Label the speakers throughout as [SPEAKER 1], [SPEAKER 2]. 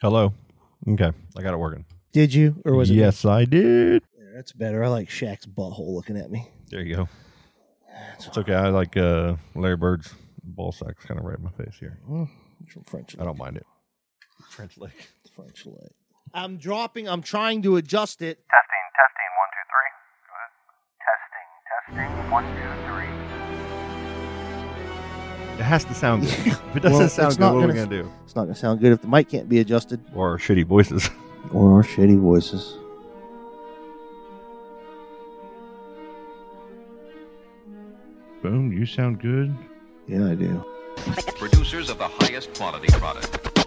[SPEAKER 1] Hello. Okay, I got it working.
[SPEAKER 2] Did you, or was it? me?
[SPEAKER 1] yes, I did.
[SPEAKER 2] Yeah, That's better. I like Shaq's butthole looking at me.
[SPEAKER 1] There you go.
[SPEAKER 2] That's
[SPEAKER 1] It's okay. I like uh, Larry Bird's ball sack's kind of right in my face here.
[SPEAKER 2] From Mm, French,
[SPEAKER 1] I don't mind it. French Lake.
[SPEAKER 2] French leg. I'm dropping. I'm trying to adjust it.
[SPEAKER 3] Testing, testing, one, two, three. Go ahead. Testing, testing, one, two, three.
[SPEAKER 1] It has to sound good. If it doesn't
[SPEAKER 2] Well,
[SPEAKER 1] sound
[SPEAKER 2] it's
[SPEAKER 1] good,
[SPEAKER 2] not
[SPEAKER 1] what are we
[SPEAKER 2] gonna-
[SPEAKER 1] gonna do?
[SPEAKER 2] It's not gonna sound good if the mic can't be adjusted.
[SPEAKER 1] Or our shitty voices.
[SPEAKER 2] Or our shitty voices.
[SPEAKER 1] Boom. You sound good.
[SPEAKER 2] Yeah, I do.
[SPEAKER 4] Producers of the highest quality product.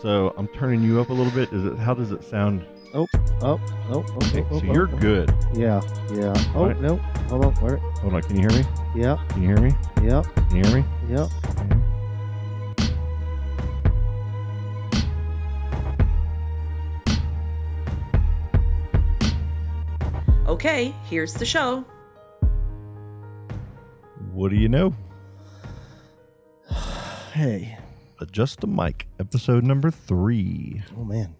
[SPEAKER 1] So I'm turning you up a little bit. Is it? How does it sound?
[SPEAKER 2] Oh, oh, oh,
[SPEAKER 1] Okay,
[SPEAKER 2] oh,
[SPEAKER 1] so
[SPEAKER 2] oh,
[SPEAKER 1] you're
[SPEAKER 2] oh.
[SPEAKER 1] good.
[SPEAKER 2] Yeah, yeah. Oh
[SPEAKER 1] Alright.
[SPEAKER 2] no, hold on. Where?
[SPEAKER 1] Hold on. Can you hear me?
[SPEAKER 2] Yeah,
[SPEAKER 1] Can you hear me?
[SPEAKER 2] yeah,
[SPEAKER 1] Can you hear me?
[SPEAKER 2] yeah.
[SPEAKER 5] Okay, here's the show.
[SPEAKER 1] What do you know?
[SPEAKER 2] Hey,
[SPEAKER 1] Adjust the mic. Episode number three.
[SPEAKER 2] oh man,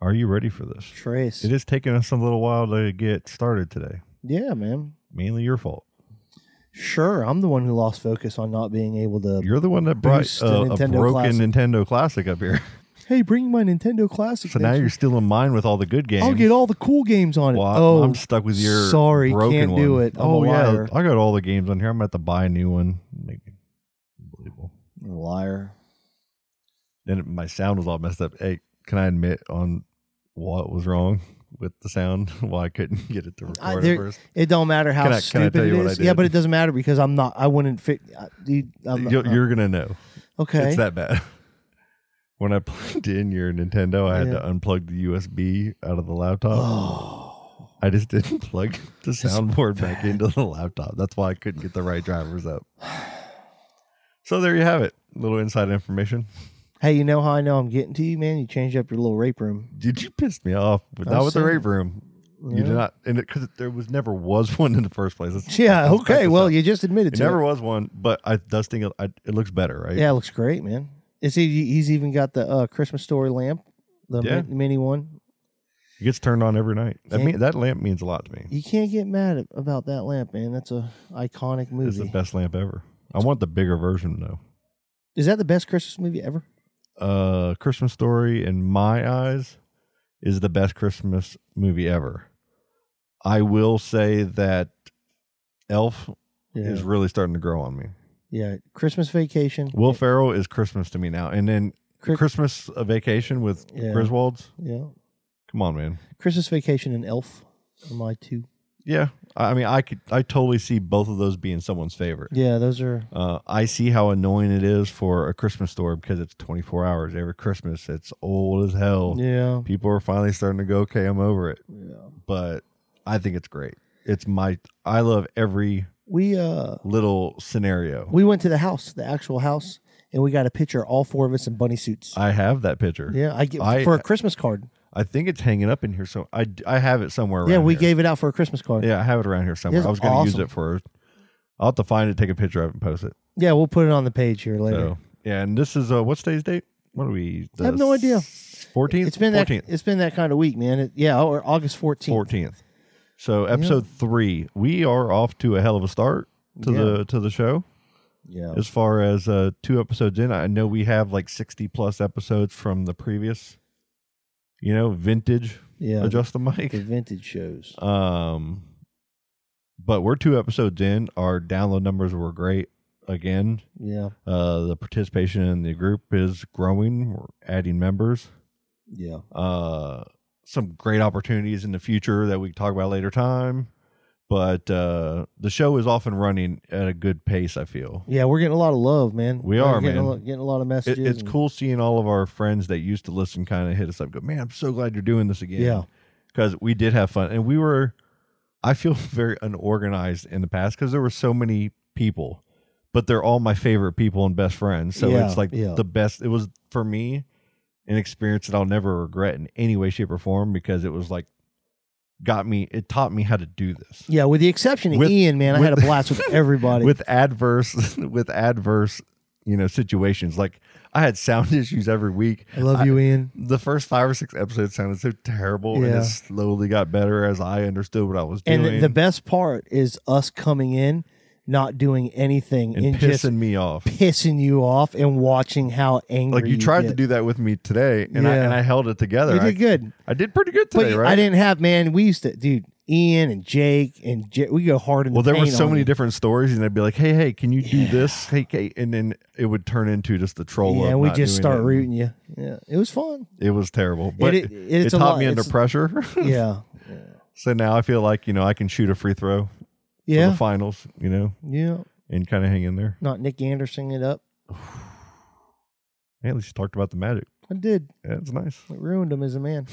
[SPEAKER 1] Are you ready for this?
[SPEAKER 2] Trace.
[SPEAKER 1] It is taking us a little while to get started today.
[SPEAKER 2] Yeah, man.
[SPEAKER 1] Mainly your fault.
[SPEAKER 2] Sure, I'm the one who lost focus on not being able to.
[SPEAKER 1] You're the one that brought
[SPEAKER 2] Boost
[SPEAKER 1] uh,
[SPEAKER 2] the
[SPEAKER 1] a,
[SPEAKER 2] Nintendo
[SPEAKER 1] broken
[SPEAKER 2] Classic.
[SPEAKER 1] Nintendo Classic up here.
[SPEAKER 2] hey, bring my Nintendo Classic.
[SPEAKER 1] So now
[SPEAKER 2] next
[SPEAKER 1] you're
[SPEAKER 2] week.
[SPEAKER 1] still in mine with all the good games.
[SPEAKER 2] I'll get all the cool games on it.
[SPEAKER 1] Well, I-
[SPEAKER 2] oh,
[SPEAKER 1] I'm stuck with your
[SPEAKER 2] sorry,
[SPEAKER 1] broken
[SPEAKER 2] can't do
[SPEAKER 1] one.
[SPEAKER 2] it. I'm
[SPEAKER 1] oh
[SPEAKER 2] a liar.
[SPEAKER 1] yeah, I got all the games on here. I'm gonna have to buy a new one. Maybe. Unbelievable.
[SPEAKER 2] liar.
[SPEAKER 1] Then it- my sound was all messed up. Hey, can I admit on what was wrong with the sound? Why I couldn't get it to record
[SPEAKER 2] I-
[SPEAKER 1] at
[SPEAKER 2] Uh, there-
[SPEAKER 1] first?
[SPEAKER 2] It don't matter how
[SPEAKER 1] Can I- can I
[SPEAKER 2] stupid
[SPEAKER 1] tell you
[SPEAKER 2] it
[SPEAKER 1] what I
[SPEAKER 2] is. Yeah,
[SPEAKER 1] did?
[SPEAKER 2] but it doesn't matter because I'm not. I wouldn't fit. I, dude, I'm not- uh,
[SPEAKER 1] You'll- You're gonna know.
[SPEAKER 2] okay.
[SPEAKER 1] It's that bad. When I plugged in your Nintendo, I had to
[SPEAKER 2] Yeah.
[SPEAKER 1] unplug the USB out of the laptop.
[SPEAKER 2] oh,
[SPEAKER 1] I just didn't plug the soundboard back into the laptop. That's why I couldn't get the right drivers up. So there you have it. Little inside information.
[SPEAKER 2] hey, you know how I know I'm getting to you, man? You changed up your little rape room.
[SPEAKER 1] Did you piss me off? But
[SPEAKER 2] I'm
[SPEAKER 1] not with the
[SPEAKER 2] saying-
[SPEAKER 1] rave room. You did
[SPEAKER 2] Oh, Yeah.
[SPEAKER 1] not, and because there was never was one in the first place. Let's-
[SPEAKER 2] Yeah.
[SPEAKER 1] let's back
[SPEAKER 2] Okay.
[SPEAKER 1] this
[SPEAKER 2] Well,
[SPEAKER 1] up.
[SPEAKER 2] you just admitted
[SPEAKER 1] it
[SPEAKER 2] to
[SPEAKER 1] never
[SPEAKER 2] it.
[SPEAKER 1] was one, but I dusting it. I, it looks better, right?
[SPEAKER 2] Yeah, it looks great, man. It's he, he's even got the uh, Christmas story lamp, the mi-
[SPEAKER 1] Yeah.
[SPEAKER 2] mini one.
[SPEAKER 1] it gets turned on every night. That
[SPEAKER 2] Can't-
[SPEAKER 1] mean, that lamp means a lot to me.
[SPEAKER 2] You can't get mad at, about that lamp, man. That's a iconic
[SPEAKER 1] It's
[SPEAKER 2] movie.
[SPEAKER 1] the best lamp ever. I want the bigger version though.
[SPEAKER 2] Is that the best Christmas movie ever?
[SPEAKER 1] uh Christmas Story in my eyes is the best Christmas movie ever. I will say that Elf
[SPEAKER 2] Yeah.
[SPEAKER 1] is really starting to grow on me.
[SPEAKER 2] yeah. Christmas Vacation.
[SPEAKER 1] Will Ferrell is Christmas to me now. And then
[SPEAKER 2] Chris-
[SPEAKER 1] Christmas uh, Vacation with
[SPEAKER 2] Yeah.
[SPEAKER 1] Griswolds.
[SPEAKER 2] yeah.
[SPEAKER 1] Come on, man.
[SPEAKER 2] Christmas Vacation and Elf are my two.
[SPEAKER 1] Yeah. I I mean, I could I totally see both of those being someone's favorite.
[SPEAKER 2] Yeah, those are.
[SPEAKER 1] Uh, I see how annoying it is for a Christmas story because it's 24 hours every Christmas. It's old as hell.
[SPEAKER 2] Yeah.
[SPEAKER 1] People are finally starting to go, okay, I'm over it.
[SPEAKER 2] Yeah.
[SPEAKER 1] but I think it's great. It's my I love every
[SPEAKER 2] We uh
[SPEAKER 1] little scenario.
[SPEAKER 2] we went to the house, the actual house, and we got a picture of all four of us in bunny suits.
[SPEAKER 1] I have that picture.
[SPEAKER 2] yeah, I get
[SPEAKER 1] I-
[SPEAKER 2] for a Christmas card.
[SPEAKER 1] I think it's hanging up in here. So I I have it somewhere. Around
[SPEAKER 2] Yeah, we
[SPEAKER 1] here.
[SPEAKER 2] gave it out for a Christmas card.
[SPEAKER 1] Yeah, I have it around here somewhere.
[SPEAKER 2] It's
[SPEAKER 1] I was going to use
[SPEAKER 2] awesome.
[SPEAKER 1] it for. I'll have to find it, take a picture of it, and post it.
[SPEAKER 2] Yeah, we'll put it on the page here later.
[SPEAKER 1] So yeah, and this is uh, what's today's date? What are we?
[SPEAKER 2] I have no idea.
[SPEAKER 1] Fourteenth.
[SPEAKER 2] It's been that,
[SPEAKER 1] fourteenth.
[SPEAKER 2] it's been that kind of week, man. It, yeah, or August fourteenth.
[SPEAKER 1] Fourteenth. So episode three, we are off to a hell of a start to
[SPEAKER 2] Yeah.
[SPEAKER 1] the to the show.
[SPEAKER 2] Yeah,
[SPEAKER 1] as far as uh two episodes in i know we have like 60 plus episodes from the previous you know vintage
[SPEAKER 2] yeah.
[SPEAKER 1] adjust the
[SPEAKER 2] the
[SPEAKER 1] mic
[SPEAKER 2] vintage shows.
[SPEAKER 1] um but we're two episodes in our download numbers were great again
[SPEAKER 2] Yeah,
[SPEAKER 1] uh the participation in the group is growing we're adding members
[SPEAKER 2] yeah.
[SPEAKER 1] uh some great opportunities in the future that we can talk about later time but uh the show is off and running at a good pace i feel
[SPEAKER 2] Yeah, we're getting a lot of love, man.
[SPEAKER 1] We
[SPEAKER 2] We're
[SPEAKER 1] are,
[SPEAKER 2] getting
[SPEAKER 1] man.
[SPEAKER 2] A lot, getting a lot of
[SPEAKER 1] it,
[SPEAKER 2] messages.
[SPEAKER 1] it's
[SPEAKER 2] and-
[SPEAKER 1] cool seeing all of our friends that used to listen kind of hit us up go man i'm so glad you're doing this again
[SPEAKER 2] Yeah.
[SPEAKER 1] because we did have fun and we were i feel very unorganized in the past because there were so many people but they're all my favorite people and best friends so
[SPEAKER 2] Yeah,
[SPEAKER 1] it's like
[SPEAKER 2] yeah.
[SPEAKER 1] the best it was for me an experience that i'll never regret in any way shape or form because it was like got me it taught me how to do this
[SPEAKER 2] Yeah, with the exception of
[SPEAKER 1] With-
[SPEAKER 2] Ian, man, I had a
[SPEAKER 1] with-
[SPEAKER 2] blast with everybody.
[SPEAKER 1] with adverse with adverse you know situations. Like I had sound issues every week.
[SPEAKER 2] I love you, Ian.
[SPEAKER 1] The first five or six episodes sounded so terrible, and
[SPEAKER 2] Yeah.
[SPEAKER 1] it slowly got better as I understood what I was doing
[SPEAKER 2] And the best part is us coming in, not doing anything,
[SPEAKER 1] and
[SPEAKER 2] and,
[SPEAKER 1] pissing
[SPEAKER 2] just
[SPEAKER 1] me off.
[SPEAKER 2] pissing you off and watching how angry.
[SPEAKER 1] Like you tried to
[SPEAKER 2] get.
[SPEAKER 1] do that with me today, and I
[SPEAKER 2] Yeah.
[SPEAKER 1] and I held it together.
[SPEAKER 2] You
[SPEAKER 1] I,
[SPEAKER 2] did good,
[SPEAKER 1] I did pretty good
[SPEAKER 2] but
[SPEAKER 1] today,
[SPEAKER 2] you-
[SPEAKER 1] right?
[SPEAKER 2] I didn't have man. We used to, dude. Ian and Jake and J- we go hard in.
[SPEAKER 1] Well,
[SPEAKER 2] the
[SPEAKER 1] there were
[SPEAKER 2] paint
[SPEAKER 1] so
[SPEAKER 2] on
[SPEAKER 1] many
[SPEAKER 2] you.
[SPEAKER 1] different stories, and they'd be like, "Hey, hey, can you do this?" Hey, hey, and then it would turn into just the troll.
[SPEAKER 2] Yeah,
[SPEAKER 1] of
[SPEAKER 2] and we
[SPEAKER 1] not
[SPEAKER 2] just
[SPEAKER 1] doing
[SPEAKER 2] start
[SPEAKER 1] it.
[SPEAKER 2] rooting you. Yeah, it was fun.
[SPEAKER 1] It was terrible, but
[SPEAKER 2] it-
[SPEAKER 1] it,
[SPEAKER 2] it's a
[SPEAKER 1] taught
[SPEAKER 2] lot-
[SPEAKER 1] me under
[SPEAKER 2] it's-
[SPEAKER 1] pressure.
[SPEAKER 2] Yeah,
[SPEAKER 1] so now I feel like you know I can shoot a free throw for
[SPEAKER 2] yeah,
[SPEAKER 1] the finals, you know,
[SPEAKER 2] yeah.
[SPEAKER 1] and kind of hang in there.
[SPEAKER 2] Not Nick Anderson it up.
[SPEAKER 1] Hey, at least you talked about the magic.
[SPEAKER 2] I did.
[SPEAKER 1] That's nice.
[SPEAKER 2] It ruined him as a man.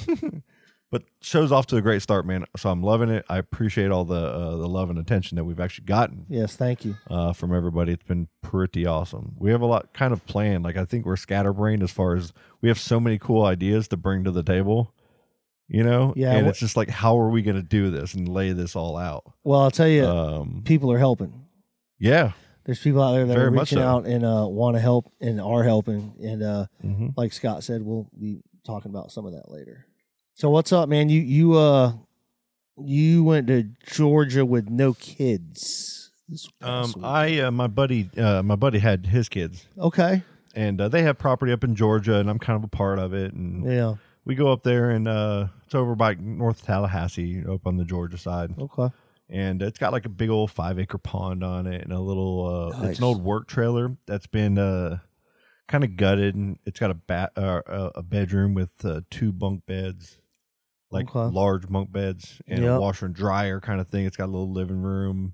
[SPEAKER 1] But show's off to a great start, man. So I'm loving it. I appreciate all the uh, the love and attention that we've actually gotten
[SPEAKER 2] yes, thank you.
[SPEAKER 1] uh, from everybody. It's been pretty awesome. We have a lot kind of planned. Like I think we're scatterbrained as far as we have so many cool ideas to bring to the table. You know,
[SPEAKER 2] Yeah,
[SPEAKER 1] and
[SPEAKER 2] wh-
[SPEAKER 1] it's just like, how are we going to do this and lay this all out?
[SPEAKER 2] Well, I'll tell you,
[SPEAKER 1] Um,
[SPEAKER 2] people are helping.
[SPEAKER 1] yeah,
[SPEAKER 2] There's people out there that
[SPEAKER 1] Very
[SPEAKER 2] are
[SPEAKER 1] much
[SPEAKER 2] reaching
[SPEAKER 1] so.
[SPEAKER 2] out and uh, want to help and are helping. And uh,
[SPEAKER 1] hmm
[SPEAKER 2] like Scott said, we'll be talking about some of that later. So what's up, man? You you uh you went to Georgia with no kids. This past
[SPEAKER 1] Um,
[SPEAKER 2] week.
[SPEAKER 1] I uh, my buddy uh, my buddy had his kids,
[SPEAKER 2] okay.
[SPEAKER 1] and uh, they have property up in Georgia, and I'm kind of a part of it. And
[SPEAKER 2] Yeah.
[SPEAKER 1] we go up there, and uh, it's over by North Tallahassee, up on the Georgia side,
[SPEAKER 2] Okay.
[SPEAKER 1] and it's got like a big old five acre pond on it, and a little uh, it's
[SPEAKER 2] Nice.
[SPEAKER 1] an old work trailer that's been uh, kind of gutted, and it's got a bat uh, a a bedroom with uh, two bunk beds. Like
[SPEAKER 2] Okay.
[SPEAKER 1] large bunk beds and a
[SPEAKER 2] Yep.
[SPEAKER 1] washer and dryer kind of thing. It's got a little living room.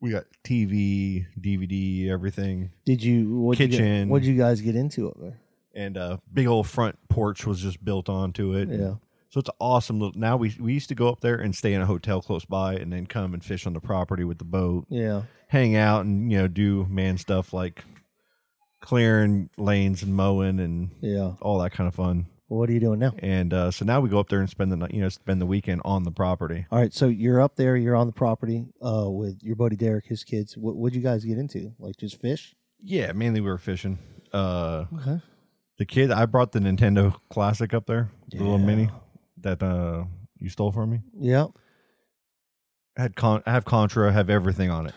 [SPEAKER 1] We got TV, DVD, everything.
[SPEAKER 2] Did you what You
[SPEAKER 1] Kitchen.
[SPEAKER 2] get, what'd you guys get into up there?
[SPEAKER 1] and a big old front porch was just built onto it.
[SPEAKER 2] Yeah.
[SPEAKER 1] So it's awesome. little- Now we we used to go up there and stay in a hotel close by, and then come and fish on the property with the boat,
[SPEAKER 2] Yeah.
[SPEAKER 1] hang out, and you know do man stuff like clearing lanes and mowing and
[SPEAKER 2] Yeah.
[SPEAKER 1] all that kind of fun.
[SPEAKER 2] What are you doing now?
[SPEAKER 1] And uh, so now we go up there and spend the night, you know spend the weekend on the property.
[SPEAKER 2] All right, so you're up there, you're on the property uh, with your buddy Derek, his kids. What would you guys get into? Like just fish?
[SPEAKER 1] Yeah, mainly we were fishing. Uh,
[SPEAKER 2] Okay.
[SPEAKER 1] the kid I brought the Nintendo Classic up there, the little
[SPEAKER 2] Yeah.
[SPEAKER 1] mini that uh, you stole from me.
[SPEAKER 2] Yeah.
[SPEAKER 1] I had con- I have Contra, I have everything on it.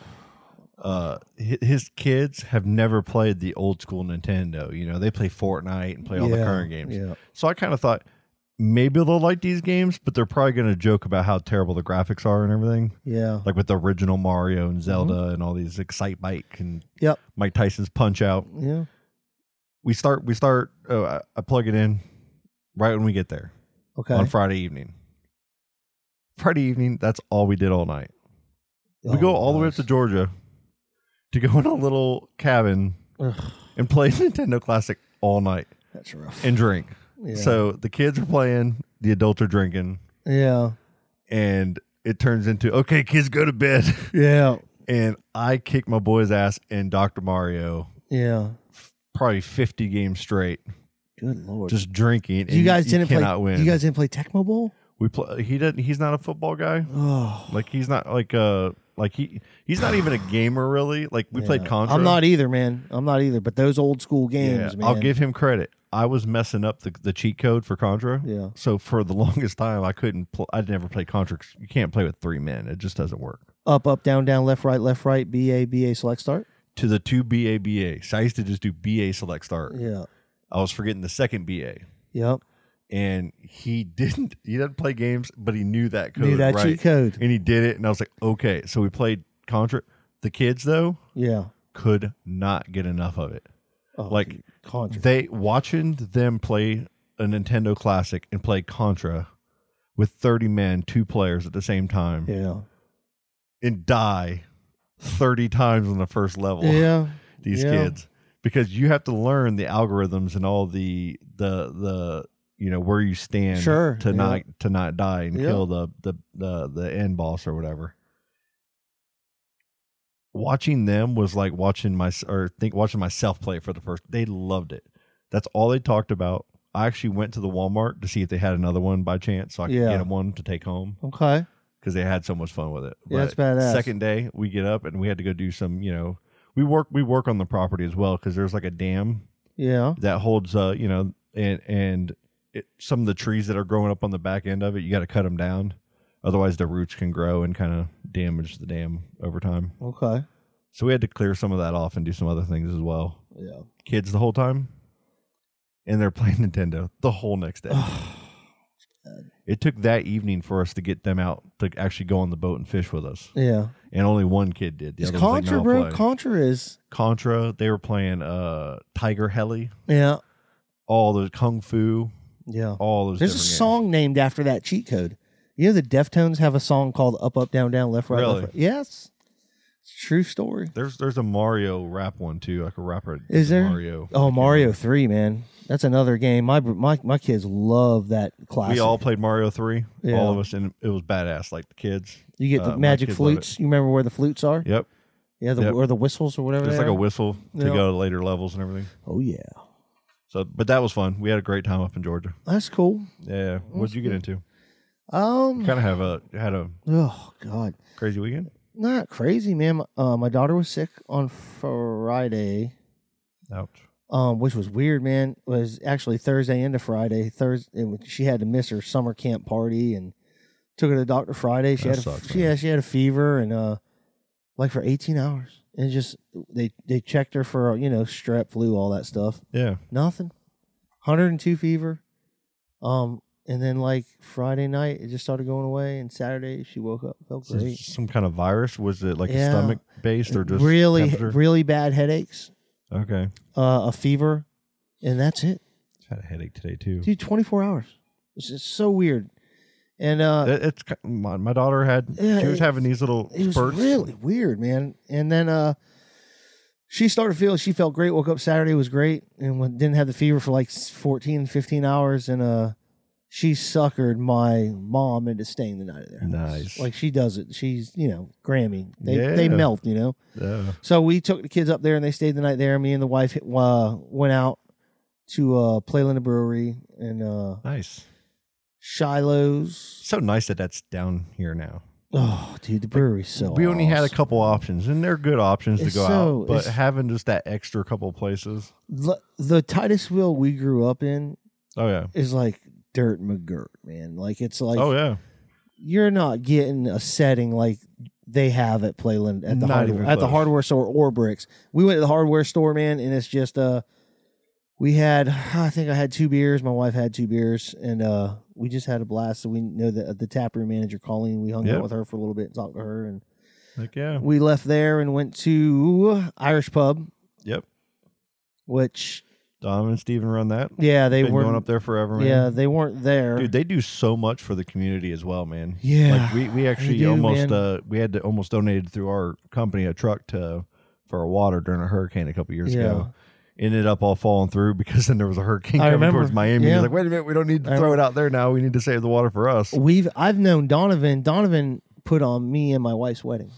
[SPEAKER 1] Uh, hi- his kids have never played the old school Nintendo. You know, they play Fortnite and play all the
[SPEAKER 2] Yeah,
[SPEAKER 1] current games.
[SPEAKER 2] Yeah.
[SPEAKER 1] So I kind of thought maybe they'll like these games, but they're probably going to joke about how terrible the graphics are and everything,
[SPEAKER 2] Yeah.
[SPEAKER 1] like with the original Mario and Zelda and all these Excite Bike and
[SPEAKER 2] Mm-hmm. Yep.
[SPEAKER 1] Mike Tyson's Punch Out.
[SPEAKER 2] Yeah.
[SPEAKER 1] We start. We start. Oh, I, I plug it in right when we get there
[SPEAKER 2] Okay.
[SPEAKER 1] on Friday evening. Friday evening. That's all we did all night. we
[SPEAKER 2] Oh,
[SPEAKER 1] go all the way up to Georgia to go in a little cabin
[SPEAKER 2] Oh, Ugh,
[SPEAKER 1] and play Nintendo Classic all night
[SPEAKER 2] that's rough.
[SPEAKER 1] and drink.
[SPEAKER 2] yeah.
[SPEAKER 1] So the kids are playing, the adults are drinking,
[SPEAKER 2] yeah,
[SPEAKER 1] and it turns into okay, kids go to bed.
[SPEAKER 2] yeah,
[SPEAKER 1] and I kick my boy's ass and Dr. Mario
[SPEAKER 2] yeah.
[SPEAKER 1] probably 50 games straight
[SPEAKER 2] Good lord!
[SPEAKER 1] just drinking. and
[SPEAKER 2] you guys didn't
[SPEAKER 1] cannot
[SPEAKER 2] play.
[SPEAKER 1] win.
[SPEAKER 2] You guys didn't play Tecmo Bowl.
[SPEAKER 1] we play he doesn't he's not a football guy.
[SPEAKER 2] Oh,
[SPEAKER 1] Like he's not like uh like he he's not even a gamer really. Like we played
[SPEAKER 2] yeah.
[SPEAKER 1] Contra.
[SPEAKER 2] I'm not either, man. I'm not either. But those old school games, man.
[SPEAKER 1] I'll give him credit. I was messing up the, the cheat code for Contra.
[SPEAKER 2] Yeah.
[SPEAKER 1] So for the longest time, I couldn't. Pl- I'd never play Contra. 'cause You can't play with three men. It just doesn't work.
[SPEAKER 2] up, up, down, down, left, right, left, right. B A B A select start.
[SPEAKER 1] To the two B A B A. So I used to just do B A select start.
[SPEAKER 2] Yeah.
[SPEAKER 1] I was forgetting the second B A,
[SPEAKER 2] Yep.
[SPEAKER 1] and he didn't. He doesn't play games, but he knew that code.
[SPEAKER 2] Knew that
[SPEAKER 1] right.
[SPEAKER 2] cheat code.
[SPEAKER 1] and he did it. And I was like, okay. So we played Contra. The kids though
[SPEAKER 2] Yeah.
[SPEAKER 1] could not get enough of it.
[SPEAKER 2] Oh,
[SPEAKER 1] Like,
[SPEAKER 2] dude, Contra.
[SPEAKER 1] they watching them play a Nintendo Classic and play Contra with 30 men, two players at the same time,
[SPEAKER 2] yeah.
[SPEAKER 1] and die 30 times on the first level.
[SPEAKER 2] Yeah.
[SPEAKER 1] These
[SPEAKER 2] yeah.
[SPEAKER 1] kids, because you have to learn the algorithms and all the the the you know where you stand
[SPEAKER 2] Sure,
[SPEAKER 1] to
[SPEAKER 2] yeah.
[SPEAKER 1] not to not die and
[SPEAKER 2] Yeah.
[SPEAKER 1] kill the, the the the end boss or whatever. Watching them was like watching my or think watching myself play for the first. They loved it. That's all they talked about. I actually went to the Walmart to see if they had another one by chance, so I could
[SPEAKER 2] Yeah.
[SPEAKER 1] get them one to take home
[SPEAKER 2] Okay.
[SPEAKER 1] because they had so much fun with it.
[SPEAKER 2] Yeah, that's
[SPEAKER 1] But
[SPEAKER 2] badass.
[SPEAKER 1] Second day, we get up and we had to go do some, you know, we work we work on the property as well because there's like a dam
[SPEAKER 2] Yeah.
[SPEAKER 1] that holds uh you know and and it, some of the trees that are growing up on the back end of it you got to cut them down otherwise the roots can grow and kind of damage the dam over time
[SPEAKER 2] Okay.
[SPEAKER 1] so we had to clear some of that off and do some other things as well
[SPEAKER 2] Yeah.
[SPEAKER 1] kids the whole time and they're playing nintendo the whole next day it took that evening for us to get them out to actually go on the boat and fish with us
[SPEAKER 2] Yeah.
[SPEAKER 1] and only one kid did the
[SPEAKER 2] It's
[SPEAKER 1] other
[SPEAKER 2] Contra,
[SPEAKER 1] was like, "No, I'll
[SPEAKER 2] bro.
[SPEAKER 1] play."
[SPEAKER 2] Contra is.
[SPEAKER 1] contra they were playing uh tiger heli
[SPEAKER 2] Yeah.
[SPEAKER 1] all those kung fu
[SPEAKER 2] Yeah.
[SPEAKER 1] all those
[SPEAKER 2] There's a
[SPEAKER 1] different games.
[SPEAKER 2] song named after that cheat code. You know the Deftones have a song called "Up, Up, Down, Down, Left, Right,
[SPEAKER 1] Really?
[SPEAKER 2] Left." Right. Yes, it's a true story.
[SPEAKER 1] There's there's a Mario rap one too, like a rapper.
[SPEAKER 2] Is there?
[SPEAKER 1] Mario?
[SPEAKER 2] Oh, Mario Three, man, that's another game. My my my kids love that classic.
[SPEAKER 1] We all played Mario three,
[SPEAKER 2] Yeah.
[SPEAKER 1] all of us, and it was badass. Like the kids.
[SPEAKER 2] you get
[SPEAKER 1] uh,
[SPEAKER 2] the
[SPEAKER 1] my
[SPEAKER 2] magic
[SPEAKER 1] kids love it.
[SPEAKER 2] flutes. You remember where the flutes are?
[SPEAKER 1] Yep,
[SPEAKER 2] Yeah, the,
[SPEAKER 1] Yep.
[SPEAKER 2] or the whistles or whatever.
[SPEAKER 1] there's
[SPEAKER 2] they
[SPEAKER 1] like
[SPEAKER 2] are.
[SPEAKER 1] a whistle to
[SPEAKER 2] Oh, Yeah.
[SPEAKER 1] go to later levels and everything.
[SPEAKER 2] oh yeah,
[SPEAKER 1] So, but that was fun. We had a great time up in Georgia.
[SPEAKER 2] that's cool.
[SPEAKER 1] Yeah, what'd you get into?
[SPEAKER 2] Um,
[SPEAKER 1] Kind of have a had a
[SPEAKER 2] oh god,
[SPEAKER 1] crazy weekend.
[SPEAKER 2] not crazy, man. My- Uh, my daughter was sick on Friday.
[SPEAKER 1] Ouch.
[SPEAKER 2] um, which was weird, man. Was actually Thursday into Friday. Thursday, she had to miss her summer camp party and took her to the doctor Friday. She
[SPEAKER 1] That
[SPEAKER 2] had, a,
[SPEAKER 1] sucks,
[SPEAKER 2] she,
[SPEAKER 1] man.
[SPEAKER 2] yeah, she had a fever and uh, like for eighteen hours, and just they they checked her for you know strep, flu, all that stuff.
[SPEAKER 1] Yeah,
[SPEAKER 2] Nothing. Hundred and two fever. Um, and then like Friday night, it just started going away, and Saturday she woke up felt
[SPEAKER 1] So
[SPEAKER 2] great.
[SPEAKER 1] some kind of virus. Was it like
[SPEAKER 2] Yeah.
[SPEAKER 1] a stomach based or just
[SPEAKER 2] really,
[SPEAKER 1] temperature?
[SPEAKER 2] really bad headaches,
[SPEAKER 1] okay.
[SPEAKER 2] uh, a fever, and that's it.
[SPEAKER 1] Just had a headache today too.
[SPEAKER 2] dude 24 hours it's just so weird and uh
[SPEAKER 1] It- it's ki- my, my daughter had.
[SPEAKER 2] Yeah,
[SPEAKER 1] she was
[SPEAKER 2] it-
[SPEAKER 1] having these little
[SPEAKER 2] it was
[SPEAKER 1] spurts.
[SPEAKER 2] really weird man and then uh she started feeling she felt great woke up saturday was great and went, didn't have the fever for like 14 15 hours and uh she suckered my mom into staying the night at their house.
[SPEAKER 1] Nice.
[SPEAKER 2] Like she does it. She's, you know, Grammy. They they
[SPEAKER 1] Yeah.
[SPEAKER 2] melt, you know.
[SPEAKER 1] Yeah.
[SPEAKER 2] So we took the kids up there and they stayed the night there. Me and the wife uh, went out to uh Playland Brewery and uh
[SPEAKER 1] nice.
[SPEAKER 2] Shiloh's.
[SPEAKER 1] so nice that that's down here now.
[SPEAKER 2] Oh, dude, the brewery's so.
[SPEAKER 1] we only had a
[SPEAKER 2] awesome.
[SPEAKER 1] couple options, and they're good options
[SPEAKER 2] It's
[SPEAKER 1] to go
[SPEAKER 2] so-
[SPEAKER 1] out. But
[SPEAKER 2] it's-
[SPEAKER 1] having just that extra couple places,
[SPEAKER 2] The, the Titusville we grew up in
[SPEAKER 1] oh yeah,
[SPEAKER 2] is like dirt McGirt, man. Like it's like
[SPEAKER 1] oh yeah,
[SPEAKER 2] you're not getting a setting like they have at Playland at the
[SPEAKER 1] Not even
[SPEAKER 2] hardware, at the
[SPEAKER 1] close.
[SPEAKER 2] hardware store or bricks. We went to the hardware store, man, and it's just uh we had I think I had two beers, my wife had two beers, and uh we just had a blast. So we know that the tap room manager Colleen, we hung
[SPEAKER 1] Yeah.
[SPEAKER 2] out with her for a little bit and talked to her and
[SPEAKER 1] like yeah,
[SPEAKER 2] we left there and went to Irish pub,
[SPEAKER 1] yep.
[SPEAKER 2] which
[SPEAKER 1] Dom and Steven run that.
[SPEAKER 2] yeah, they
[SPEAKER 1] Been
[SPEAKER 2] weren't
[SPEAKER 1] going up there forever, man.
[SPEAKER 2] Yeah, they weren't there.
[SPEAKER 1] dude, they do so much for the community as well, man.
[SPEAKER 2] Yeah,
[SPEAKER 1] like we we actually
[SPEAKER 2] do,
[SPEAKER 1] almost
[SPEAKER 2] man.
[SPEAKER 1] uh we had to almost donated through our company a truck to for our water during a hurricane a couple years
[SPEAKER 2] Yeah.
[SPEAKER 1] ago. Ended up all falling through because then there was a hurricane
[SPEAKER 2] I
[SPEAKER 1] coming
[SPEAKER 2] remember.
[SPEAKER 1] towards Miami.
[SPEAKER 2] Yeah.
[SPEAKER 1] Like, wait a minute, we don't need
[SPEAKER 2] I
[SPEAKER 1] to throw it out there now. We need to save the water for us.
[SPEAKER 2] We've I've known Donovan. Donovan put on me and my wife's wedding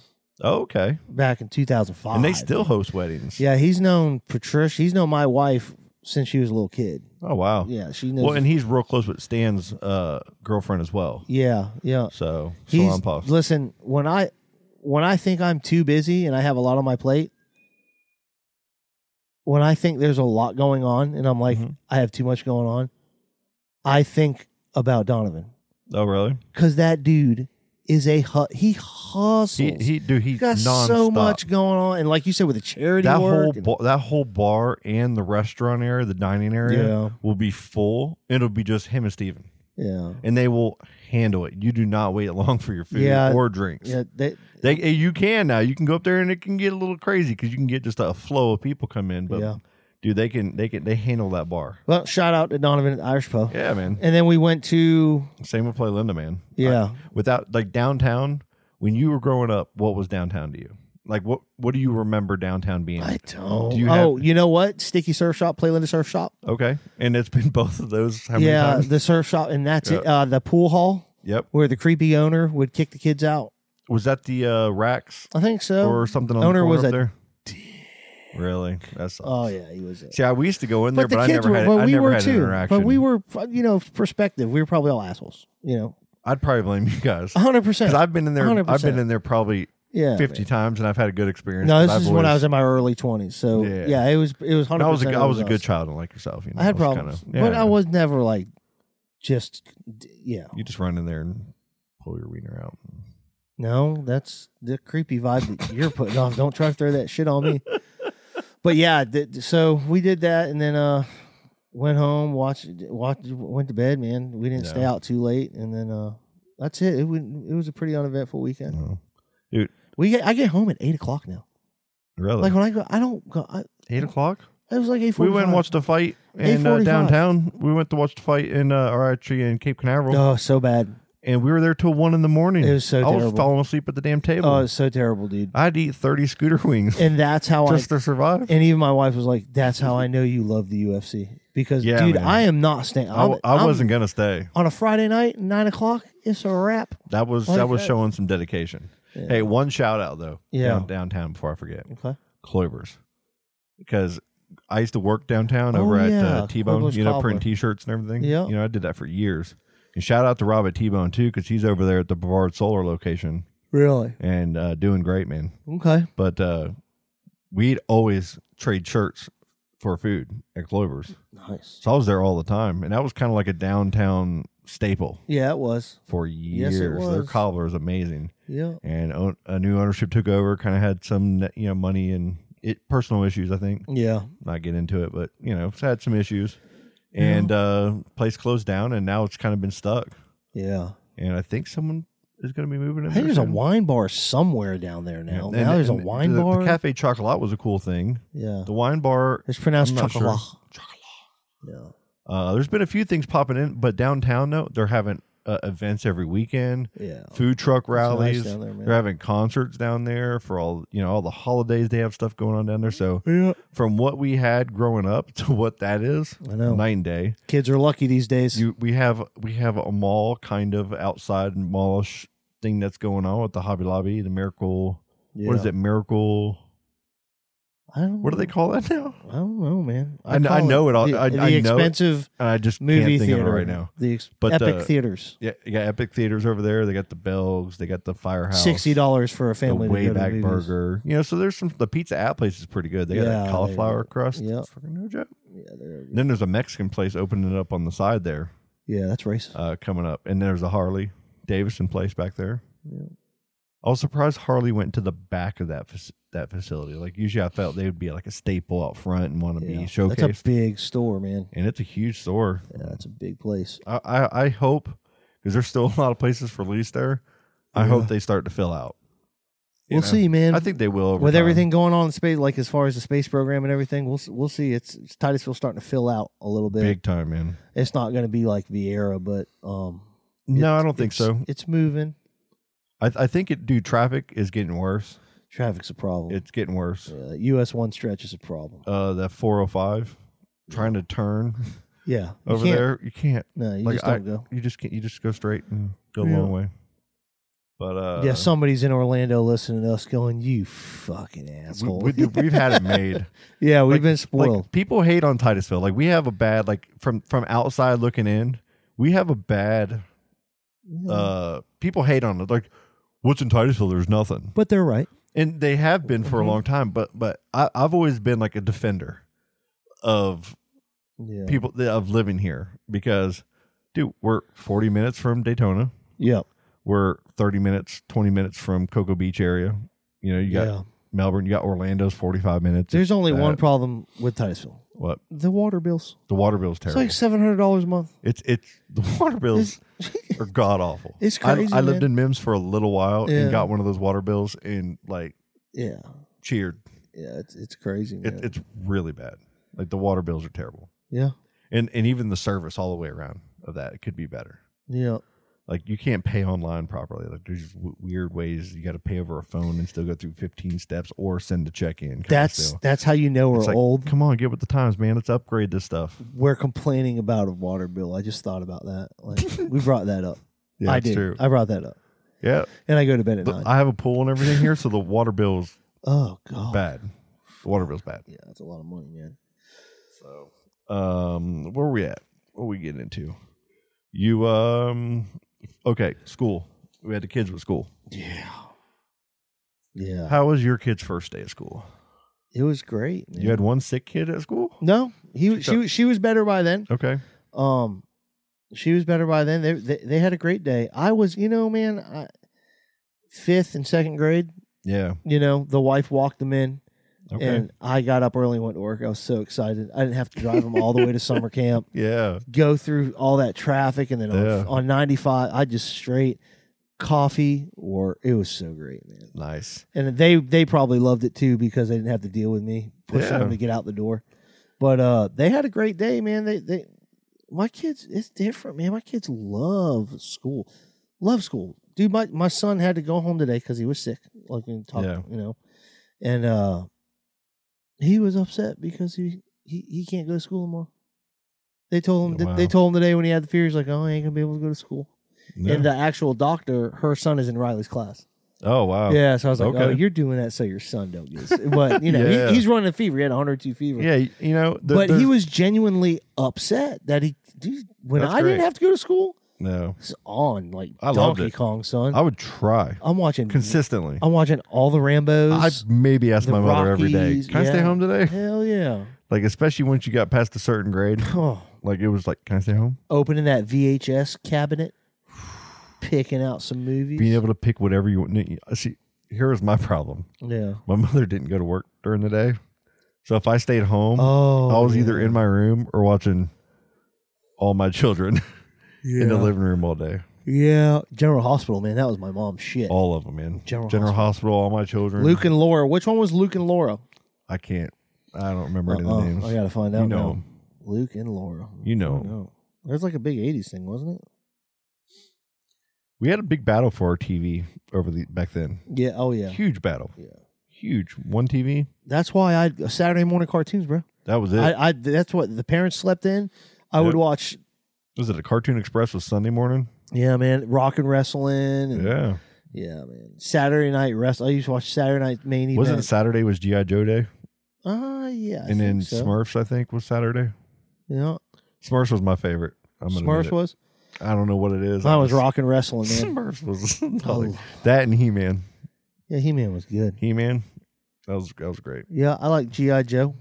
[SPEAKER 1] Okay.
[SPEAKER 2] back in 2005.
[SPEAKER 1] And they still host weddings.
[SPEAKER 2] Yeah, he's known Patricia. He's known my wife since she was a little kid.
[SPEAKER 1] Oh wow.
[SPEAKER 2] Yeah, she knows.
[SPEAKER 1] Well, and he's real close with Stan's uh, girlfriend as well.
[SPEAKER 2] yeah, yeah.
[SPEAKER 1] So
[SPEAKER 2] He's
[SPEAKER 1] Salon Puffs.
[SPEAKER 2] listen when I when I think I'm too busy and I have a lot on my plate. When I think there's a lot going on and I'm like
[SPEAKER 1] Mhm.
[SPEAKER 2] I have too much going on, I think about Donovan.
[SPEAKER 1] oh really?
[SPEAKER 2] because that dude is a hu- he hustles.
[SPEAKER 1] He he dude he
[SPEAKER 2] He's got
[SPEAKER 1] nonstop.
[SPEAKER 2] so much going on, and like you said, with the charity
[SPEAKER 1] that
[SPEAKER 2] work,
[SPEAKER 1] whole
[SPEAKER 2] and-
[SPEAKER 1] ba- that whole bar and the restaurant area, the dining area,
[SPEAKER 2] Yeah.
[SPEAKER 1] will be full. It'll be just him and Steven.
[SPEAKER 2] yeah,
[SPEAKER 1] and they will handle it. You do not wait long for your food
[SPEAKER 2] Yeah.
[SPEAKER 1] or drinks.
[SPEAKER 2] yeah, they,
[SPEAKER 1] They, eh, you can now. You can go up there and it can get a little crazy because you can get just a flow of people come in. But
[SPEAKER 2] Yeah.
[SPEAKER 1] dude, they can they can they handle that bar.
[SPEAKER 2] well, shout out to Donovan at the Irish Pub,
[SPEAKER 1] Yeah, man.
[SPEAKER 2] and then we went to
[SPEAKER 1] Same with Play Linda, man.
[SPEAKER 2] yeah,
[SPEAKER 1] without like downtown when you were growing up what was downtown to you like what what do you remember downtown being
[SPEAKER 2] I don't.
[SPEAKER 1] Do you
[SPEAKER 2] oh,
[SPEAKER 1] have-
[SPEAKER 2] you know what? Sticky Surf Shop, Playland Surf Shop,
[SPEAKER 1] okay and it's been both of those how many
[SPEAKER 2] yeah,
[SPEAKER 1] times
[SPEAKER 2] the surf shop, and that's it. Uh, the pool hall
[SPEAKER 1] yep
[SPEAKER 2] where the creepy owner would kick the kids out.
[SPEAKER 1] was that the uh racks
[SPEAKER 2] I think so.
[SPEAKER 1] or something on
[SPEAKER 2] owner
[SPEAKER 1] the corner
[SPEAKER 2] was
[SPEAKER 1] up
[SPEAKER 2] a
[SPEAKER 1] there really that's
[SPEAKER 2] oh yeah, he was. A,
[SPEAKER 1] see I, we used to go in there but, i never had
[SPEAKER 2] but
[SPEAKER 1] i
[SPEAKER 2] we
[SPEAKER 1] never
[SPEAKER 2] were
[SPEAKER 1] had an
[SPEAKER 2] too.
[SPEAKER 1] interaction
[SPEAKER 2] But we were, you know, perspective. We were probably all assholes. You know,
[SPEAKER 1] i'd probably blame you guys
[SPEAKER 2] hundred percent.
[SPEAKER 1] because i've been in there i have been
[SPEAKER 2] 100%.
[SPEAKER 1] in there probably
[SPEAKER 2] Yeah.
[SPEAKER 1] 50 times and I've had a good experience.
[SPEAKER 2] No,
[SPEAKER 1] 'cause
[SPEAKER 2] this
[SPEAKER 1] I've
[SPEAKER 2] is when I
[SPEAKER 1] always-
[SPEAKER 2] was in my early twenties. So
[SPEAKER 1] Yeah.
[SPEAKER 2] yeah. it was it was
[SPEAKER 1] and
[SPEAKER 2] hundred.
[SPEAKER 1] I was a, I was a
[SPEAKER 2] us.
[SPEAKER 1] good child, unlike yourself. You know,
[SPEAKER 2] I had
[SPEAKER 1] was kinda-
[SPEAKER 2] problems,
[SPEAKER 1] yeah,
[SPEAKER 2] but
[SPEAKER 1] yeah.
[SPEAKER 2] I was never like just yeah.
[SPEAKER 1] You just run in there and pull your wiener out.
[SPEAKER 2] No, that's the creepy vibe that you're putting off. Don't try to throw that shit on me. But yeah, th- so we did that, and then uh, went home, watched, watched, went to bed. Man, we didn't stay
[SPEAKER 1] Yeah.
[SPEAKER 2] out too late, and then uh, that's it. It, went, it was a pretty uneventful weekend.
[SPEAKER 1] No. Dude,
[SPEAKER 2] We get, I get home at eight o'clock now.
[SPEAKER 1] really?
[SPEAKER 2] Like when I go, I don't go. I,
[SPEAKER 1] Eight o'clock?
[SPEAKER 2] it was like eight.
[SPEAKER 1] We went and watched a fight in uh,
[SPEAKER 2] 8:45.
[SPEAKER 1] downtown. We went to watch the fight in uh, or actually in Cape Canaveral,
[SPEAKER 2] Oh, so bad.
[SPEAKER 1] and we were there till one in the morning.
[SPEAKER 2] It was so
[SPEAKER 1] I was
[SPEAKER 2] terrible.
[SPEAKER 1] falling asleep at the damn table.
[SPEAKER 2] Oh, it's so terrible, dude.
[SPEAKER 1] I had to eat thirty scooter wings
[SPEAKER 2] And that's how I
[SPEAKER 1] just to survive.
[SPEAKER 2] And even my wife was like, "That's how I know you love the UFC because,
[SPEAKER 1] Yeah,
[SPEAKER 2] dude,
[SPEAKER 1] man.
[SPEAKER 2] I am not staying.
[SPEAKER 1] I,
[SPEAKER 2] I'm-
[SPEAKER 1] I
[SPEAKER 2] I'm-
[SPEAKER 1] wasn't gonna stay.
[SPEAKER 2] on a Friday night, nine o'clock. It's a wrap.
[SPEAKER 1] That was
[SPEAKER 2] Like
[SPEAKER 1] that was
[SPEAKER 2] that.
[SPEAKER 1] showing some dedication. Hey, one shout out though.
[SPEAKER 2] Yeah.
[SPEAKER 1] down, downtown before I forget,
[SPEAKER 2] Okay.
[SPEAKER 1] Clovers, because I used to work downtown
[SPEAKER 2] Oh,
[SPEAKER 1] over at
[SPEAKER 2] yeah,
[SPEAKER 1] uh, T Bone.
[SPEAKER 2] Clover's
[SPEAKER 1] You know,
[SPEAKER 2] Cobbler.
[SPEAKER 1] printing T-shirts and everything.
[SPEAKER 2] Yeah.
[SPEAKER 1] you know, I did that for years. And shout out to Rob at T Bone too, because he's over there at the Brevard Solar location
[SPEAKER 2] Really?
[SPEAKER 1] and uh, doing great, man.
[SPEAKER 2] Okay.
[SPEAKER 1] But uh, we'd always trade shirts for food at Clovers,
[SPEAKER 2] Nice.
[SPEAKER 1] so I was there all the time, and that was kind of like a downtown staple
[SPEAKER 2] Yeah, it was.
[SPEAKER 1] for years.
[SPEAKER 2] it
[SPEAKER 1] Their
[SPEAKER 2] was.
[SPEAKER 1] cobbler is amazing
[SPEAKER 2] Yeah.
[SPEAKER 1] and own, a new ownership took over. Kind of had some, you know, money and it personal issues. I think
[SPEAKER 2] Yeah.
[SPEAKER 1] not get into it, but you know, it's had some issues. And uh, place closed down, and now it's kind of been stuck.
[SPEAKER 2] Yeah.
[SPEAKER 1] And I think someone is going to be moving. In
[SPEAKER 2] I think
[SPEAKER 1] there
[SPEAKER 2] there's a
[SPEAKER 1] soon.
[SPEAKER 2] wine bar somewhere down there
[SPEAKER 1] Yeah.
[SPEAKER 2] now.
[SPEAKER 1] And-
[SPEAKER 2] now there's a
[SPEAKER 1] and
[SPEAKER 2] wine
[SPEAKER 1] the,
[SPEAKER 2] bar.
[SPEAKER 1] The cafe chocolat was a cool thing.
[SPEAKER 2] yeah.
[SPEAKER 1] The wine bar.
[SPEAKER 2] It's pronounced
[SPEAKER 1] I'm not sure.
[SPEAKER 2] chocolat. Yeah.
[SPEAKER 1] Uh, there's been a few things popping in, but downtown though they're having uh, events every weekend.
[SPEAKER 2] Yeah.
[SPEAKER 1] food truck rallies.
[SPEAKER 2] down there, man.
[SPEAKER 1] They're having concerts down there for all you know, all the holidays. They have stuff going on down there. So
[SPEAKER 2] Yeah.
[SPEAKER 1] from what we had growing up to what that is,
[SPEAKER 2] I know.
[SPEAKER 1] night and day.
[SPEAKER 2] Kids are lucky these days.
[SPEAKER 1] You, we have we have a mall kind of outside mallish thing that's going on with the Hobby Lobby, the Miracle. What is
[SPEAKER 2] Yeah.
[SPEAKER 1] it? Miracle.
[SPEAKER 2] I don't
[SPEAKER 1] What do they
[SPEAKER 2] know.
[SPEAKER 1] call that now?
[SPEAKER 2] I don't know, man.
[SPEAKER 1] I kn- I
[SPEAKER 2] call
[SPEAKER 1] know it all-
[SPEAKER 2] The,
[SPEAKER 1] I-
[SPEAKER 2] the
[SPEAKER 1] I know it.
[SPEAKER 2] expensive
[SPEAKER 1] And I just
[SPEAKER 2] movie
[SPEAKER 1] can't think
[SPEAKER 2] theater
[SPEAKER 1] of it right now.
[SPEAKER 2] The ex-
[SPEAKER 1] But,
[SPEAKER 2] epic
[SPEAKER 1] uh,
[SPEAKER 2] theaters.
[SPEAKER 1] Yeah, you got Epic Theaters over there. They got the Belgs. They got the Firehouse.
[SPEAKER 2] Sixty dollars for a family.
[SPEAKER 1] the
[SPEAKER 2] to go to
[SPEAKER 1] Wayback
[SPEAKER 2] the movies.
[SPEAKER 1] Burger. You know, so there's some. The pizza at place is pretty good. They got
[SPEAKER 2] Yeah,
[SPEAKER 1] that
[SPEAKER 2] they-
[SPEAKER 1] cauliflower crust.
[SPEAKER 2] yeah.
[SPEAKER 1] It's fucking no joke.
[SPEAKER 2] Yeah, they're-
[SPEAKER 1] Then there's a Mexican place opening up on the side there
[SPEAKER 2] yeah, that's racist.
[SPEAKER 1] uh, coming up, and there's a Harley Davidson place back there. I was surprised Harley went to the back of that fac- that facility. Like usually, I felt they would be like a staple out front and want to
[SPEAKER 2] Yeah.
[SPEAKER 1] be showcased.
[SPEAKER 2] That's a big store, man.
[SPEAKER 1] and it's a huge store.
[SPEAKER 2] Yeah, that's a big place.
[SPEAKER 1] I I, I hope because there's still a lot of places for lease there. I hope they start to fill out. You
[SPEAKER 2] We'll
[SPEAKER 1] know?
[SPEAKER 2] see, man.
[SPEAKER 1] I think they will over
[SPEAKER 2] with
[SPEAKER 1] time.
[SPEAKER 2] everything going on in space, like as far as the space program and everything, we'll s- we'll see. It's, it's Titusville starting to fill out a little bit.
[SPEAKER 1] big time, man.
[SPEAKER 2] It's not going to be like Vieira, but um,
[SPEAKER 1] No,
[SPEAKER 2] it-
[SPEAKER 1] I don't think
[SPEAKER 2] it's-
[SPEAKER 1] so.
[SPEAKER 2] It's moving.
[SPEAKER 1] I, I think it. Dude, traffic is getting worse.
[SPEAKER 2] Traffic's a problem.
[SPEAKER 1] It's getting worse.
[SPEAKER 2] uh, US one stretch is a problem.
[SPEAKER 1] Uh, that 405, trying to turn
[SPEAKER 2] Yeah, you
[SPEAKER 1] over
[SPEAKER 2] can't-
[SPEAKER 1] there, you can't.
[SPEAKER 2] No, you
[SPEAKER 1] Like,
[SPEAKER 2] just
[SPEAKER 1] I-
[SPEAKER 2] don't go.
[SPEAKER 1] You just can't. You just go straight and go a
[SPEAKER 2] Yeah.
[SPEAKER 1] long way. But uh,
[SPEAKER 2] yeah, somebody's in Orlando listening to us, going, "You fucking asshole."
[SPEAKER 1] we, we, we've had it made.
[SPEAKER 2] yeah, we've
[SPEAKER 1] Like-
[SPEAKER 2] been spoiled.
[SPEAKER 1] Like people hate on Titusville. Like we have a bad like from from outside looking in, we have a bad. Uh, people hate on it. Like, what's in Titusville? There's nothing.
[SPEAKER 2] but they're right.
[SPEAKER 1] and they have been
[SPEAKER 2] Mm-hmm.
[SPEAKER 1] for a long time but but I, i've always been like a defender of
[SPEAKER 2] Yeah.
[SPEAKER 1] people that- of living here because dude we're 40 minutes from daytona
[SPEAKER 2] Yeah.
[SPEAKER 1] we're 30 minutes 20 minutes from cocoa beach area you know you got
[SPEAKER 2] Yeah.
[SPEAKER 1] melbourne you got orlando's 45 minutes
[SPEAKER 2] There's only
[SPEAKER 1] Uh,
[SPEAKER 2] one problem with Titusville.
[SPEAKER 1] what
[SPEAKER 2] The water bills.
[SPEAKER 1] the water bill's
[SPEAKER 2] It's
[SPEAKER 1] terrible
[SPEAKER 2] like seven hundred dollars a month.
[SPEAKER 1] it's it's the water bills are god awful
[SPEAKER 2] It's
[SPEAKER 1] I-
[SPEAKER 2] crazy,
[SPEAKER 1] I, lived
[SPEAKER 2] man.
[SPEAKER 1] in mims for a little while
[SPEAKER 2] Yeah.
[SPEAKER 1] and got one of those water bills and like
[SPEAKER 2] Yeah.
[SPEAKER 1] cheered
[SPEAKER 2] Yeah, it's it's crazy, man.
[SPEAKER 1] it, it's really bad like the water bills are terrible
[SPEAKER 2] yeah.
[SPEAKER 1] and and even the service all the way around of that it could be better
[SPEAKER 2] Yeah.
[SPEAKER 1] like you can't pay online properly like there's just w- weird ways you got to pay over a phone and still go through 15 steps or send a check in kinda
[SPEAKER 2] That's
[SPEAKER 1] still.
[SPEAKER 2] that's how you know we're
[SPEAKER 1] It's like,
[SPEAKER 2] old.
[SPEAKER 1] come on get with the times man let's upgrade this stuff
[SPEAKER 2] We're complaining about a water bill. I just thought about that. Like we brought that up.
[SPEAKER 1] Yeah,
[SPEAKER 2] I
[SPEAKER 1] it's
[SPEAKER 2] did.
[SPEAKER 1] true.
[SPEAKER 2] I brought that up.
[SPEAKER 1] yeah
[SPEAKER 2] And I go to bed at
[SPEAKER 1] but
[SPEAKER 2] nine.
[SPEAKER 1] i have a pool and everything here so the water bill's
[SPEAKER 2] oh god.
[SPEAKER 1] bad the water bill's bad
[SPEAKER 2] Yeah, that's a lot of money, man.
[SPEAKER 1] um where we at what are we getting into you um okay school we had the kids with school
[SPEAKER 2] Yeah. Yeah.
[SPEAKER 1] How was your kid's first day of school?
[SPEAKER 2] it was great. man.
[SPEAKER 1] You had one sick kid at school?
[SPEAKER 2] no, he
[SPEAKER 1] She
[SPEAKER 2] she was- she was better by then.
[SPEAKER 1] Okay.
[SPEAKER 2] Um, she was better by then. They they, they had a great day. I was, you know, man, I, fifth and second grade.
[SPEAKER 1] Yeah.
[SPEAKER 2] You know, the wife walked them in,
[SPEAKER 1] Okay.
[SPEAKER 2] and I got up early and went to work. I was so excited. I didn't have to drive them all the way to summer camp,
[SPEAKER 1] yeah.
[SPEAKER 2] go through all that traffic, and then on-
[SPEAKER 1] Yeah.
[SPEAKER 2] on, ninety five, I just straight coffee or it was so great, man.
[SPEAKER 1] Nice.
[SPEAKER 2] And they they probably loved it too because they didn't have to deal with me pushing
[SPEAKER 1] Yeah.
[SPEAKER 2] them to get out the door. But uh, they had a great day, man. They they my kids it's different, man. My kids love school, love school, dude. My my son had to go home today because he was sick, like we talked,
[SPEAKER 1] Yeah.
[SPEAKER 2] you know, and uh, he was upset because he he, he can't go to school anymore. They told him
[SPEAKER 1] Wow.
[SPEAKER 2] they told him today when he had the fever, he's like, oh, I ain't gonna be able to go to school.
[SPEAKER 1] Yeah.
[SPEAKER 2] And the actual doctor, her son is in Riley's class.
[SPEAKER 1] oh wow.
[SPEAKER 2] Yeah, so I was like,
[SPEAKER 1] Okay.
[SPEAKER 2] oh, you're doing that so your son don't get sick. But, you know,
[SPEAKER 1] Yeah.
[SPEAKER 2] he, he's running a fever. He had 102 fever.
[SPEAKER 1] Yeah. y- You know, the,
[SPEAKER 2] but he
[SPEAKER 1] there's-
[SPEAKER 2] was genuinely upset that he, dude, when
[SPEAKER 1] That's
[SPEAKER 2] I
[SPEAKER 1] great.
[SPEAKER 2] didn't have to go to school,
[SPEAKER 1] no.
[SPEAKER 2] it's on like
[SPEAKER 1] I loved
[SPEAKER 2] Donkey
[SPEAKER 1] it.
[SPEAKER 2] Kong, son.
[SPEAKER 1] I would try
[SPEAKER 2] I'm watching.
[SPEAKER 1] consistently.
[SPEAKER 2] I'm watching all the
[SPEAKER 1] I
[SPEAKER 2] Rambo's.
[SPEAKER 1] maybe ask
[SPEAKER 2] Oh, the
[SPEAKER 1] my mother every day.
[SPEAKER 2] Rockies,
[SPEAKER 1] Can I stay
[SPEAKER 2] yeah.
[SPEAKER 1] home today?
[SPEAKER 2] Hell yeah!
[SPEAKER 1] Like especially once you got past a certain grade,
[SPEAKER 2] Oh,
[SPEAKER 1] like it was like, can I stay home?
[SPEAKER 2] opening that VHS cabinet, picking out some movies.
[SPEAKER 1] Being able to pick whatever you want. See, here is my problem.
[SPEAKER 2] yeah.
[SPEAKER 1] My mother didn't go to work during the day, so if I stayed home,
[SPEAKER 2] Oh,
[SPEAKER 1] I was
[SPEAKER 2] yeah.
[SPEAKER 1] either in my room or watching all my children in the
[SPEAKER 2] Yeah.
[SPEAKER 1] living room all day.
[SPEAKER 2] Yeah, General Hospital, man. That was my mom's shit.
[SPEAKER 1] All of them, man.
[SPEAKER 2] General
[SPEAKER 1] Hospital. all my children.
[SPEAKER 2] Luke and Laura. Which one was Luke and Laura?
[SPEAKER 1] I can't. I don't remember any
[SPEAKER 2] Uh-uh.
[SPEAKER 1] of the names.
[SPEAKER 2] I gotta find
[SPEAKER 1] You
[SPEAKER 2] out.
[SPEAKER 1] know
[SPEAKER 2] now.
[SPEAKER 1] 'em.
[SPEAKER 2] Luke and Laura.
[SPEAKER 1] You know
[SPEAKER 2] I
[SPEAKER 1] 'em.
[SPEAKER 2] know. There's like a big '80s thing, wasn't it?
[SPEAKER 1] We had a big battle for our TV over the back then.
[SPEAKER 2] Yeah. Oh yeah.
[SPEAKER 1] Huge battle.
[SPEAKER 2] Yeah.
[SPEAKER 1] Huge. One TV.
[SPEAKER 2] That's why I uh, Saturday morning cartoons, bro.
[SPEAKER 1] That was it.
[SPEAKER 2] I, I that's what the parents slept in. I would
[SPEAKER 1] Yep.
[SPEAKER 2] watch.
[SPEAKER 1] was it a Cartoon Express was Sunday morning?
[SPEAKER 2] Yeah, man. Rock and wrestling. And,
[SPEAKER 1] Yeah.
[SPEAKER 2] Yeah, man. Saturday night wrestling. I used to watch Saturday night main event.
[SPEAKER 1] Wasn't Saturday was GI Joe Day,
[SPEAKER 2] Ah, yeah. I
[SPEAKER 1] and then
[SPEAKER 2] think so.
[SPEAKER 1] Smurfs I think was Saturday.
[SPEAKER 2] Yeah.
[SPEAKER 1] Smurfs was my favorite. I'm gonna admit
[SPEAKER 2] Smurfs
[SPEAKER 1] it.
[SPEAKER 2] was.
[SPEAKER 1] I don't know what it is.
[SPEAKER 2] I was
[SPEAKER 1] just-
[SPEAKER 2] rock and wrestling, man.
[SPEAKER 1] Smurfs was
[SPEAKER 2] Oh.
[SPEAKER 1] that and He Man.
[SPEAKER 2] yeah, He Man was good.
[SPEAKER 1] He Man. That was that was great.
[SPEAKER 2] Yeah, I like GI Joe.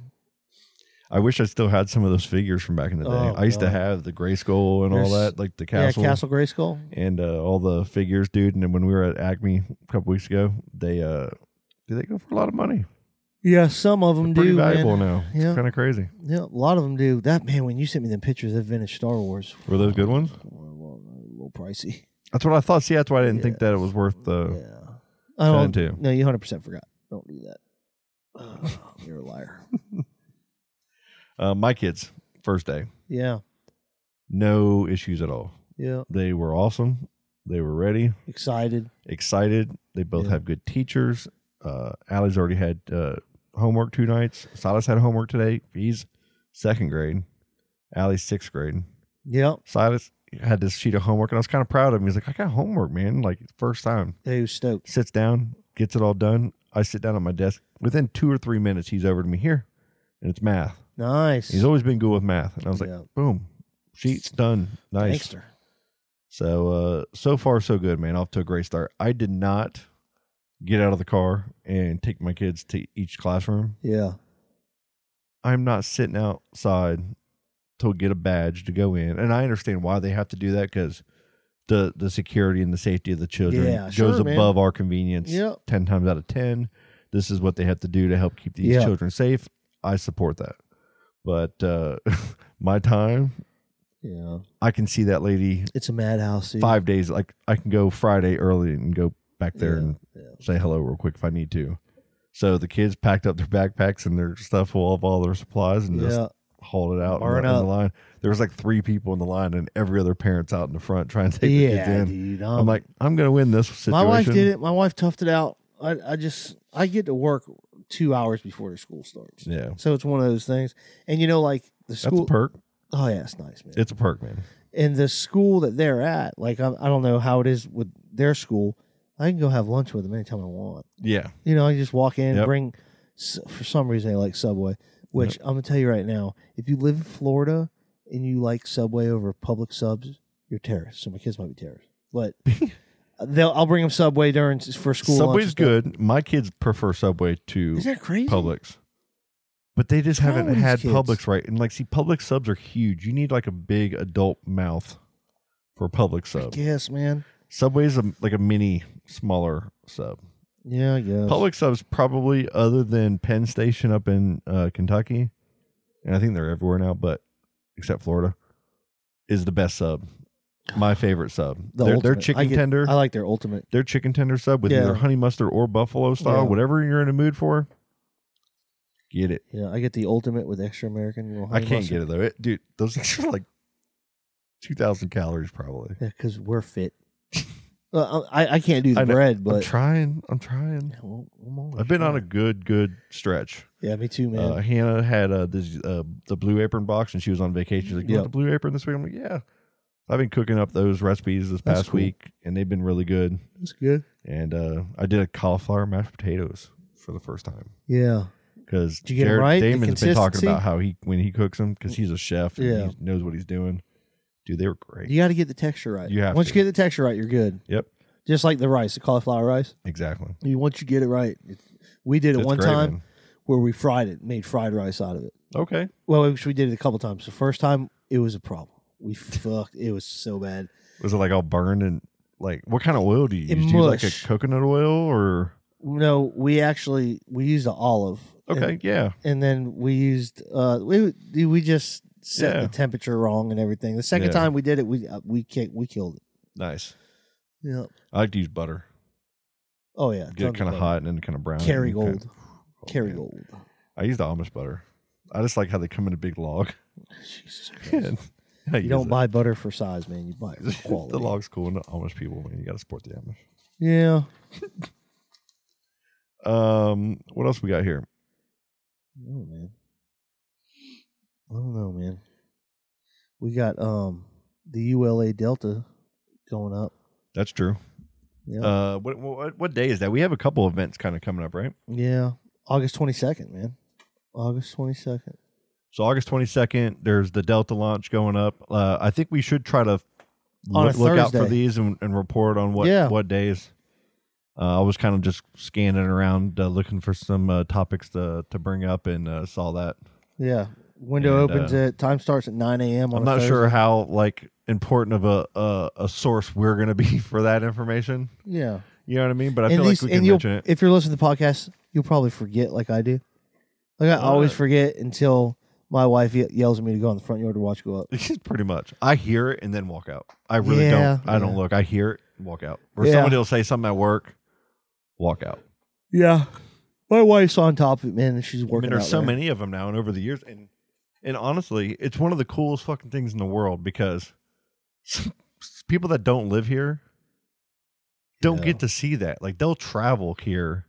[SPEAKER 1] I wish I still had some of those figures from back in the day.
[SPEAKER 2] Oh,
[SPEAKER 1] I used to
[SPEAKER 2] God.
[SPEAKER 1] have the Gray Skull and all
[SPEAKER 2] There's-
[SPEAKER 1] that, like the castle,
[SPEAKER 2] Yeah, Castle Grayskull.
[SPEAKER 1] and uh, all the figures, dude. And then when we were at Acme a couple weeks ago, they uh, did they go for a lot of money?
[SPEAKER 2] Yeah, some of them
[SPEAKER 1] Pretty
[SPEAKER 2] do. man.
[SPEAKER 1] valuable now. It's
[SPEAKER 2] Yeah.
[SPEAKER 1] kind of crazy.
[SPEAKER 2] Yeah, a lot of them do. That man, when you sent me the pictures of vintage Star Wars,
[SPEAKER 1] Were those good ones?
[SPEAKER 2] a little a little pricey.
[SPEAKER 1] That's what I thought. See, that's why I didn't think that it was worth the.
[SPEAKER 2] Yeah, I don't.
[SPEAKER 1] Send it to.
[SPEAKER 2] No, you hundred percent forgot. Don't do that. Ugh, you're a liar.
[SPEAKER 1] Uh, my kids, first day,
[SPEAKER 2] Yeah,
[SPEAKER 1] no issues at all.
[SPEAKER 2] yeah.
[SPEAKER 1] They were awesome. They were ready,
[SPEAKER 2] Excited.
[SPEAKER 1] excited. They both
[SPEAKER 2] Yeah.
[SPEAKER 1] have good teachers. Uh, Allie's already had uh, homework two nights. Silas had homework today. He's second grade. Allie's sixth grade.
[SPEAKER 2] Yep.
[SPEAKER 1] Silas had this sheet of homework, and I was kind of proud of him. He's like, I got homework, man. Like, first time.
[SPEAKER 2] He was stoked.
[SPEAKER 1] Sits down, gets it all done. I sit down at my desk. Within two or three minutes, he's over to me here, and it's math.
[SPEAKER 2] Nice.
[SPEAKER 1] He's always been good with math, and I was like,
[SPEAKER 2] Yeah.
[SPEAKER 1] boom, sheet's done, nice.
[SPEAKER 2] Gangster.
[SPEAKER 1] So uh, so far so good, man. Off to a great start. I did not get out of the car and take my kids to each classroom.
[SPEAKER 2] Yeah.
[SPEAKER 1] I'm not sitting outside to get a badge to go in, and I understand why they have to do that because the the security and the safety of the children
[SPEAKER 2] Yeah,
[SPEAKER 1] goes
[SPEAKER 2] sure, man.
[SPEAKER 1] above our convenience.
[SPEAKER 2] Yep.
[SPEAKER 1] Ten times out of ten, this is what they have to do to help keep these
[SPEAKER 2] Yeah.
[SPEAKER 1] children safe. I support that, but uh, my time
[SPEAKER 2] Yeah.
[SPEAKER 1] I can see that lady
[SPEAKER 2] It's a madhouse. dude.
[SPEAKER 1] five days. Like I can go Friday early and go back there
[SPEAKER 2] Yeah,
[SPEAKER 1] and
[SPEAKER 2] yeah.
[SPEAKER 1] say hello real quick if I need to. So the kids packed up their backpacks and their stuff full of all their supplies and just
[SPEAKER 2] Yeah.
[SPEAKER 1] hauled it out in the,
[SPEAKER 2] Burn
[SPEAKER 1] in the
[SPEAKER 2] up.
[SPEAKER 1] line. There was like three people in the line and every other parent's out in the front trying to take the
[SPEAKER 2] Yeah,
[SPEAKER 1] kids in.
[SPEAKER 2] dude.
[SPEAKER 1] I'm like, I'm gonna win this situation.
[SPEAKER 2] My wife did it. My wife toughed it out. I, I just I get to work two hours before the school starts.
[SPEAKER 1] Yeah,
[SPEAKER 2] So it's one of those things. And you know, like the
[SPEAKER 1] that's a
[SPEAKER 2] school.
[SPEAKER 1] perk.
[SPEAKER 2] Oh yeah, it's nice, man.
[SPEAKER 1] It's a perk, man.
[SPEAKER 2] and the school that they're at, like I, I don't know how it is with their school. I can go have lunch with them anytime I want.
[SPEAKER 1] Yeah,
[SPEAKER 2] You know, I just walk in,
[SPEAKER 1] Yep.
[SPEAKER 2] bring. s- For some reason, they like Subway, which I'm gonna tell you right now. If you live in Florida and you like Subway over public subs, you're terrorists. So my kids might be terrorists, but they'll I'll bring them Subway during for school. lunch and
[SPEAKER 1] Subway's
[SPEAKER 2] stuff.
[SPEAKER 1] good. My kids prefer Subway to
[SPEAKER 2] Isn't that crazy?
[SPEAKER 1] Publix. But they just
[SPEAKER 2] What's wrong
[SPEAKER 1] haven't
[SPEAKER 2] with these
[SPEAKER 1] had
[SPEAKER 2] kids?
[SPEAKER 1] Publix right. And like, see, Publix subs are huge. You need like a big adult mouth for a Publix sub.
[SPEAKER 2] Yes, man.
[SPEAKER 1] Subway's a, like a mini, smaller sub.
[SPEAKER 2] Yeah, I guess.
[SPEAKER 1] Public subs probably other than Penn Station up in uh, Kentucky, and I think they're everywhere now, but except Florida, is the best sub. My favorite sub.
[SPEAKER 2] The
[SPEAKER 1] their, their
[SPEAKER 2] ultimate. I
[SPEAKER 1] chicken
[SPEAKER 2] get-
[SPEAKER 1] tender,
[SPEAKER 2] I like their ultimate.
[SPEAKER 1] their chicken tender sub with
[SPEAKER 2] Yeah.
[SPEAKER 1] either honey mustard or buffalo style,
[SPEAKER 2] Yeah.
[SPEAKER 1] whatever you're in the mood for. Get it.
[SPEAKER 2] Yeah, I get the ultimate with extra American.
[SPEAKER 1] I can't get it though. It, dude, those things are like two thousand calories probably.
[SPEAKER 2] Yeah, because we're fit. Well, I I can't do the
[SPEAKER 1] I know.
[SPEAKER 2] bread,
[SPEAKER 1] I'm
[SPEAKER 2] but
[SPEAKER 1] trying. I'm trying.
[SPEAKER 2] Yeah, well, I'm always
[SPEAKER 1] I've been on a
[SPEAKER 2] trying.
[SPEAKER 1] good, good stretch.
[SPEAKER 2] yeah, me too, man.
[SPEAKER 1] Uh, Hannah had uh, this uh, the blue apron box, and she was on vacation. She's like, "You want
[SPEAKER 2] Yep.
[SPEAKER 1] the blue apron this week?" I'm like, "Yeah." I've been cooking up those recipes this
[SPEAKER 2] That's
[SPEAKER 1] past
[SPEAKER 2] cool.
[SPEAKER 1] week, and they've been really good.
[SPEAKER 2] That's good.
[SPEAKER 1] And uh, I did a cauliflower mashed potatoes for the first time
[SPEAKER 2] Yeah,
[SPEAKER 1] because
[SPEAKER 2] you get it right? The
[SPEAKER 1] Damon's been talking
[SPEAKER 2] consistency?
[SPEAKER 1] about how he when he cooks them because he's a chef, and
[SPEAKER 2] Yeah.
[SPEAKER 1] he knows what he's doing. Dude, they were great.
[SPEAKER 2] you got to get the texture right.
[SPEAKER 1] You have
[SPEAKER 2] once
[SPEAKER 1] to.
[SPEAKER 2] you get the texture right, you're good.
[SPEAKER 1] Yep,
[SPEAKER 2] Just like the rice, the cauliflower rice.
[SPEAKER 1] exactly.
[SPEAKER 2] You once you get it right, it, we did it
[SPEAKER 1] That's
[SPEAKER 2] one
[SPEAKER 1] great,
[SPEAKER 2] time
[SPEAKER 1] man.
[SPEAKER 2] where we fried it, made fried rice out of it.
[SPEAKER 1] Okay,
[SPEAKER 2] Well, actually, we did it a couple times. The first time, it was a problem. We fucked. It was so bad.
[SPEAKER 1] was it like all burned and like what kind of oil do you
[SPEAKER 2] It
[SPEAKER 1] use? Do you like a
[SPEAKER 2] mush.
[SPEAKER 1] coconut oil or
[SPEAKER 2] No, we actually we used an olive.
[SPEAKER 1] okay?
[SPEAKER 2] And,
[SPEAKER 1] yeah,
[SPEAKER 2] and then we used uh we we just set
[SPEAKER 1] Yeah.
[SPEAKER 2] the temperature wrong and everything. The second
[SPEAKER 1] Yeah.
[SPEAKER 2] time we did it, we uh, we kicked, we killed it.
[SPEAKER 1] nice.
[SPEAKER 2] Yeah.
[SPEAKER 1] I like to use butter.
[SPEAKER 2] Oh yeah.
[SPEAKER 1] get it
[SPEAKER 2] tons
[SPEAKER 1] kind of
[SPEAKER 2] butter.
[SPEAKER 1] hot and then kind of brown. it and you
[SPEAKER 2] Kerrygold.
[SPEAKER 1] kinda- Oh, man.
[SPEAKER 2] Kerrygold.
[SPEAKER 1] I use the Amish butter. I just like how they come in a big log.
[SPEAKER 2] Jesus
[SPEAKER 1] And
[SPEAKER 2] Christ.
[SPEAKER 1] I
[SPEAKER 2] you
[SPEAKER 1] use
[SPEAKER 2] don't
[SPEAKER 1] it.
[SPEAKER 2] buy butter for size, man. You buy it for quality.
[SPEAKER 1] the log's cool and the Amish people. Man, you got to support the Amish.
[SPEAKER 2] Yeah.
[SPEAKER 1] Um, what else we got here?
[SPEAKER 2] Oh man. I don't know, man. We got um the ULA Delta going up.
[SPEAKER 1] That's true.
[SPEAKER 2] Yeah.
[SPEAKER 1] Uh, what, what what day is that? We have a couple events kind of coming up, right?
[SPEAKER 2] yeah. August twenty second, man. August twenty second.
[SPEAKER 1] So August twenty second, there's the Delta launch going up. Uh, I think we should try to
[SPEAKER 2] On
[SPEAKER 1] look,
[SPEAKER 2] a
[SPEAKER 1] look out for
[SPEAKER 2] Thursday.
[SPEAKER 1] these and, and report on what
[SPEAKER 2] Yeah.
[SPEAKER 1] what days. Uh, I was kind of just scanning around, uh, looking for some uh, topics to to bring up, and uh, saw that.
[SPEAKER 2] Yeah. Window
[SPEAKER 1] And,
[SPEAKER 2] opens
[SPEAKER 1] uh,
[SPEAKER 2] at time starts at nine AM on
[SPEAKER 1] I'm
[SPEAKER 2] a
[SPEAKER 1] not
[SPEAKER 2] Thursday.
[SPEAKER 1] sure how like important of a, a a source we're gonna be for that information.
[SPEAKER 2] Yeah.
[SPEAKER 1] You know what I mean? But I
[SPEAKER 2] and
[SPEAKER 1] feel
[SPEAKER 2] these,
[SPEAKER 1] like we
[SPEAKER 2] and
[SPEAKER 1] can
[SPEAKER 2] you'll,
[SPEAKER 1] mention it.
[SPEAKER 2] if you're listening to the podcast, you'll probably forget like I do. Like I always
[SPEAKER 1] Uh,
[SPEAKER 2] forget until my wife ye- yells at me to go in the front yard to watch go up.
[SPEAKER 1] Pretty much, I hear it and then walk out. I really
[SPEAKER 2] Yeah,
[SPEAKER 1] don't. I don't
[SPEAKER 2] yeah.
[SPEAKER 1] look. I hear it, and walk out. Or
[SPEAKER 2] Yeah.
[SPEAKER 1] somebody will say something at work, walk out.
[SPEAKER 2] Yeah. My wife's on top of it, man, and she's
[SPEAKER 1] I
[SPEAKER 2] working.
[SPEAKER 1] mean, there's
[SPEAKER 2] out
[SPEAKER 1] so
[SPEAKER 2] there.
[SPEAKER 1] many of them now, and over the years, and and honestly, it's one of the coolest fucking things in the world because people that don't live here don't
[SPEAKER 2] Yeah.
[SPEAKER 1] get to see that. Like they'll travel here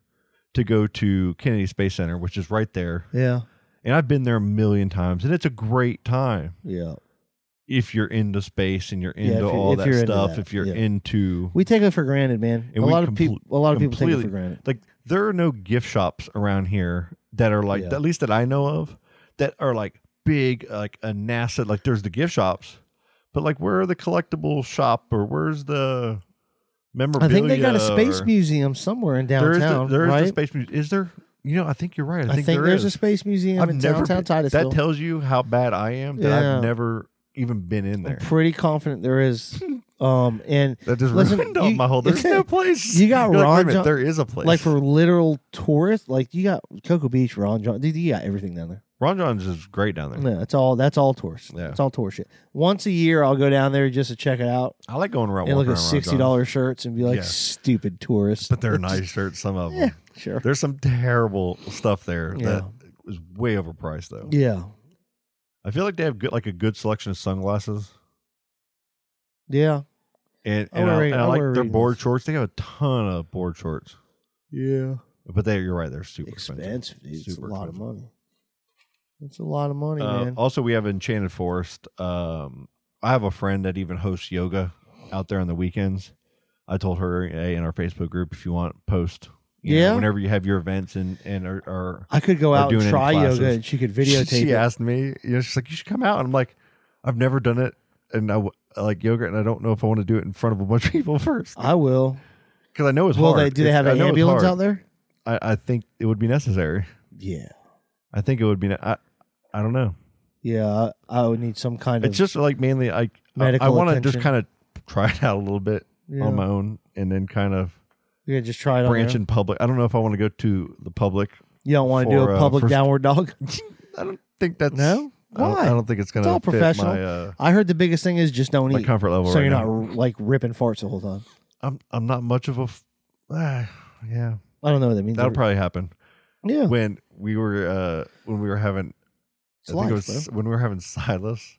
[SPEAKER 1] to go to Kennedy Space Center, which is right there,
[SPEAKER 2] Yeah.
[SPEAKER 1] and I've been there a million times, and it's a great time
[SPEAKER 2] Yeah. if
[SPEAKER 1] if you're into space and you're
[SPEAKER 2] Yeah, if
[SPEAKER 1] into
[SPEAKER 2] you're-
[SPEAKER 1] all
[SPEAKER 2] if
[SPEAKER 1] that
[SPEAKER 2] you're into
[SPEAKER 1] stuff.
[SPEAKER 2] that,
[SPEAKER 1] if you're
[SPEAKER 2] yeah.
[SPEAKER 1] into
[SPEAKER 2] We take it for granted, man.
[SPEAKER 1] And
[SPEAKER 2] a
[SPEAKER 1] we
[SPEAKER 2] lot of
[SPEAKER 1] comple-
[SPEAKER 2] people, a lot of people take it for
[SPEAKER 1] completely-
[SPEAKER 2] granted.
[SPEAKER 1] like there are no gift shops around here that are like
[SPEAKER 2] Yeah.
[SPEAKER 1] at least that I know of that are like big like a NASA like there's the gift shops but like where are the collectible shop or where's the
[SPEAKER 2] I
[SPEAKER 1] memorabilia
[SPEAKER 2] think they got a space
[SPEAKER 1] or-
[SPEAKER 2] museum somewhere in
[SPEAKER 1] there is
[SPEAKER 2] downtown,
[SPEAKER 1] the, there is
[SPEAKER 2] right?
[SPEAKER 1] the space museum is there you know I think you're right I think,
[SPEAKER 2] I think
[SPEAKER 1] there
[SPEAKER 2] there's
[SPEAKER 1] is.
[SPEAKER 2] a space museum
[SPEAKER 1] I've
[SPEAKER 2] in
[SPEAKER 1] never
[SPEAKER 2] downtown
[SPEAKER 1] been-
[SPEAKER 2] Titusville.
[SPEAKER 1] that tells you how bad I am that
[SPEAKER 2] Yeah.
[SPEAKER 1] I've never even been in there
[SPEAKER 2] I'm pretty confident there is. Um, and
[SPEAKER 1] that just
[SPEAKER 2] Listen,
[SPEAKER 1] ruined all
[SPEAKER 2] you-
[SPEAKER 1] my whole there's no place
[SPEAKER 2] you got
[SPEAKER 1] You're like, wait a
[SPEAKER 2] Ron
[SPEAKER 1] minute,
[SPEAKER 2] John-
[SPEAKER 1] there is a place
[SPEAKER 2] like for literal tourists, like you got Cocoa Beach, Ron John, dude, you got everything down there.
[SPEAKER 1] Ron John's is great down there
[SPEAKER 2] Yeah, that's all. That's all tourists.
[SPEAKER 1] Yeah.
[SPEAKER 2] It's all tourist shit. Once a year, I'll go down there just to check it out
[SPEAKER 1] I like going around
[SPEAKER 2] and look
[SPEAKER 1] walking
[SPEAKER 2] at
[SPEAKER 1] around Ron
[SPEAKER 2] sixty
[SPEAKER 1] John's.
[SPEAKER 2] dollars shirts and be like,
[SPEAKER 1] Yeah.
[SPEAKER 2] stupid tourists.
[SPEAKER 1] but they're nice shirts. Some of them.
[SPEAKER 2] yeah, sure,
[SPEAKER 1] There's some terrible stuff there
[SPEAKER 2] Yeah.
[SPEAKER 1] that is way overpriced though.
[SPEAKER 2] yeah,
[SPEAKER 1] I feel like they have good, like a good selection of sunglasses,
[SPEAKER 2] yeah,
[SPEAKER 1] and
[SPEAKER 2] I
[SPEAKER 1] and
[SPEAKER 2] wear
[SPEAKER 1] I,
[SPEAKER 2] Ray-
[SPEAKER 1] and I
[SPEAKER 2] I
[SPEAKER 1] like
[SPEAKER 2] wear
[SPEAKER 1] their
[SPEAKER 2] Ray-Bans.
[SPEAKER 1] board shorts. They have a ton of board shorts,
[SPEAKER 2] yeah.
[SPEAKER 1] but they you're right, they're super expensive.
[SPEAKER 2] Expensive, dude. It's a
[SPEAKER 1] Super
[SPEAKER 2] lot of
[SPEAKER 1] expensive.
[SPEAKER 2] money. It's a lot of money,
[SPEAKER 1] Uh,
[SPEAKER 2] man.
[SPEAKER 1] also, we have Enchanted Forest. Um, I have a friend that even hosts yoga out there on the weekends. I told her hey, in our Facebook group if you want post. you know,
[SPEAKER 2] Yeah.
[SPEAKER 1] whenever you have your events and and are, are
[SPEAKER 2] I could go
[SPEAKER 1] Or
[SPEAKER 2] out and
[SPEAKER 1] doing any
[SPEAKER 2] try yoga,
[SPEAKER 1] classes.
[SPEAKER 2] and she could
[SPEAKER 1] She-
[SPEAKER 2] videotape.
[SPEAKER 1] She
[SPEAKER 2] it.
[SPEAKER 1] asked me, you know, she's like, "You should come out." And I'm like, "I've never done it, and I, w- like yogurt, and I don't know if I want to do it in front of a bunch of people first
[SPEAKER 2] I will.
[SPEAKER 1] because I know it's
[SPEAKER 2] Well,
[SPEAKER 1] hard.
[SPEAKER 2] they do they
[SPEAKER 1] It's-
[SPEAKER 2] have
[SPEAKER 1] I
[SPEAKER 2] an
[SPEAKER 1] know it's
[SPEAKER 2] ambulance
[SPEAKER 1] hard.
[SPEAKER 2] out there?
[SPEAKER 1] I, I think it would be necessary.
[SPEAKER 2] Yeah,
[SPEAKER 1] I think it would be. ne- I I don't know.
[SPEAKER 2] yeah. I, I would need some kind
[SPEAKER 1] It's
[SPEAKER 2] of.
[SPEAKER 1] just like mainly I I, I
[SPEAKER 2] Medical
[SPEAKER 1] want to just
[SPEAKER 2] attention.
[SPEAKER 1] kind of try it out a little bit
[SPEAKER 2] Yeah.
[SPEAKER 1] on oh my own, and then kind of
[SPEAKER 2] Yeah, just try it.
[SPEAKER 1] branch
[SPEAKER 2] on your own.
[SPEAKER 1] in public. I don't know if I want to go to the public.
[SPEAKER 2] You don't want to do
[SPEAKER 1] for,
[SPEAKER 2] a
[SPEAKER 1] uh,
[SPEAKER 2] public
[SPEAKER 1] first-
[SPEAKER 2] downward dog.
[SPEAKER 1] I don't think that's
[SPEAKER 2] No?
[SPEAKER 1] I don't,
[SPEAKER 2] Why?
[SPEAKER 1] I don't think it's gonna
[SPEAKER 2] It's all
[SPEAKER 1] fit
[SPEAKER 2] professional.
[SPEAKER 1] my uh,
[SPEAKER 2] I heard the biggest thing is just don't
[SPEAKER 1] my
[SPEAKER 2] eat.
[SPEAKER 1] comfort level.
[SPEAKER 2] so
[SPEAKER 1] right
[SPEAKER 2] you're
[SPEAKER 1] now.
[SPEAKER 2] not like ripping farts the whole time.
[SPEAKER 1] I'm I'm not much of a. F- ah, yeah,
[SPEAKER 2] I don't know what that means.
[SPEAKER 1] that'll probably happen
[SPEAKER 2] yeah.
[SPEAKER 1] when we were uh when we were having
[SPEAKER 2] It's
[SPEAKER 1] I think it
[SPEAKER 2] life,
[SPEAKER 1] was
[SPEAKER 2] bro.
[SPEAKER 1] when we were having Silas.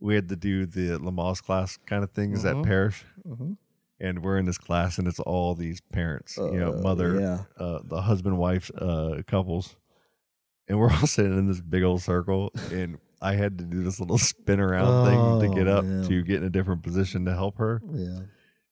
[SPEAKER 1] We had to do the Lamas class kind of things
[SPEAKER 2] Mhm.
[SPEAKER 1] at parish,
[SPEAKER 2] Mhm.
[SPEAKER 1] and we're in this class, and it's all these parents, you know,
[SPEAKER 2] Uh,
[SPEAKER 1] mother,
[SPEAKER 2] Yeah.
[SPEAKER 1] uh, the husband wife uh, couples, and we're all sitting in this big old circle, and I had to do this little spin around thing
[SPEAKER 2] Oh,
[SPEAKER 1] to get up
[SPEAKER 2] man.
[SPEAKER 1] to get in a different position to help her,
[SPEAKER 2] Yeah.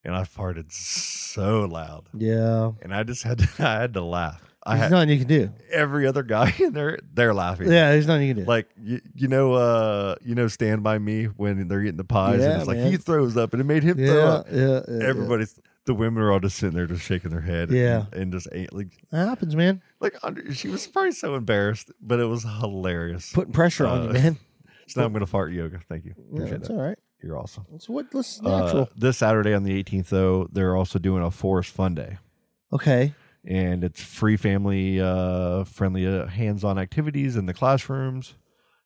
[SPEAKER 1] and I farted so loud,
[SPEAKER 2] Yeah.
[SPEAKER 1] and I just had to, I had to laugh. I
[SPEAKER 2] There's
[SPEAKER 1] had
[SPEAKER 2] nothing you can do.
[SPEAKER 1] every other guy in there, they're laughing.
[SPEAKER 2] Yeah, there's nothing you can do.
[SPEAKER 1] Like you, you know, uh, you know, Stand by Me when they're eating the pies,
[SPEAKER 2] Yeah,
[SPEAKER 1] and it's like
[SPEAKER 2] man.
[SPEAKER 1] he throws up, and it made him
[SPEAKER 2] yeah,
[SPEAKER 1] throw up.
[SPEAKER 2] yeah, yeah, yeah.
[SPEAKER 1] Everybody's the women are all just sitting there, just shaking their head,
[SPEAKER 2] Yeah.
[SPEAKER 1] and, and just ain't like
[SPEAKER 2] That happens, man.
[SPEAKER 1] like under, she was probably so embarrassed, but it was hilarious.
[SPEAKER 2] Putting pressure on you,
[SPEAKER 1] Uh,
[SPEAKER 2] man.
[SPEAKER 1] so now I'm gonna fart yoga. Thank you.
[SPEAKER 2] Yeah,
[SPEAKER 1] Appreciate
[SPEAKER 2] that's
[SPEAKER 1] that.
[SPEAKER 2] all right.
[SPEAKER 1] You're awesome.
[SPEAKER 2] That's what. That's
[SPEAKER 1] Uh,
[SPEAKER 2] natural.
[SPEAKER 1] this Saturday on the 18th, though, they're also doing a forest fun day,
[SPEAKER 2] okay.
[SPEAKER 1] and it's free, family uh, friendly, uh, hands-on activities in the classrooms,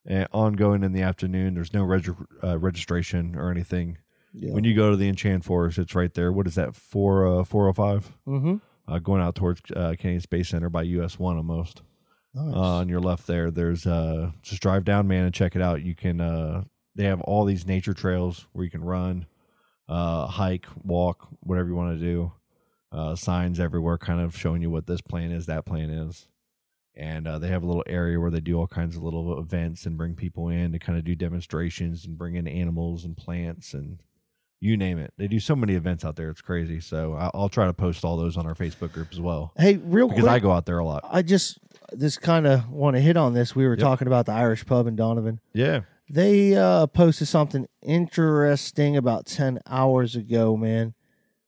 [SPEAKER 1] and ongoing in the afternoon. There's no reg- uh, registration or anything.
[SPEAKER 2] Yeah.
[SPEAKER 1] When you go to the Enchant Forest, it's right there. What is that? Four uh, 405
[SPEAKER 2] mm-hmm.
[SPEAKER 1] uh, going out towards uh, Kennedy Space Center by US One almost.
[SPEAKER 2] Nice.
[SPEAKER 1] uh, on your left there there's uh just drive down man and check it out you can uh they have all these nature trails where you can run uh hike walk whatever you want to do uh signs everywhere kind of showing you what this plan is that plan is and uh, they have a little area where they do all kinds of little events and bring people in to kind of do demonstrations and bring in animals and plants and you name it they do so many events out there it's crazy so I- i'll try to post all those on our facebook group as well
[SPEAKER 2] hey, real
[SPEAKER 1] because
[SPEAKER 2] quick.
[SPEAKER 1] i go out there a lot
[SPEAKER 2] I just this kind of want to hit on this. We were
[SPEAKER 1] Yep.
[SPEAKER 2] talking about the Irish pub in Donovan.
[SPEAKER 1] yeah
[SPEAKER 2] They uh, posted something interesting about ten hours ago, man.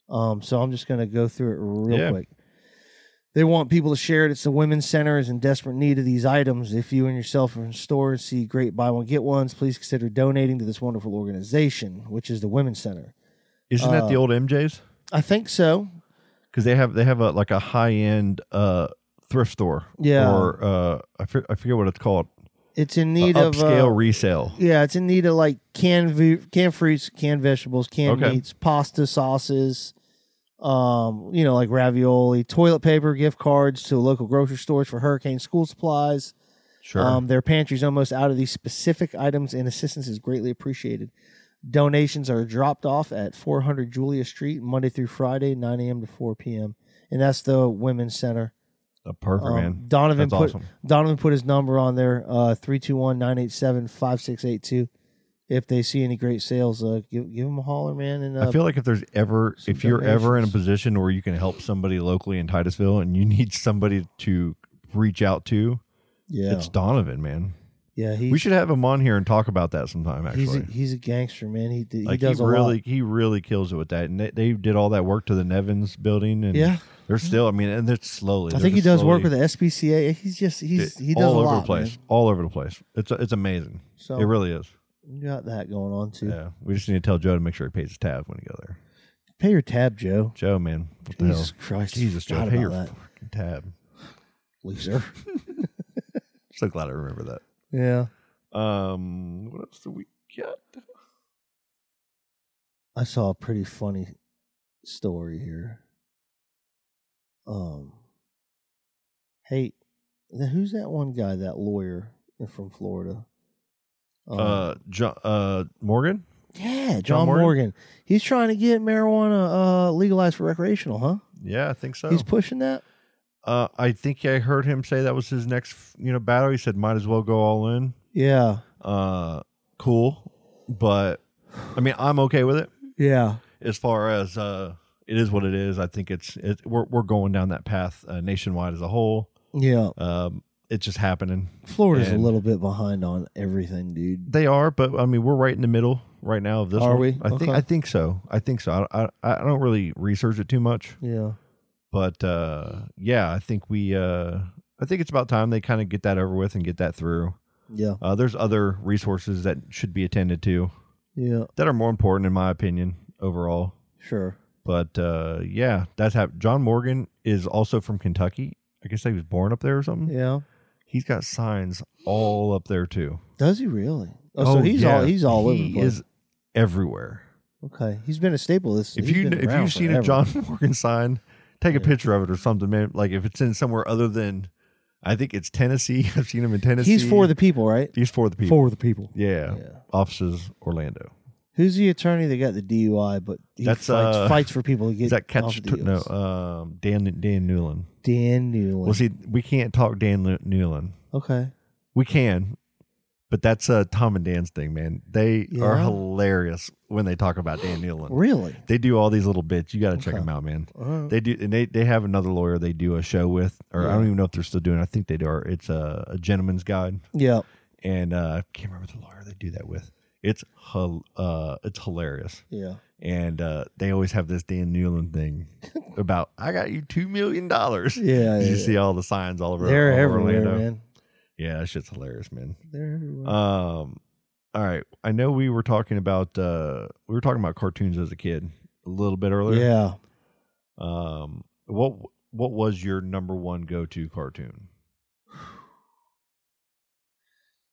[SPEAKER 2] Um, so I'm just gonna go through it real
[SPEAKER 1] Yeah.
[SPEAKER 2] quick. They want people to share it. It's the women's center is in desperate need of these items. If you and yourself are in stores see great buy one get ones, please consider donating to this wonderful organization, which is the women's center.
[SPEAKER 1] Isn't that the
[SPEAKER 2] Uh,
[SPEAKER 1] old MJ's?
[SPEAKER 2] I think so.
[SPEAKER 1] Because they have they have a like a high end uh, thrift store.
[SPEAKER 2] Yeah.
[SPEAKER 1] Or uh, I for- I forget what it's called.
[SPEAKER 2] It's in
[SPEAKER 1] A
[SPEAKER 2] need of
[SPEAKER 1] upscale
[SPEAKER 2] uh,
[SPEAKER 1] resale.
[SPEAKER 2] Yeah, it's in need of like canned ve- canned fruits, canned vegetables, canned
[SPEAKER 1] Okay.
[SPEAKER 2] meats, pasta sauces, um, you know, like ravioli, toilet paper, gift cards to local grocery stores for hurricane school supplies.
[SPEAKER 1] Sure.
[SPEAKER 2] Um, their pantry's almost out of these specific items, and assistance is greatly appreciated. Donations are dropped off at 400 Julia Street Monday through Friday, 9 a.m. to 4 p.m. And that's the women's center.
[SPEAKER 1] a perfect
[SPEAKER 2] um,
[SPEAKER 1] man.
[SPEAKER 2] Donovan
[SPEAKER 1] That's
[SPEAKER 2] put-
[SPEAKER 1] awesome.
[SPEAKER 2] Donovan put his number on there, uh, 321-987-5682. If they see any great sales, uh, give, give him a holler, man. And uh,
[SPEAKER 1] I feel like if there's ever
[SPEAKER 2] some
[SPEAKER 1] if you're ever in a
[SPEAKER 2] donations.
[SPEAKER 1] position where you can help somebody locally in Titusville and you need somebody to reach out to,
[SPEAKER 2] yeah,
[SPEAKER 1] it's Donovan, man.
[SPEAKER 2] yeah, he's,
[SPEAKER 1] we should have him on here and talk about that sometime.
[SPEAKER 2] he's, a,
[SPEAKER 1] Actually,
[SPEAKER 2] he's a gangster, man. He, d- he
[SPEAKER 1] like he,
[SPEAKER 2] does a
[SPEAKER 1] really
[SPEAKER 2] lot.
[SPEAKER 1] he really kills it with that. And they, they did all that work to the Nevins building, and
[SPEAKER 2] Yeah,
[SPEAKER 1] they're still. I mean, and they're slowly.
[SPEAKER 2] I
[SPEAKER 1] they're
[SPEAKER 2] think he
[SPEAKER 1] just
[SPEAKER 2] does work
[SPEAKER 1] slowly-
[SPEAKER 2] with the SPCA. He's just he's
[SPEAKER 1] It-
[SPEAKER 2] he does
[SPEAKER 1] all
[SPEAKER 2] a
[SPEAKER 1] over
[SPEAKER 2] lot,
[SPEAKER 1] the place,
[SPEAKER 2] man.
[SPEAKER 1] all over the place. It's it's amazing.
[SPEAKER 2] So
[SPEAKER 1] it really is.
[SPEAKER 2] you got that going on too.
[SPEAKER 1] Yeah, we just need to tell Joe to make sure he pays his tab when you go there.
[SPEAKER 2] Pay your tab, Joe.
[SPEAKER 1] Joe, man, what the
[SPEAKER 2] Jesus
[SPEAKER 1] hell?
[SPEAKER 2] Christ, I
[SPEAKER 1] Jesus, Joe,
[SPEAKER 2] forgot
[SPEAKER 1] pay
[SPEAKER 2] about
[SPEAKER 1] your
[SPEAKER 2] that.
[SPEAKER 1] fucking tab.
[SPEAKER 2] loser.
[SPEAKER 1] So glad I remember
[SPEAKER 2] yeah,
[SPEAKER 1] that. Um, what else do we got?
[SPEAKER 2] I saw a pretty funny story here. Um, hey, th- who's that one guy? That lawyer from Florida? Um,
[SPEAKER 1] Uh, John, uh, Morgan.
[SPEAKER 2] yeah, John,
[SPEAKER 1] John
[SPEAKER 2] Morgan.
[SPEAKER 1] Morgan?
[SPEAKER 2] He's trying to get marijuana uh, legalized for recreational, huh?
[SPEAKER 1] Yeah, I think so.
[SPEAKER 2] He's pushing that.
[SPEAKER 1] uh, I think I heard him say that was his next, you know, battle. He said, "Might as well go all in."
[SPEAKER 2] Yeah,
[SPEAKER 1] Uh, cool, but I mean, I'm okay with it.
[SPEAKER 2] yeah,
[SPEAKER 1] as far as uh, it is what it is. I think it's it, we're we're going down that path uh, nationwide as a whole.
[SPEAKER 2] yeah.
[SPEAKER 1] Um, it's just happening.
[SPEAKER 2] Florida's a
[SPEAKER 1] And-
[SPEAKER 2] little bit behind on everything, dude.
[SPEAKER 1] They are, but I mean, we're right in the middle. right now of this.
[SPEAKER 2] Are
[SPEAKER 1] one.
[SPEAKER 2] we?
[SPEAKER 1] I think
[SPEAKER 2] Okay.
[SPEAKER 1] I think so. I think so. I, I I don't really research it too much,
[SPEAKER 2] Yeah.
[SPEAKER 1] but uh, yeah, I think we. Uh, I think it's about time they kind of get that over with and get that through.
[SPEAKER 2] Yeah.
[SPEAKER 1] Uh, there's other resources that should be attended to
[SPEAKER 2] Yeah.
[SPEAKER 1] that are more important, in my opinion, overall.
[SPEAKER 2] Sure.
[SPEAKER 1] But uh, yeah, that's how John Morgan is also from Kentucky. I guess he was born up there or something.
[SPEAKER 2] Yeah.
[SPEAKER 1] He's got signs all up there too.
[SPEAKER 2] Does he really? Oh, so he's all
[SPEAKER 1] yeah.
[SPEAKER 2] he's all over
[SPEAKER 1] He
[SPEAKER 2] the place.
[SPEAKER 1] is everywhere.
[SPEAKER 2] okay. He's been a staple this
[SPEAKER 1] If
[SPEAKER 2] he's
[SPEAKER 1] you
[SPEAKER 2] been
[SPEAKER 1] if
[SPEAKER 2] around
[SPEAKER 1] you've seen a
[SPEAKER 2] forever.
[SPEAKER 1] John Morgan sign, take a picture of it or something, man. Like if it's in somewhere other than, I think it's Tennessee. I've seen him in Tennessee.
[SPEAKER 2] He's for the people, right?
[SPEAKER 1] he's for the people.
[SPEAKER 2] the people.
[SPEAKER 1] yeah.
[SPEAKER 2] Yeah.
[SPEAKER 1] offices Orlando.
[SPEAKER 2] Who's the attorney that got the DUI but he
[SPEAKER 1] That's,
[SPEAKER 2] fights,
[SPEAKER 1] uh,
[SPEAKER 2] fights for people to get
[SPEAKER 1] Is that
[SPEAKER 2] off
[SPEAKER 1] catch?
[SPEAKER 2] the
[SPEAKER 1] no, um, Dan Dan Newland.
[SPEAKER 2] Dan Newland.
[SPEAKER 1] Well, see, we can't talk Dan Lu- Newland.
[SPEAKER 2] okay.
[SPEAKER 1] We can, but that's uh, Tom and Dan's thing, man. They are
[SPEAKER 2] Yeah?
[SPEAKER 1] hilarious when they talk about Dan Newland.
[SPEAKER 2] Really? Uh,
[SPEAKER 1] They do all these little bits. You got to check
[SPEAKER 2] Okay.
[SPEAKER 1] them out, man.
[SPEAKER 2] Alright.
[SPEAKER 1] They do, and they, they have another lawyer they do a show with, or I
[SPEAKER 2] Yeah.
[SPEAKER 1] don't even know if they're still doing. it. I think they do. Or it's a, a gentleman's guide,
[SPEAKER 2] Yeah.
[SPEAKER 1] and uh, I can't remember the lawyer they do that with. It's hel- uh, it's hilarious,
[SPEAKER 2] Yeah.
[SPEAKER 1] and uh, they always have this Dan Newland thing about I got you two million dollars.
[SPEAKER 2] Yeah.
[SPEAKER 1] Did you
[SPEAKER 2] yeah.
[SPEAKER 1] see all the signs all over?
[SPEAKER 2] They're
[SPEAKER 1] all over
[SPEAKER 2] everywhere,
[SPEAKER 1] Orlando?
[SPEAKER 2] man.
[SPEAKER 1] Yeah, that shit's hilarious, man.
[SPEAKER 2] They're everywhere.
[SPEAKER 1] Um, all right. I know we were talking about uh, we were talking about cartoons as a kid a little bit earlier.
[SPEAKER 2] yeah.
[SPEAKER 1] Um, what what was your number one go to cartoon?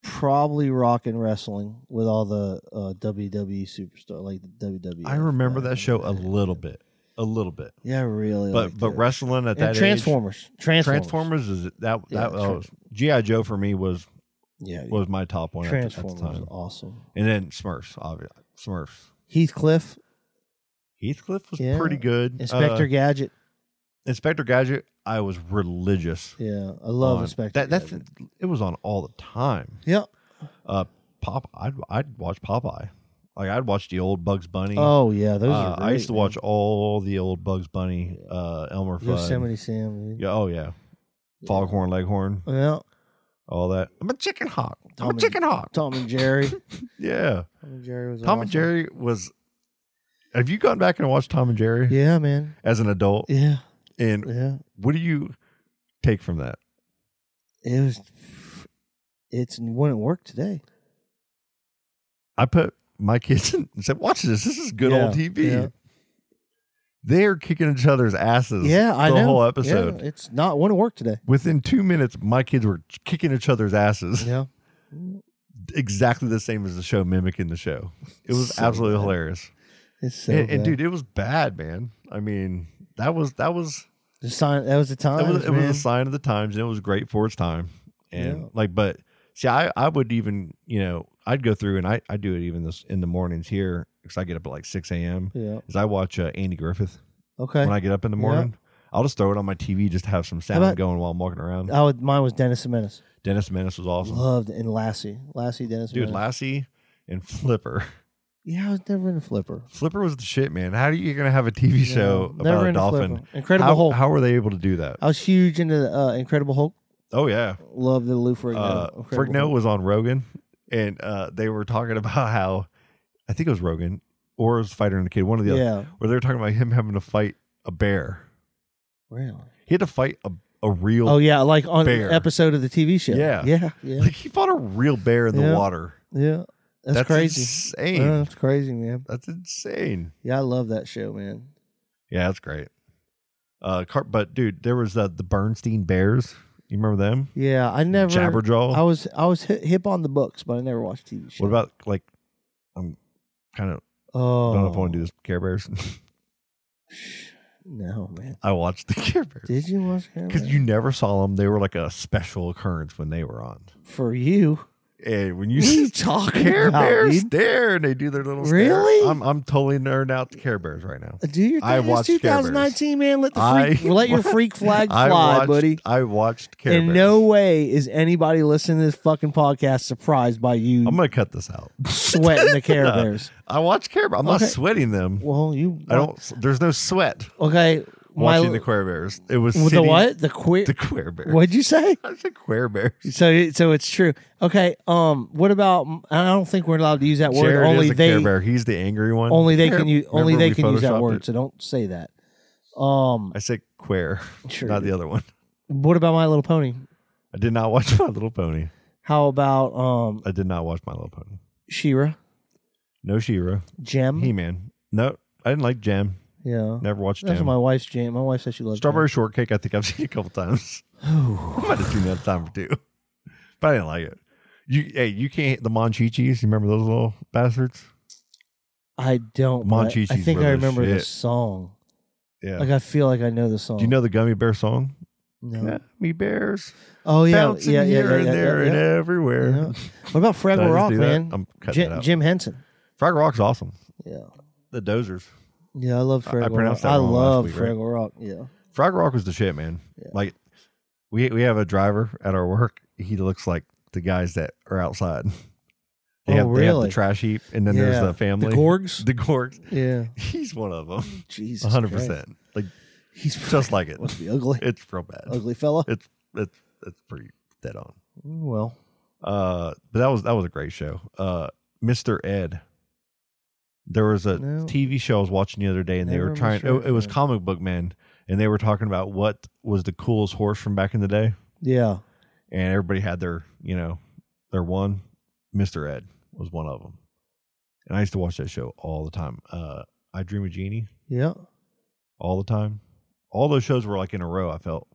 [SPEAKER 2] Probably rock and wrestling with all the uh, WWE superstar like the E WWE.
[SPEAKER 1] I remember that show a little bit, a little bit.
[SPEAKER 2] Yeah, I really.
[SPEAKER 1] But
[SPEAKER 2] liked
[SPEAKER 1] but
[SPEAKER 2] it.
[SPEAKER 1] wrestling at
[SPEAKER 2] And
[SPEAKER 1] that age-
[SPEAKER 2] Transformers. Transformers.
[SPEAKER 1] Transformers is that
[SPEAKER 2] Yeah,
[SPEAKER 1] that was GI Joe for me was
[SPEAKER 2] Yeah. dude.
[SPEAKER 1] was my top one at the- at
[SPEAKER 2] Transformers
[SPEAKER 1] the
[SPEAKER 2] was
[SPEAKER 1] time,
[SPEAKER 2] awesome.
[SPEAKER 1] and then Smurfs, obviously Smurfs.
[SPEAKER 2] Heathcliff,
[SPEAKER 1] Heathcliff was
[SPEAKER 2] Yeah.
[SPEAKER 1] pretty good.
[SPEAKER 2] Inspector
[SPEAKER 1] Uh,
[SPEAKER 2] Gadget.
[SPEAKER 1] Inspector Gadget, I was religious.
[SPEAKER 2] Yeah, I love
[SPEAKER 1] on.
[SPEAKER 2] Inspector.
[SPEAKER 1] That that's
[SPEAKER 2] Gadget.
[SPEAKER 1] it was on all the time.
[SPEAKER 2] Yep.
[SPEAKER 1] Uh, Pop, I'd I'd watch Popeye. Like I'd watch the old Bugs Bunny.
[SPEAKER 2] Oh yeah, those.
[SPEAKER 1] Uh,
[SPEAKER 2] are
[SPEAKER 1] I used to
[SPEAKER 2] great,
[SPEAKER 1] watch all the old Bugs Bunny, uh, Elmer
[SPEAKER 2] man.
[SPEAKER 1] Fudd.
[SPEAKER 2] Yosemite Sam. dude.
[SPEAKER 1] Yeah, oh yeah, Foghorn Leghorn,
[SPEAKER 2] Yeah,
[SPEAKER 1] all that. I'm a chicken hawk. I'm
[SPEAKER 2] Tom and-
[SPEAKER 1] a chicken hawk.
[SPEAKER 2] Tom and Jerry.
[SPEAKER 1] Yeah,
[SPEAKER 2] Tom and Jerry was.
[SPEAKER 1] Tom and
[SPEAKER 2] awesome.
[SPEAKER 1] Jerry was. Have you gone back and watched Tom and Jerry
[SPEAKER 2] Yeah, man.
[SPEAKER 1] as an adult?
[SPEAKER 2] Yeah,
[SPEAKER 1] And
[SPEAKER 2] yeah.
[SPEAKER 1] what do you take from that?
[SPEAKER 2] It was. It's wouldn't work today.
[SPEAKER 1] I put my kids in and said, "Watch this. This is good
[SPEAKER 2] Yeah,
[SPEAKER 1] old TV."
[SPEAKER 2] yeah.
[SPEAKER 1] They're kicking each other's asses.
[SPEAKER 2] Yeah,
[SPEAKER 1] the
[SPEAKER 2] I know.
[SPEAKER 1] whole
[SPEAKER 2] Yeah,
[SPEAKER 1] episode.
[SPEAKER 2] it's not wouldn't work today.
[SPEAKER 1] Within two minutes, my kids were kicking each other's asses.
[SPEAKER 2] Yeah,
[SPEAKER 1] Exactly the same as the show mimicking the show. It was
[SPEAKER 2] So
[SPEAKER 1] absolutely
[SPEAKER 2] bad.
[SPEAKER 1] hilarious.
[SPEAKER 2] it's so.
[SPEAKER 1] and, and
[SPEAKER 2] bad.
[SPEAKER 1] dude, it was bad, man. I mean, that was that was
[SPEAKER 2] the sign that was the time.
[SPEAKER 1] that was, it was a sign of the times, and it was great for its time. And
[SPEAKER 2] Yeah.
[SPEAKER 1] like, but see, I I would even you know I'd go through and I I do it even this in the mornings here because I get up at like six a.m.
[SPEAKER 2] Yeah.
[SPEAKER 1] is I watch uh, Andy Griffith
[SPEAKER 2] Okay.
[SPEAKER 1] when I get up in the
[SPEAKER 2] Yeah.
[SPEAKER 1] morning. I'll just throw it on my TV just to have some sound
[SPEAKER 2] about- Uh,
[SPEAKER 1] going while I'm walking around.
[SPEAKER 2] I would, mine was Dennis the Menace.
[SPEAKER 1] Dennis Menace was awesome,
[SPEAKER 2] Loved and Lassie, Lassie, Dennis.
[SPEAKER 1] dude.
[SPEAKER 2] Menace.
[SPEAKER 1] Lassie and Flipper.
[SPEAKER 2] yeah, I was never in a flipper.
[SPEAKER 1] Flipper was the shit, man. How are you gonna have a TV show
[SPEAKER 2] never
[SPEAKER 1] about a
[SPEAKER 2] into
[SPEAKER 1] dolphin?
[SPEAKER 2] Flipper. Incredible
[SPEAKER 1] how,
[SPEAKER 2] Hulk.
[SPEAKER 1] How were they able to do that?
[SPEAKER 2] I was huge into the, uh, Incredible Hulk.
[SPEAKER 1] Oh yeah,
[SPEAKER 2] Love the Lou Ferrigno.
[SPEAKER 1] uh,
[SPEAKER 2] Incredible
[SPEAKER 1] Frigno
[SPEAKER 2] Hulk.
[SPEAKER 1] was on Rogan, and uh, they were talking about how I think it was Rogan or it was Fighter and the Kid, one of the other,
[SPEAKER 2] yeah,
[SPEAKER 1] where they were talking about him having to fight a bear.
[SPEAKER 2] really.
[SPEAKER 1] He had to fight a, a real.
[SPEAKER 2] Oh yeah, like on
[SPEAKER 1] Bear.
[SPEAKER 2] an episode of the TV show.
[SPEAKER 1] Yeah.
[SPEAKER 2] yeah, yeah,
[SPEAKER 1] Like he fought a real bear in the
[SPEAKER 2] Yeah.
[SPEAKER 1] water.
[SPEAKER 2] yeah. That's, crazy. Uh,
[SPEAKER 1] Insane.
[SPEAKER 2] Yeah, that's crazy, man.
[SPEAKER 1] That's insane.
[SPEAKER 2] Yeah, I love that show, man.
[SPEAKER 1] Yeah, that's great. Uh, car- but dude, there was uh, the Bernstein Bears. You remember them?
[SPEAKER 2] Yeah, I never.
[SPEAKER 1] Jabberjaw.
[SPEAKER 2] I was I was hi- hip on the books, but I never watched TV shows.
[SPEAKER 1] What about like? I'm kind of
[SPEAKER 2] Oh,
[SPEAKER 1] don't know if I want to do this. Care Bears.
[SPEAKER 2] No, man.
[SPEAKER 1] I watched the Care Bears
[SPEAKER 2] Did you watch Care
[SPEAKER 1] because
[SPEAKER 2] Bears?
[SPEAKER 1] you never saw them. They were like a special occurrence when they were on.
[SPEAKER 2] for you?
[SPEAKER 1] And when you
[SPEAKER 2] What are you
[SPEAKER 1] see
[SPEAKER 2] talking
[SPEAKER 1] Care
[SPEAKER 2] about,
[SPEAKER 1] Bears
[SPEAKER 2] dude?
[SPEAKER 1] there, and they do their little stare.
[SPEAKER 2] Really?
[SPEAKER 1] I'm I'm totally nerded out to Care Bears right now.
[SPEAKER 2] Do your thing.
[SPEAKER 1] I
[SPEAKER 2] It's
[SPEAKER 1] watched Care Bears.
[SPEAKER 2] 2019, man. Let the freak, let your freak flag
[SPEAKER 1] I
[SPEAKER 2] fly,
[SPEAKER 1] watched-
[SPEAKER 2] buddy.
[SPEAKER 1] I watched Care
[SPEAKER 2] And
[SPEAKER 1] Bears.
[SPEAKER 2] no way is anybody listening to this fucking podcast surprised by you
[SPEAKER 1] I'm gonna cut this out.
[SPEAKER 2] sweating the Care
[SPEAKER 1] No.
[SPEAKER 2] Bears.
[SPEAKER 1] I watch Care Bears. I'm
[SPEAKER 2] Okay.
[SPEAKER 1] not sweating them.
[SPEAKER 2] Well, you uh,
[SPEAKER 1] I don't. There's no sweat.
[SPEAKER 2] Okay,
[SPEAKER 1] watching
[SPEAKER 2] My-
[SPEAKER 1] the Queer Bears. It was
[SPEAKER 2] With the
[SPEAKER 1] sitting-
[SPEAKER 2] what? The queer.
[SPEAKER 1] The Queer Bears.
[SPEAKER 2] What'd you say?
[SPEAKER 1] I said Queer Bears.
[SPEAKER 2] So, so it's true. Okay. Um. What about? I don't think we're allowed to use that word.
[SPEAKER 1] Jared
[SPEAKER 2] only
[SPEAKER 1] is the
[SPEAKER 2] they.
[SPEAKER 1] Care Bear. He's the angry one.
[SPEAKER 2] Only they
[SPEAKER 1] Care-
[SPEAKER 2] can use. Only
[SPEAKER 1] remember
[SPEAKER 2] they
[SPEAKER 1] we
[SPEAKER 2] can use that
[SPEAKER 1] photoshopped
[SPEAKER 2] word.
[SPEAKER 1] it?
[SPEAKER 2] So don't say that. Um.
[SPEAKER 1] I said Queer,
[SPEAKER 2] Sure.
[SPEAKER 1] not the other one.
[SPEAKER 2] What about My Little Pony?
[SPEAKER 1] I did not watch My Little Pony.
[SPEAKER 2] How about um
[SPEAKER 1] I did not watch My Little Pony.
[SPEAKER 2] Shira?
[SPEAKER 1] No Shira.
[SPEAKER 2] Gem.
[SPEAKER 1] He Man. No, I didn't like Jam.
[SPEAKER 2] yeah.
[SPEAKER 1] Never watched
[SPEAKER 2] That's
[SPEAKER 1] Jam.
[SPEAKER 2] my wife's jam. My wife said she loves
[SPEAKER 1] Strawberry Shortcake. I think I've seen a couple times. I might have seen that a time or two, but I didn't like it. You hey, you can't the Monchichis. You remember those little bastards?
[SPEAKER 2] I don't. but I- I
[SPEAKER 1] Monchichi's
[SPEAKER 2] think
[SPEAKER 1] were
[SPEAKER 2] I
[SPEAKER 1] the
[SPEAKER 2] remember the
[SPEAKER 1] shit.
[SPEAKER 2] song.
[SPEAKER 1] Yeah.
[SPEAKER 2] Like I feel like I know the song.
[SPEAKER 1] Do you know the Gummy Bear song?
[SPEAKER 2] No.
[SPEAKER 1] Gummy bears
[SPEAKER 2] Oh yeah,
[SPEAKER 1] bouncing
[SPEAKER 2] yeah, yeah,
[SPEAKER 1] here
[SPEAKER 2] yeah,
[SPEAKER 1] and
[SPEAKER 2] yeah,
[SPEAKER 1] there
[SPEAKER 2] yeah,
[SPEAKER 1] and
[SPEAKER 2] yeah.
[SPEAKER 1] everywhere.
[SPEAKER 2] Yeah. What about
[SPEAKER 1] Did I
[SPEAKER 2] Fraggle
[SPEAKER 1] just
[SPEAKER 2] Rock,
[SPEAKER 1] do that?
[SPEAKER 2] man?
[SPEAKER 1] I'm cutting
[SPEAKER 2] Jim,
[SPEAKER 1] that out.
[SPEAKER 2] Jim Henson.
[SPEAKER 1] Fraggle Rock's awesome.
[SPEAKER 2] Yeah,
[SPEAKER 1] The Dozers.
[SPEAKER 2] yeah, I love
[SPEAKER 1] I- I
[SPEAKER 2] Fraggle Rock.
[SPEAKER 1] pronounced that
[SPEAKER 2] I
[SPEAKER 1] wrong last
[SPEAKER 2] love
[SPEAKER 1] week, right?
[SPEAKER 2] Fraggle Rock. Yeah,
[SPEAKER 1] Frog Rock was the shit, man. Like we we have a driver at our work. He looks like the guys that are outside. They,
[SPEAKER 2] Oh,
[SPEAKER 1] have, they have
[SPEAKER 2] really?
[SPEAKER 1] the trash heap, and then
[SPEAKER 2] Yeah.
[SPEAKER 1] there's
[SPEAKER 2] The
[SPEAKER 1] the family,
[SPEAKER 2] Gorgs?
[SPEAKER 1] the Gorgs.
[SPEAKER 2] yeah.
[SPEAKER 1] He's one of them,
[SPEAKER 2] Jesus,
[SPEAKER 1] a hundred
[SPEAKER 2] Christ.
[SPEAKER 1] percent. Like
[SPEAKER 2] He's
[SPEAKER 1] just like it.
[SPEAKER 2] must be ugly,
[SPEAKER 1] It's real bad.
[SPEAKER 2] ugly fella.
[SPEAKER 1] It's it's it's pretty dead on.
[SPEAKER 2] Well,
[SPEAKER 1] Uh, but that was that was a great show. Uh, Mr. Ed. There was a
[SPEAKER 2] No.
[SPEAKER 1] TV show I was watching the other day, and they
[SPEAKER 2] Never
[SPEAKER 1] were trying.
[SPEAKER 2] Mr.
[SPEAKER 1] It, it was
[SPEAKER 2] Ed.
[SPEAKER 1] Comic Book Man, and they were talking about what was the coolest horse from back in the day,
[SPEAKER 2] yeah.
[SPEAKER 1] and everybody had their you know their one. Mr. Ed was one of them, and I used to watch that show all the time. Uh, I Dream of Genie
[SPEAKER 2] Yeah.
[SPEAKER 1] all the time. All those shows were like in a row. I felt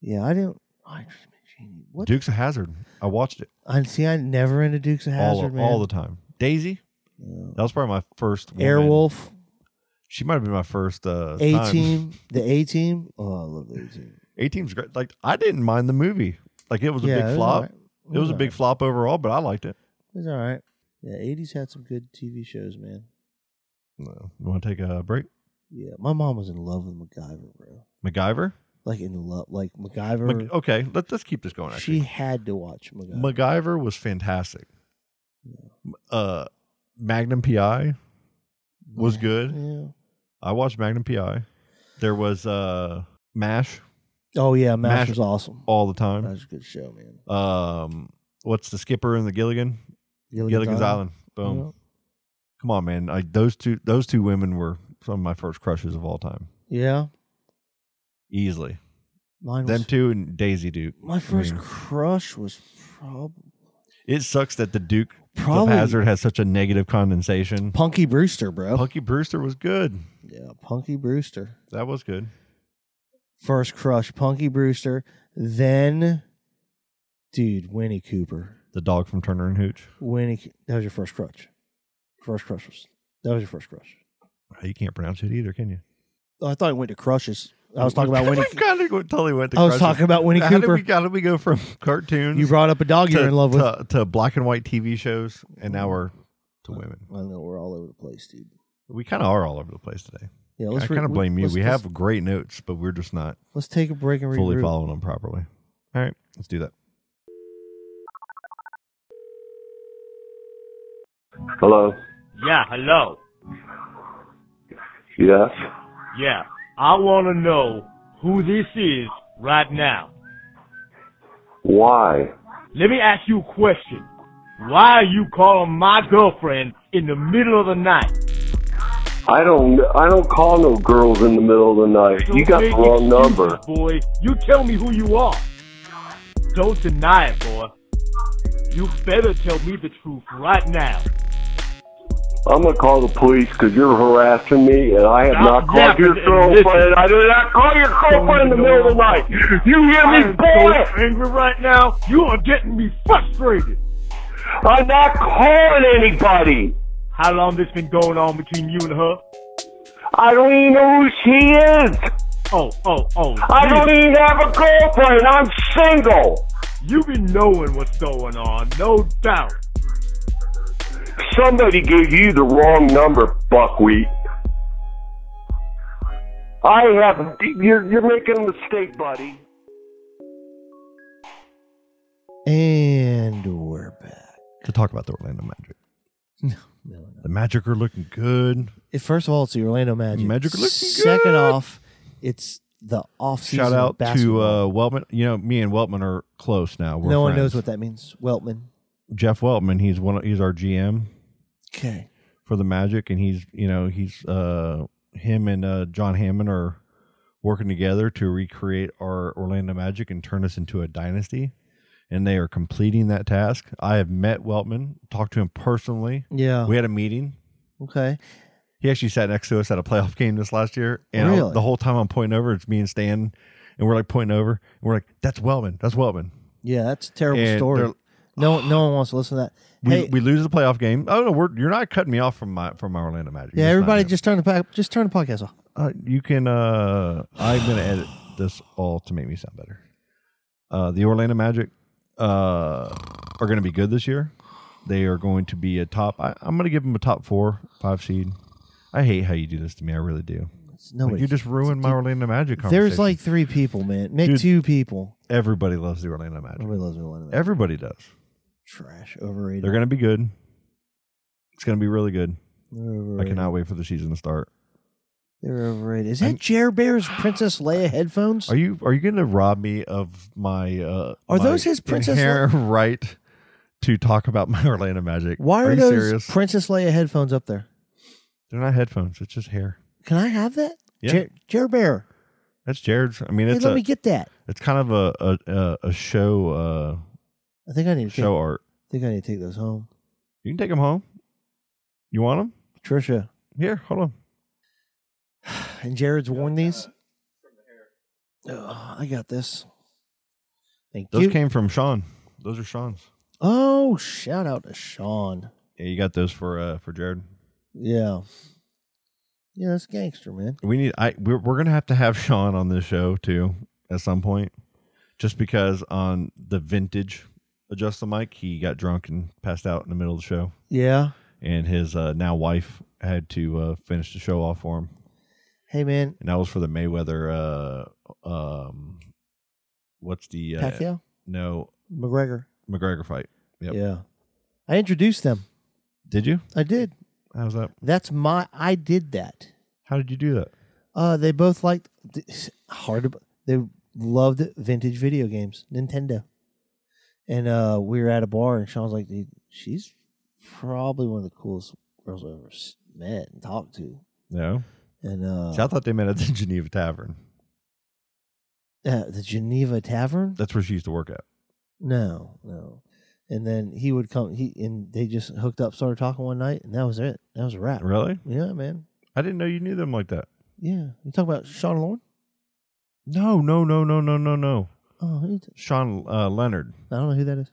[SPEAKER 2] Yeah. I didn't. I dream of Jeannie. What?
[SPEAKER 1] Dukes of Hazard. I watched it
[SPEAKER 2] I see. I never into Dukes of
[SPEAKER 1] all
[SPEAKER 2] Hazard, man.
[SPEAKER 1] all the time. Daisy.
[SPEAKER 2] Yeah.
[SPEAKER 1] That was probably my first woman.
[SPEAKER 2] Airwolf,
[SPEAKER 1] She might have been my first uh,
[SPEAKER 2] A
[SPEAKER 1] time.
[SPEAKER 2] Team, the A Team. Oh, I love the A Team.
[SPEAKER 1] A team's great. Like I didn't mind the movie. Like it was a
[SPEAKER 2] Yeah, it
[SPEAKER 1] big
[SPEAKER 2] was
[SPEAKER 1] flop.
[SPEAKER 2] alright.
[SPEAKER 1] It was a big flop overall, but I liked it.
[SPEAKER 2] It was all right. Yeah, eighties had some good TV shows, man.
[SPEAKER 1] No. You want to take a break?
[SPEAKER 2] Yeah, my mom was in love with MacGyver, bro.
[SPEAKER 1] MacGyver.
[SPEAKER 2] Like in love, like
[SPEAKER 1] Mac- oh,
[SPEAKER 2] MacGyver.
[SPEAKER 1] okay, let, let's keep this going.
[SPEAKER 2] she
[SPEAKER 1] Actually,
[SPEAKER 2] had to watch MacGyver.
[SPEAKER 1] MacGyver was fantastic. Uh, Magnum PI was good.
[SPEAKER 2] yeah.
[SPEAKER 1] I watched Magnum PI. There was uh Mash
[SPEAKER 2] Oh yeah, Mash,
[SPEAKER 1] Mash-
[SPEAKER 2] was awesome.
[SPEAKER 1] all the
[SPEAKER 2] That
[SPEAKER 1] time.
[SPEAKER 2] was a good show, man.
[SPEAKER 1] Um, what's the skipper and the Gilligan? Gilligan's Island. Boom. Come on, man. Like those two those two women were some of my first crushes of all time.
[SPEAKER 2] Yeah, Yeah.
[SPEAKER 1] Easily.
[SPEAKER 2] mine was.
[SPEAKER 1] Them two and Daisy Duke.
[SPEAKER 2] my first
[SPEAKER 1] I mean,
[SPEAKER 2] crush was prob-
[SPEAKER 1] it sucks that the Duke of
[SPEAKER 2] probably
[SPEAKER 1] Hazard has such a negative condensation.
[SPEAKER 2] Punky Brewster, bro.
[SPEAKER 1] Punky Brewster was good.
[SPEAKER 2] yeah, Punky Brewster.
[SPEAKER 1] That was good.
[SPEAKER 2] First crush, Punky Brewster. Then, dude, Winnie Cooper.
[SPEAKER 1] The dog from Turner and Hooch.
[SPEAKER 2] Winnie. Coo- That was your first crush. First crush was. That was your first crush.
[SPEAKER 1] You can't pronounce it either, can you?
[SPEAKER 2] Oh, I thought it went to crushes. I was talking about Winnie.
[SPEAKER 1] we kind of totally went to
[SPEAKER 2] I was
[SPEAKER 1] crushes.
[SPEAKER 2] talking about Winnie
[SPEAKER 1] how Did
[SPEAKER 2] Cooper.
[SPEAKER 1] we, how did we go from cartoons
[SPEAKER 2] You brought up a dog
[SPEAKER 1] to,
[SPEAKER 2] you're in love with.
[SPEAKER 1] to, to black and white TV shows, and now we're to women.
[SPEAKER 2] I know we're all over the place, dude.
[SPEAKER 1] We kind of are all over the place today.
[SPEAKER 2] Yeah,
[SPEAKER 1] I
[SPEAKER 2] let's re-
[SPEAKER 1] kind of blame you.
[SPEAKER 2] let's-
[SPEAKER 1] We
[SPEAKER 2] let's-
[SPEAKER 1] have great notes, but we're just not
[SPEAKER 2] Let's take a break and regroup.
[SPEAKER 1] fully following them properly. All right, let's do that.
[SPEAKER 6] Hello.
[SPEAKER 7] Yeah, hello.
[SPEAKER 6] Yes.
[SPEAKER 7] Yeah, I want to know who this is right now.
[SPEAKER 6] Why?
[SPEAKER 7] Let me ask you a question. Why are you calling my girlfriend in the middle of the night?
[SPEAKER 6] I don't. I don't call no girls in the middle of the night. You
[SPEAKER 7] Don't
[SPEAKER 6] got the
[SPEAKER 7] make
[SPEAKER 6] wrong
[SPEAKER 7] excuses,
[SPEAKER 6] number.
[SPEAKER 7] Boy, you tell me who you are. Don't deny it, boy. You better tell me the truth right now.
[SPEAKER 6] I'm gonna call the police because you're harassing me, and I have
[SPEAKER 7] Stop
[SPEAKER 6] not called your
[SPEAKER 7] yapping and listen.
[SPEAKER 6] girlfriend. I did not call your girlfriend in the middle of the night. You hear
[SPEAKER 7] I
[SPEAKER 6] me,
[SPEAKER 7] am so
[SPEAKER 6] boy?
[SPEAKER 7] angry right now. You are getting me frustrated.
[SPEAKER 6] I'm not calling anybody.
[SPEAKER 7] How long this been going on between you and her?
[SPEAKER 6] I don't even know who she is.
[SPEAKER 7] Oh, oh, oh.
[SPEAKER 6] I
[SPEAKER 7] really?
[SPEAKER 6] don't even have a girlfriend. I'm single.
[SPEAKER 7] You be knowing what's going on, no doubt.
[SPEAKER 6] Somebody gave you the wrong number, buckwheat. I have. You're, you're making a mistake, buddy.
[SPEAKER 2] And we're back.
[SPEAKER 1] to talk about the Orlando Magic.
[SPEAKER 2] No, no.
[SPEAKER 1] The Magic are looking good.
[SPEAKER 2] It- First of all, it's the Orlando Magic.
[SPEAKER 1] Magic are looking
[SPEAKER 2] Second
[SPEAKER 1] good.
[SPEAKER 2] off, It's the off season.
[SPEAKER 1] Shout out to
[SPEAKER 2] basketball.
[SPEAKER 1] uh, Weltman. You know, me and Weltman are close now. We're
[SPEAKER 2] no one knows
[SPEAKER 1] friends.
[SPEAKER 2] what that means. Weltman.
[SPEAKER 1] Jeff Weltman. He's one. He's our GM
[SPEAKER 2] Okay.
[SPEAKER 1] for the Magic, and he's you know he's uh him and uh, John Hammond are working together to recreate our Orlando Magic and turn us into a dynasty. And they are completing that task. I have met Weltman, talked to him personally.
[SPEAKER 2] Yeah.
[SPEAKER 1] We had a meeting.
[SPEAKER 2] okay.
[SPEAKER 1] He actually sat next to us at a playoff game this last year, and I-
[SPEAKER 2] Really?
[SPEAKER 1] the whole time I'm pointing over, it's me and Stan, and we're like pointing over, and we're like, "That's Weltman. That's Weltman."
[SPEAKER 2] Yeah, that's a terrible
[SPEAKER 1] And
[SPEAKER 2] story.
[SPEAKER 1] they're-
[SPEAKER 2] No, no one wants to listen to that.
[SPEAKER 1] We,
[SPEAKER 2] hey,
[SPEAKER 1] we lose the playoff game. Oh no, we're, you're not cutting me off from my from my Orlando Magic.
[SPEAKER 2] yeah,
[SPEAKER 1] That's not
[SPEAKER 2] everybody,
[SPEAKER 1] happening.
[SPEAKER 2] just turn the pack, just turn the podcast off.
[SPEAKER 1] Uh, you can. Uh, I'm gonna edit this all to make me sound better. Uh, the Orlando Magic uh, are gonna be good this year. They are going to be a top. I, I'm gonna give them a top four, five seed. I hate how you do this to me. I really do.
[SPEAKER 2] It's
[SPEAKER 1] Like,
[SPEAKER 2] Nobody.
[SPEAKER 1] you just ruined my Orlando Magic. Conversation.
[SPEAKER 2] There's like three people, man. Make
[SPEAKER 1] Dude.
[SPEAKER 2] two people.
[SPEAKER 1] everybody loves the Orlando Magic.
[SPEAKER 2] Nobody loves Orlando. Magic.
[SPEAKER 1] Everybody does.
[SPEAKER 2] Trash, overrated.
[SPEAKER 1] They're gonna be good. It's gonna be really good.
[SPEAKER 2] They're
[SPEAKER 1] I
[SPEAKER 2] overrated.
[SPEAKER 1] cannot wait for the season to start.
[SPEAKER 2] They're overrated. Is that Jer Bear's Princess Leia headphones?
[SPEAKER 1] Are you are you going to rob me of my? Uh,
[SPEAKER 2] Are
[SPEAKER 1] my
[SPEAKER 2] those his Princess
[SPEAKER 1] inherent right to talk about my Orlando Magic?
[SPEAKER 2] Why are,
[SPEAKER 1] you
[SPEAKER 2] those
[SPEAKER 1] serious?
[SPEAKER 2] Princess Leia headphones up there?
[SPEAKER 1] They're not headphones. It's just hair.
[SPEAKER 2] Can I have that?
[SPEAKER 1] Yeah.
[SPEAKER 2] Jer, Jer Bear.
[SPEAKER 1] That's Jared's. I mean,
[SPEAKER 2] Hey,
[SPEAKER 1] it's
[SPEAKER 2] let
[SPEAKER 1] a,
[SPEAKER 2] me get that.
[SPEAKER 1] it's kind of a a, a, a show uh,
[SPEAKER 2] I think I need to take,
[SPEAKER 1] show art.
[SPEAKER 2] I think I need to take those home.
[SPEAKER 1] You can take them home. You want them?
[SPEAKER 2] Trisha
[SPEAKER 1] Here, hold on.
[SPEAKER 2] and Jared's worn these. Ugh, I got this. Thank
[SPEAKER 1] Those
[SPEAKER 2] you.
[SPEAKER 1] came from Sean. Those are Sean's.
[SPEAKER 2] oh, shout out to Sean.
[SPEAKER 1] Yeah, you got those for uh, for Jared.
[SPEAKER 2] Yeah. Yeah, that's gangster, man.
[SPEAKER 1] We need. I we're, we're gonna have to have Sean on this show too at some point, just because on the vintage adjust the mic, he got drunk and passed out in the middle of the show,
[SPEAKER 2] Yeah.
[SPEAKER 1] and his uh, now wife had to uh, finish the show off for him,
[SPEAKER 2] Hey, man.
[SPEAKER 1] and that was for the Mayweather. Uh, um, what's the uh,
[SPEAKER 2] Pacquiao?
[SPEAKER 1] no
[SPEAKER 2] McGregor.
[SPEAKER 1] McGregor fight? Yep.
[SPEAKER 2] Yeah. I introduced them.
[SPEAKER 1] Did you?
[SPEAKER 2] I did.
[SPEAKER 1] How's that?
[SPEAKER 2] That's my, I did that.
[SPEAKER 1] How did you do that?
[SPEAKER 2] Uh, they both liked it's hard. To, they loved vintage video games, Nintendo. And uh, we were at a bar, and Sean's like, "Dude, she's probably one of the coolest girls I've ever s- met and talked to."
[SPEAKER 1] No.
[SPEAKER 2] And uh,
[SPEAKER 1] See, I thought they met at the Geneva Tavern.
[SPEAKER 2] uh, the Geneva Tavern?
[SPEAKER 1] That's where she used to work at.
[SPEAKER 2] No, no. And then he would come. He and they just hooked up, started talking one night, and that was it. That was a wrap.
[SPEAKER 1] Really?
[SPEAKER 2] Yeah, man.
[SPEAKER 1] I didn't know you knew them like that.
[SPEAKER 2] Yeah, you talk about Sean Lorne?
[SPEAKER 1] No, no, no, no, no, no, no.
[SPEAKER 2] Oh, who t-
[SPEAKER 1] Sean uh, Leonard.
[SPEAKER 2] I don't know who that is.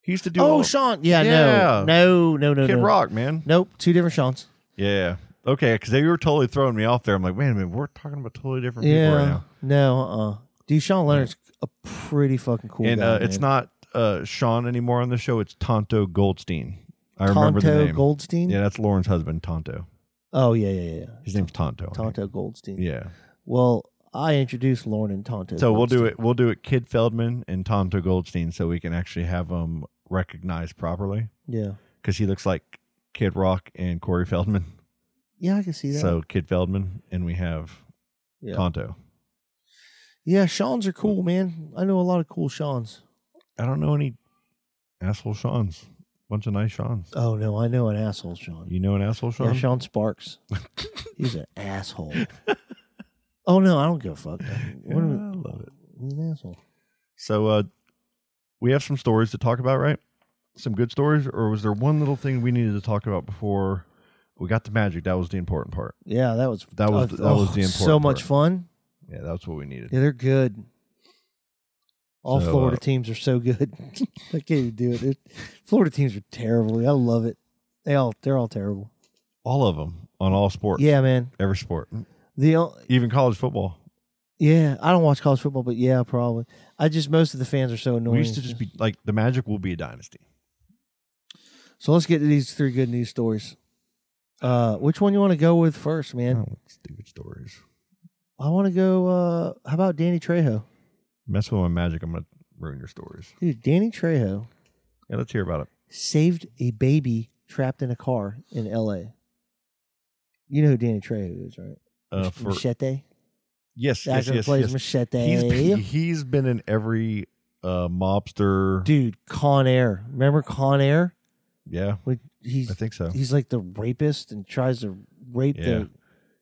[SPEAKER 1] He used to do.
[SPEAKER 2] oh,
[SPEAKER 1] all-
[SPEAKER 2] Sean. Yeah,
[SPEAKER 1] Yeah.
[SPEAKER 2] no, no, no, no,
[SPEAKER 1] Kid
[SPEAKER 2] no.
[SPEAKER 1] Rock, man.
[SPEAKER 2] Nope, two different Seans.
[SPEAKER 1] Yeah. Okay, because they were totally throwing me off there. I'm like, man, man, we're talking about totally different people right now.
[SPEAKER 2] No, uh uh Dude, Sean Leonard's a pretty fucking cool
[SPEAKER 1] and
[SPEAKER 2] guy.
[SPEAKER 1] uh, it's
[SPEAKER 2] man.
[SPEAKER 1] not uh, Sean anymore on the show. It's Tonto Goldstein. I remember the
[SPEAKER 2] Tonto
[SPEAKER 1] name.
[SPEAKER 2] Goldstein.
[SPEAKER 1] yeah, that's Lauren's husband, Tonto.
[SPEAKER 2] Oh yeah, yeah, yeah.
[SPEAKER 1] His name's Tonto. I think.
[SPEAKER 2] Tonto Goldstein.
[SPEAKER 1] Yeah.
[SPEAKER 2] Well, I introduced Lauren and Tonto.
[SPEAKER 1] So we'll do it. We'll do it. Kid Feldman and Tonto Goldstein, so we can actually have them recognized properly
[SPEAKER 2] Yeah.
[SPEAKER 1] because he looks like Kid Rock and Corey Feldman.
[SPEAKER 2] Yeah, I can see that.
[SPEAKER 1] So Kid Feldman, and we have
[SPEAKER 2] yeah.
[SPEAKER 1] Tonto.
[SPEAKER 2] yeah, Sean's are cool, man. I know a lot of cool Sean's.
[SPEAKER 1] I don't know any asshole Sean's. Bunch of nice Sean's.
[SPEAKER 2] Oh no, I know an asshole Sean.
[SPEAKER 1] You know an asshole Sean?
[SPEAKER 2] Yeah, Sean Sparks. He's an asshole. oh no, I don't give a fuck.
[SPEAKER 1] Yeah,
[SPEAKER 2] What are we-
[SPEAKER 1] I love it.
[SPEAKER 2] He's an asshole.
[SPEAKER 1] So uh, we have some stories to talk about, right? Some good stories, or was there one little thing we needed to talk about before we got the magic? That was the important part.
[SPEAKER 2] Yeah, that was Oh,
[SPEAKER 1] That was- that was the
[SPEAKER 2] so
[SPEAKER 1] important
[SPEAKER 2] much
[SPEAKER 1] part.
[SPEAKER 2] fun.
[SPEAKER 1] Yeah, that's what we needed.
[SPEAKER 2] Yeah, they're good. All
[SPEAKER 1] So,
[SPEAKER 2] Florida
[SPEAKER 1] uh,
[SPEAKER 2] teams are so good. I can't even do it. They're- Florida teams are terrible. I love it. They all they're all terrible.
[SPEAKER 1] All of them on all sports.
[SPEAKER 2] Yeah, man.
[SPEAKER 1] every sport,
[SPEAKER 2] The o-
[SPEAKER 1] even college football.
[SPEAKER 2] yeah, I don't watch college football, but yeah, probably. I just most of the fans are so annoying.
[SPEAKER 1] We used to just be like the magic will be a dynasty.
[SPEAKER 2] so let's get to these three good news stories. Uh, which one you want to go with first, man?
[SPEAKER 1] Oh, stupid stories. Oh.
[SPEAKER 2] I want to go. Uh, how about Danny Trejo,
[SPEAKER 1] Mess with my magic, I'm gonna ruin your stories.
[SPEAKER 2] dude? Danny Trejo
[SPEAKER 1] Yeah, let's hear about it.
[SPEAKER 2] saved a baby trapped in a car in L.A. You know who Danny Trejo is, right?
[SPEAKER 1] Uh,
[SPEAKER 2] Mach-
[SPEAKER 1] for
[SPEAKER 2] Machete.
[SPEAKER 1] Yes, yes,
[SPEAKER 2] Actor
[SPEAKER 1] yes,
[SPEAKER 2] plays
[SPEAKER 1] yes.
[SPEAKER 2] Machete.
[SPEAKER 1] He's been, he's been in every uh, mobster.
[SPEAKER 2] Dude, Con Air. Remember Con Air?
[SPEAKER 1] Yeah,
[SPEAKER 2] When he's
[SPEAKER 1] I think so.
[SPEAKER 2] he's like the rapist and tries to rape
[SPEAKER 1] Yeah.
[SPEAKER 2] the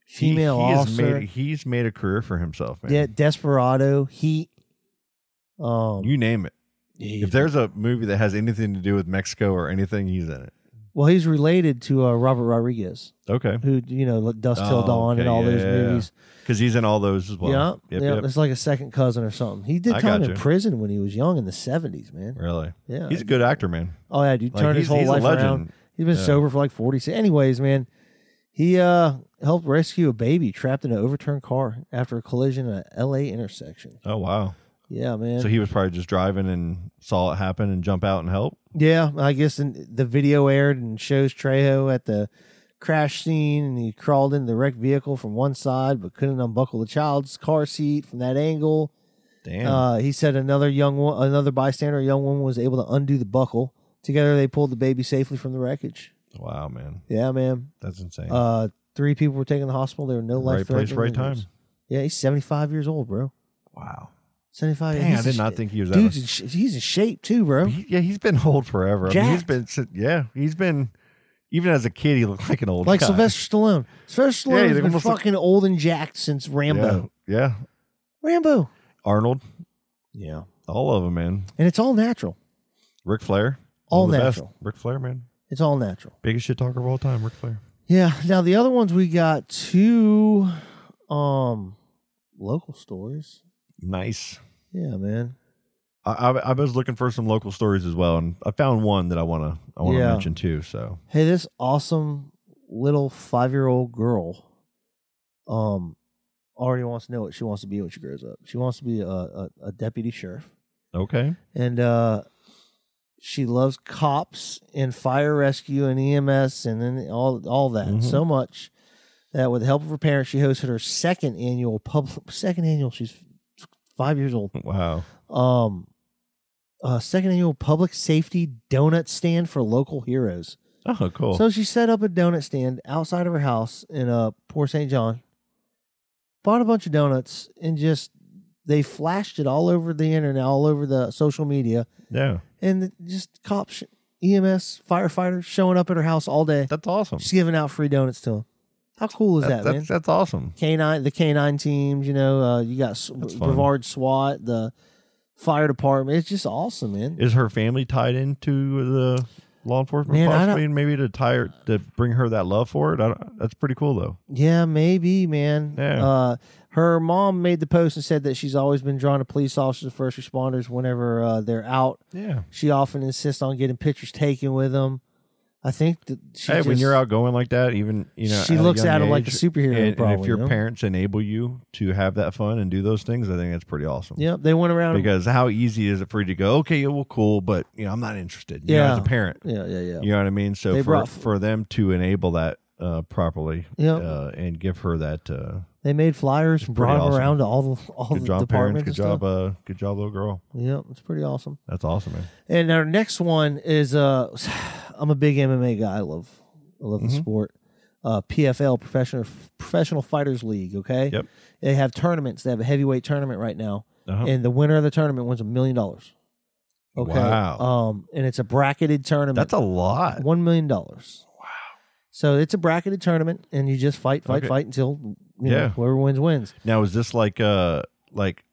[SPEAKER 2] female
[SPEAKER 1] he, he has
[SPEAKER 2] officer.
[SPEAKER 1] Made, he's made a career for himself, man.
[SPEAKER 2] yeah, Desperado. He. Um.
[SPEAKER 1] you name it.
[SPEAKER 2] he-
[SPEAKER 1] If there's a movie that has anything to do with Mexico or anything, he's in it.
[SPEAKER 2] well, he's related to uh, Robert Rodriguez,
[SPEAKER 1] Okay,
[SPEAKER 2] who you know Dust Till
[SPEAKER 1] Oh,
[SPEAKER 2] Dawn
[SPEAKER 1] okay,
[SPEAKER 2] and all those
[SPEAKER 1] yeah, yeah, yeah.
[SPEAKER 2] movies.
[SPEAKER 1] because he's in all those as well.
[SPEAKER 2] yeah,
[SPEAKER 1] Yep,
[SPEAKER 2] yeah.
[SPEAKER 1] yep.
[SPEAKER 2] It's like a second cousin or something. He
[SPEAKER 1] I
[SPEAKER 2] did time in
[SPEAKER 1] gotcha.
[SPEAKER 2] prison when he was young in the seventies, man.
[SPEAKER 1] Really,
[SPEAKER 2] Yeah,
[SPEAKER 1] he's a good actor, man.
[SPEAKER 2] Oh yeah, dude,
[SPEAKER 1] Like,
[SPEAKER 2] turned
[SPEAKER 1] he's-
[SPEAKER 2] his whole
[SPEAKER 1] he's a
[SPEAKER 2] life
[SPEAKER 1] legend.
[SPEAKER 2] around. He's been
[SPEAKER 1] Yeah.
[SPEAKER 2] sober for like forty. se- Anyways, man, he uh helped rescue a baby trapped in an overturned car after a collision at a L.A. intersection.
[SPEAKER 1] Oh wow!
[SPEAKER 2] Yeah, man.
[SPEAKER 1] So he was probably just driving and saw it happen and jump out and help.
[SPEAKER 2] yeah, I guess in, the video aired and shows Trejo at the crash scene, and he crawled into the wrecked vehicle from one side, but couldn't unbuckle the child's car seat from that angle.
[SPEAKER 1] Damn.
[SPEAKER 2] Uh, he said another young wo- another bystander, a young woman, was able to undo the buckle. Together, they pulled the baby safely from the wreckage.
[SPEAKER 1] wow, man,
[SPEAKER 2] Yeah, man.
[SPEAKER 1] that's insane.
[SPEAKER 2] Uh, three people were taken to the hospital. There were no life
[SPEAKER 1] right place,
[SPEAKER 2] threatening
[SPEAKER 1] right time.
[SPEAKER 2] injuries. Yeah, he's seventy five years old, bro.
[SPEAKER 1] Wow.
[SPEAKER 2] Seventy five.
[SPEAKER 1] Dang, I did not think he was that.
[SPEAKER 2] Dude's
[SPEAKER 1] much-
[SPEAKER 2] in sh- he's in shape too, bro.
[SPEAKER 1] He- yeah, he's been old forever. I mean, he's
[SPEAKER 2] Oh. Jacked.
[SPEAKER 1] been, si- yeah, he's been. Even as a kid, he looked like an old
[SPEAKER 2] Like
[SPEAKER 1] guy.
[SPEAKER 2] Sylvester Stallone. Sylvester
[SPEAKER 1] Yeah,
[SPEAKER 2] Stallone's
[SPEAKER 1] he's
[SPEAKER 2] been
[SPEAKER 1] almost like-
[SPEAKER 2] fucking old and jacked since Rambo.
[SPEAKER 1] Yeah, yeah.
[SPEAKER 2] Rambo.
[SPEAKER 1] Arnold,
[SPEAKER 2] Yeah.
[SPEAKER 1] all of them, man.
[SPEAKER 2] And it's all natural.
[SPEAKER 1] Ric Flair,
[SPEAKER 2] All
[SPEAKER 1] one of the best.
[SPEAKER 2] natural.
[SPEAKER 1] Ric Flair, man,
[SPEAKER 2] It's all natural.
[SPEAKER 1] biggest shit talker of all time. Ric Flair.
[SPEAKER 2] Yeah. Now the other ones we got two, um, local stories.
[SPEAKER 1] Nice.
[SPEAKER 2] Yeah, man.
[SPEAKER 1] I, I, I was looking for some local stories as well, and I found one that I want to I want to
[SPEAKER 2] Yeah.
[SPEAKER 1] mention too. So
[SPEAKER 2] hey this awesome little five-year-old girl um already wants to know what she wants to be when she grows up she wants to be a, a, a deputy sheriff
[SPEAKER 1] okay,
[SPEAKER 2] and uh she loves cops and fire rescue and ems and then all all that
[SPEAKER 1] Mhm.
[SPEAKER 2] so much that with the help of her parents she hosted her second annual public second annual she's five years old
[SPEAKER 1] wow,
[SPEAKER 2] um uh second annual public safety donut stand for local heroes
[SPEAKER 1] oh cool,
[SPEAKER 2] so she set up a donut stand outside of her house in uh, Port St. John, bought a bunch of donuts, and just they flashed it all over the internet, all over the social media,
[SPEAKER 1] yeah,
[SPEAKER 2] and it- just cops, E EMS, firefighters showing up at her house all day.
[SPEAKER 1] that's awesome.
[SPEAKER 2] She's giving out free donuts to them. How cool is that,
[SPEAKER 1] that's,
[SPEAKER 2] man?
[SPEAKER 1] that's, that's awesome.
[SPEAKER 2] Canine, the canine teams, you know, uh, you got S-
[SPEAKER 1] fun.
[SPEAKER 2] Brevard SWAT, the fire department. It's just awesome, man.
[SPEAKER 1] Is her family tied into the law enforcement
[SPEAKER 2] Man, I
[SPEAKER 1] possibly,
[SPEAKER 2] don't-
[SPEAKER 1] and maybe to tie her, to bring her that love for it? I don't, that's pretty cool though.
[SPEAKER 2] Yeah, maybe, man.
[SPEAKER 1] Yeah.
[SPEAKER 2] Uh, her mom made the post and said that she's always been drawn to police officers, first responders whenever uh, they're out.
[SPEAKER 1] Yeah.
[SPEAKER 2] She often insists on getting pictures taken with them. I think that she
[SPEAKER 1] hey, when
[SPEAKER 2] just-
[SPEAKER 1] you're outgoing like that, even you know,
[SPEAKER 2] She
[SPEAKER 1] at
[SPEAKER 2] looks
[SPEAKER 1] a young
[SPEAKER 2] at him like a
[SPEAKER 1] age,
[SPEAKER 2] superhero,
[SPEAKER 1] And, and
[SPEAKER 2] probably,
[SPEAKER 1] if your
[SPEAKER 2] you know?
[SPEAKER 1] parents enable you to have that fun and do those things, I think that's pretty awesome.
[SPEAKER 2] Yep, they went around.
[SPEAKER 1] Because how easy is it for you to go? Okay, yeah, well, cool, but you know, I'm not interested. You know,
[SPEAKER 2] Yeah.
[SPEAKER 1] as a parent,
[SPEAKER 2] yeah, yeah, yeah.
[SPEAKER 1] You know what I mean? So
[SPEAKER 2] They
[SPEAKER 1] for,
[SPEAKER 2] brought-
[SPEAKER 1] for them to enable that uh, properly
[SPEAKER 2] Yeah.
[SPEAKER 1] uh, and give her that uh,
[SPEAKER 2] They made flyers and brought them
[SPEAKER 1] awesome.
[SPEAKER 2] around to all the all
[SPEAKER 1] good
[SPEAKER 2] the
[SPEAKER 1] job, parents,
[SPEAKER 2] departments.
[SPEAKER 1] good
[SPEAKER 2] and
[SPEAKER 1] job,
[SPEAKER 2] stuff.
[SPEAKER 1] uh, good job, little girl.
[SPEAKER 2] Yep, it's pretty awesome.
[SPEAKER 1] That's awesome, man.
[SPEAKER 2] And our next one is uh, I'm a big MMA guy. I love, I love
[SPEAKER 1] Mm-hmm.
[SPEAKER 2] the sport. Uh, PFL Professional Professional Fighters League. Okay.
[SPEAKER 1] Yep.
[SPEAKER 2] They have tournaments. They have a heavyweight tournament right now,
[SPEAKER 1] Uh-huh.
[SPEAKER 2] and the winner of the tournament wins a million dollars. Okay.
[SPEAKER 1] Wow.
[SPEAKER 2] Um, and it's a bracketed tournament.
[SPEAKER 1] That's a lot.
[SPEAKER 2] one million dollars. Wow. So it's a bracketed tournament, and you just fight, fight,
[SPEAKER 1] Okay.
[SPEAKER 2] fight until you know,
[SPEAKER 1] Yeah.
[SPEAKER 2] whoever wins wins.
[SPEAKER 1] Now is this like uh like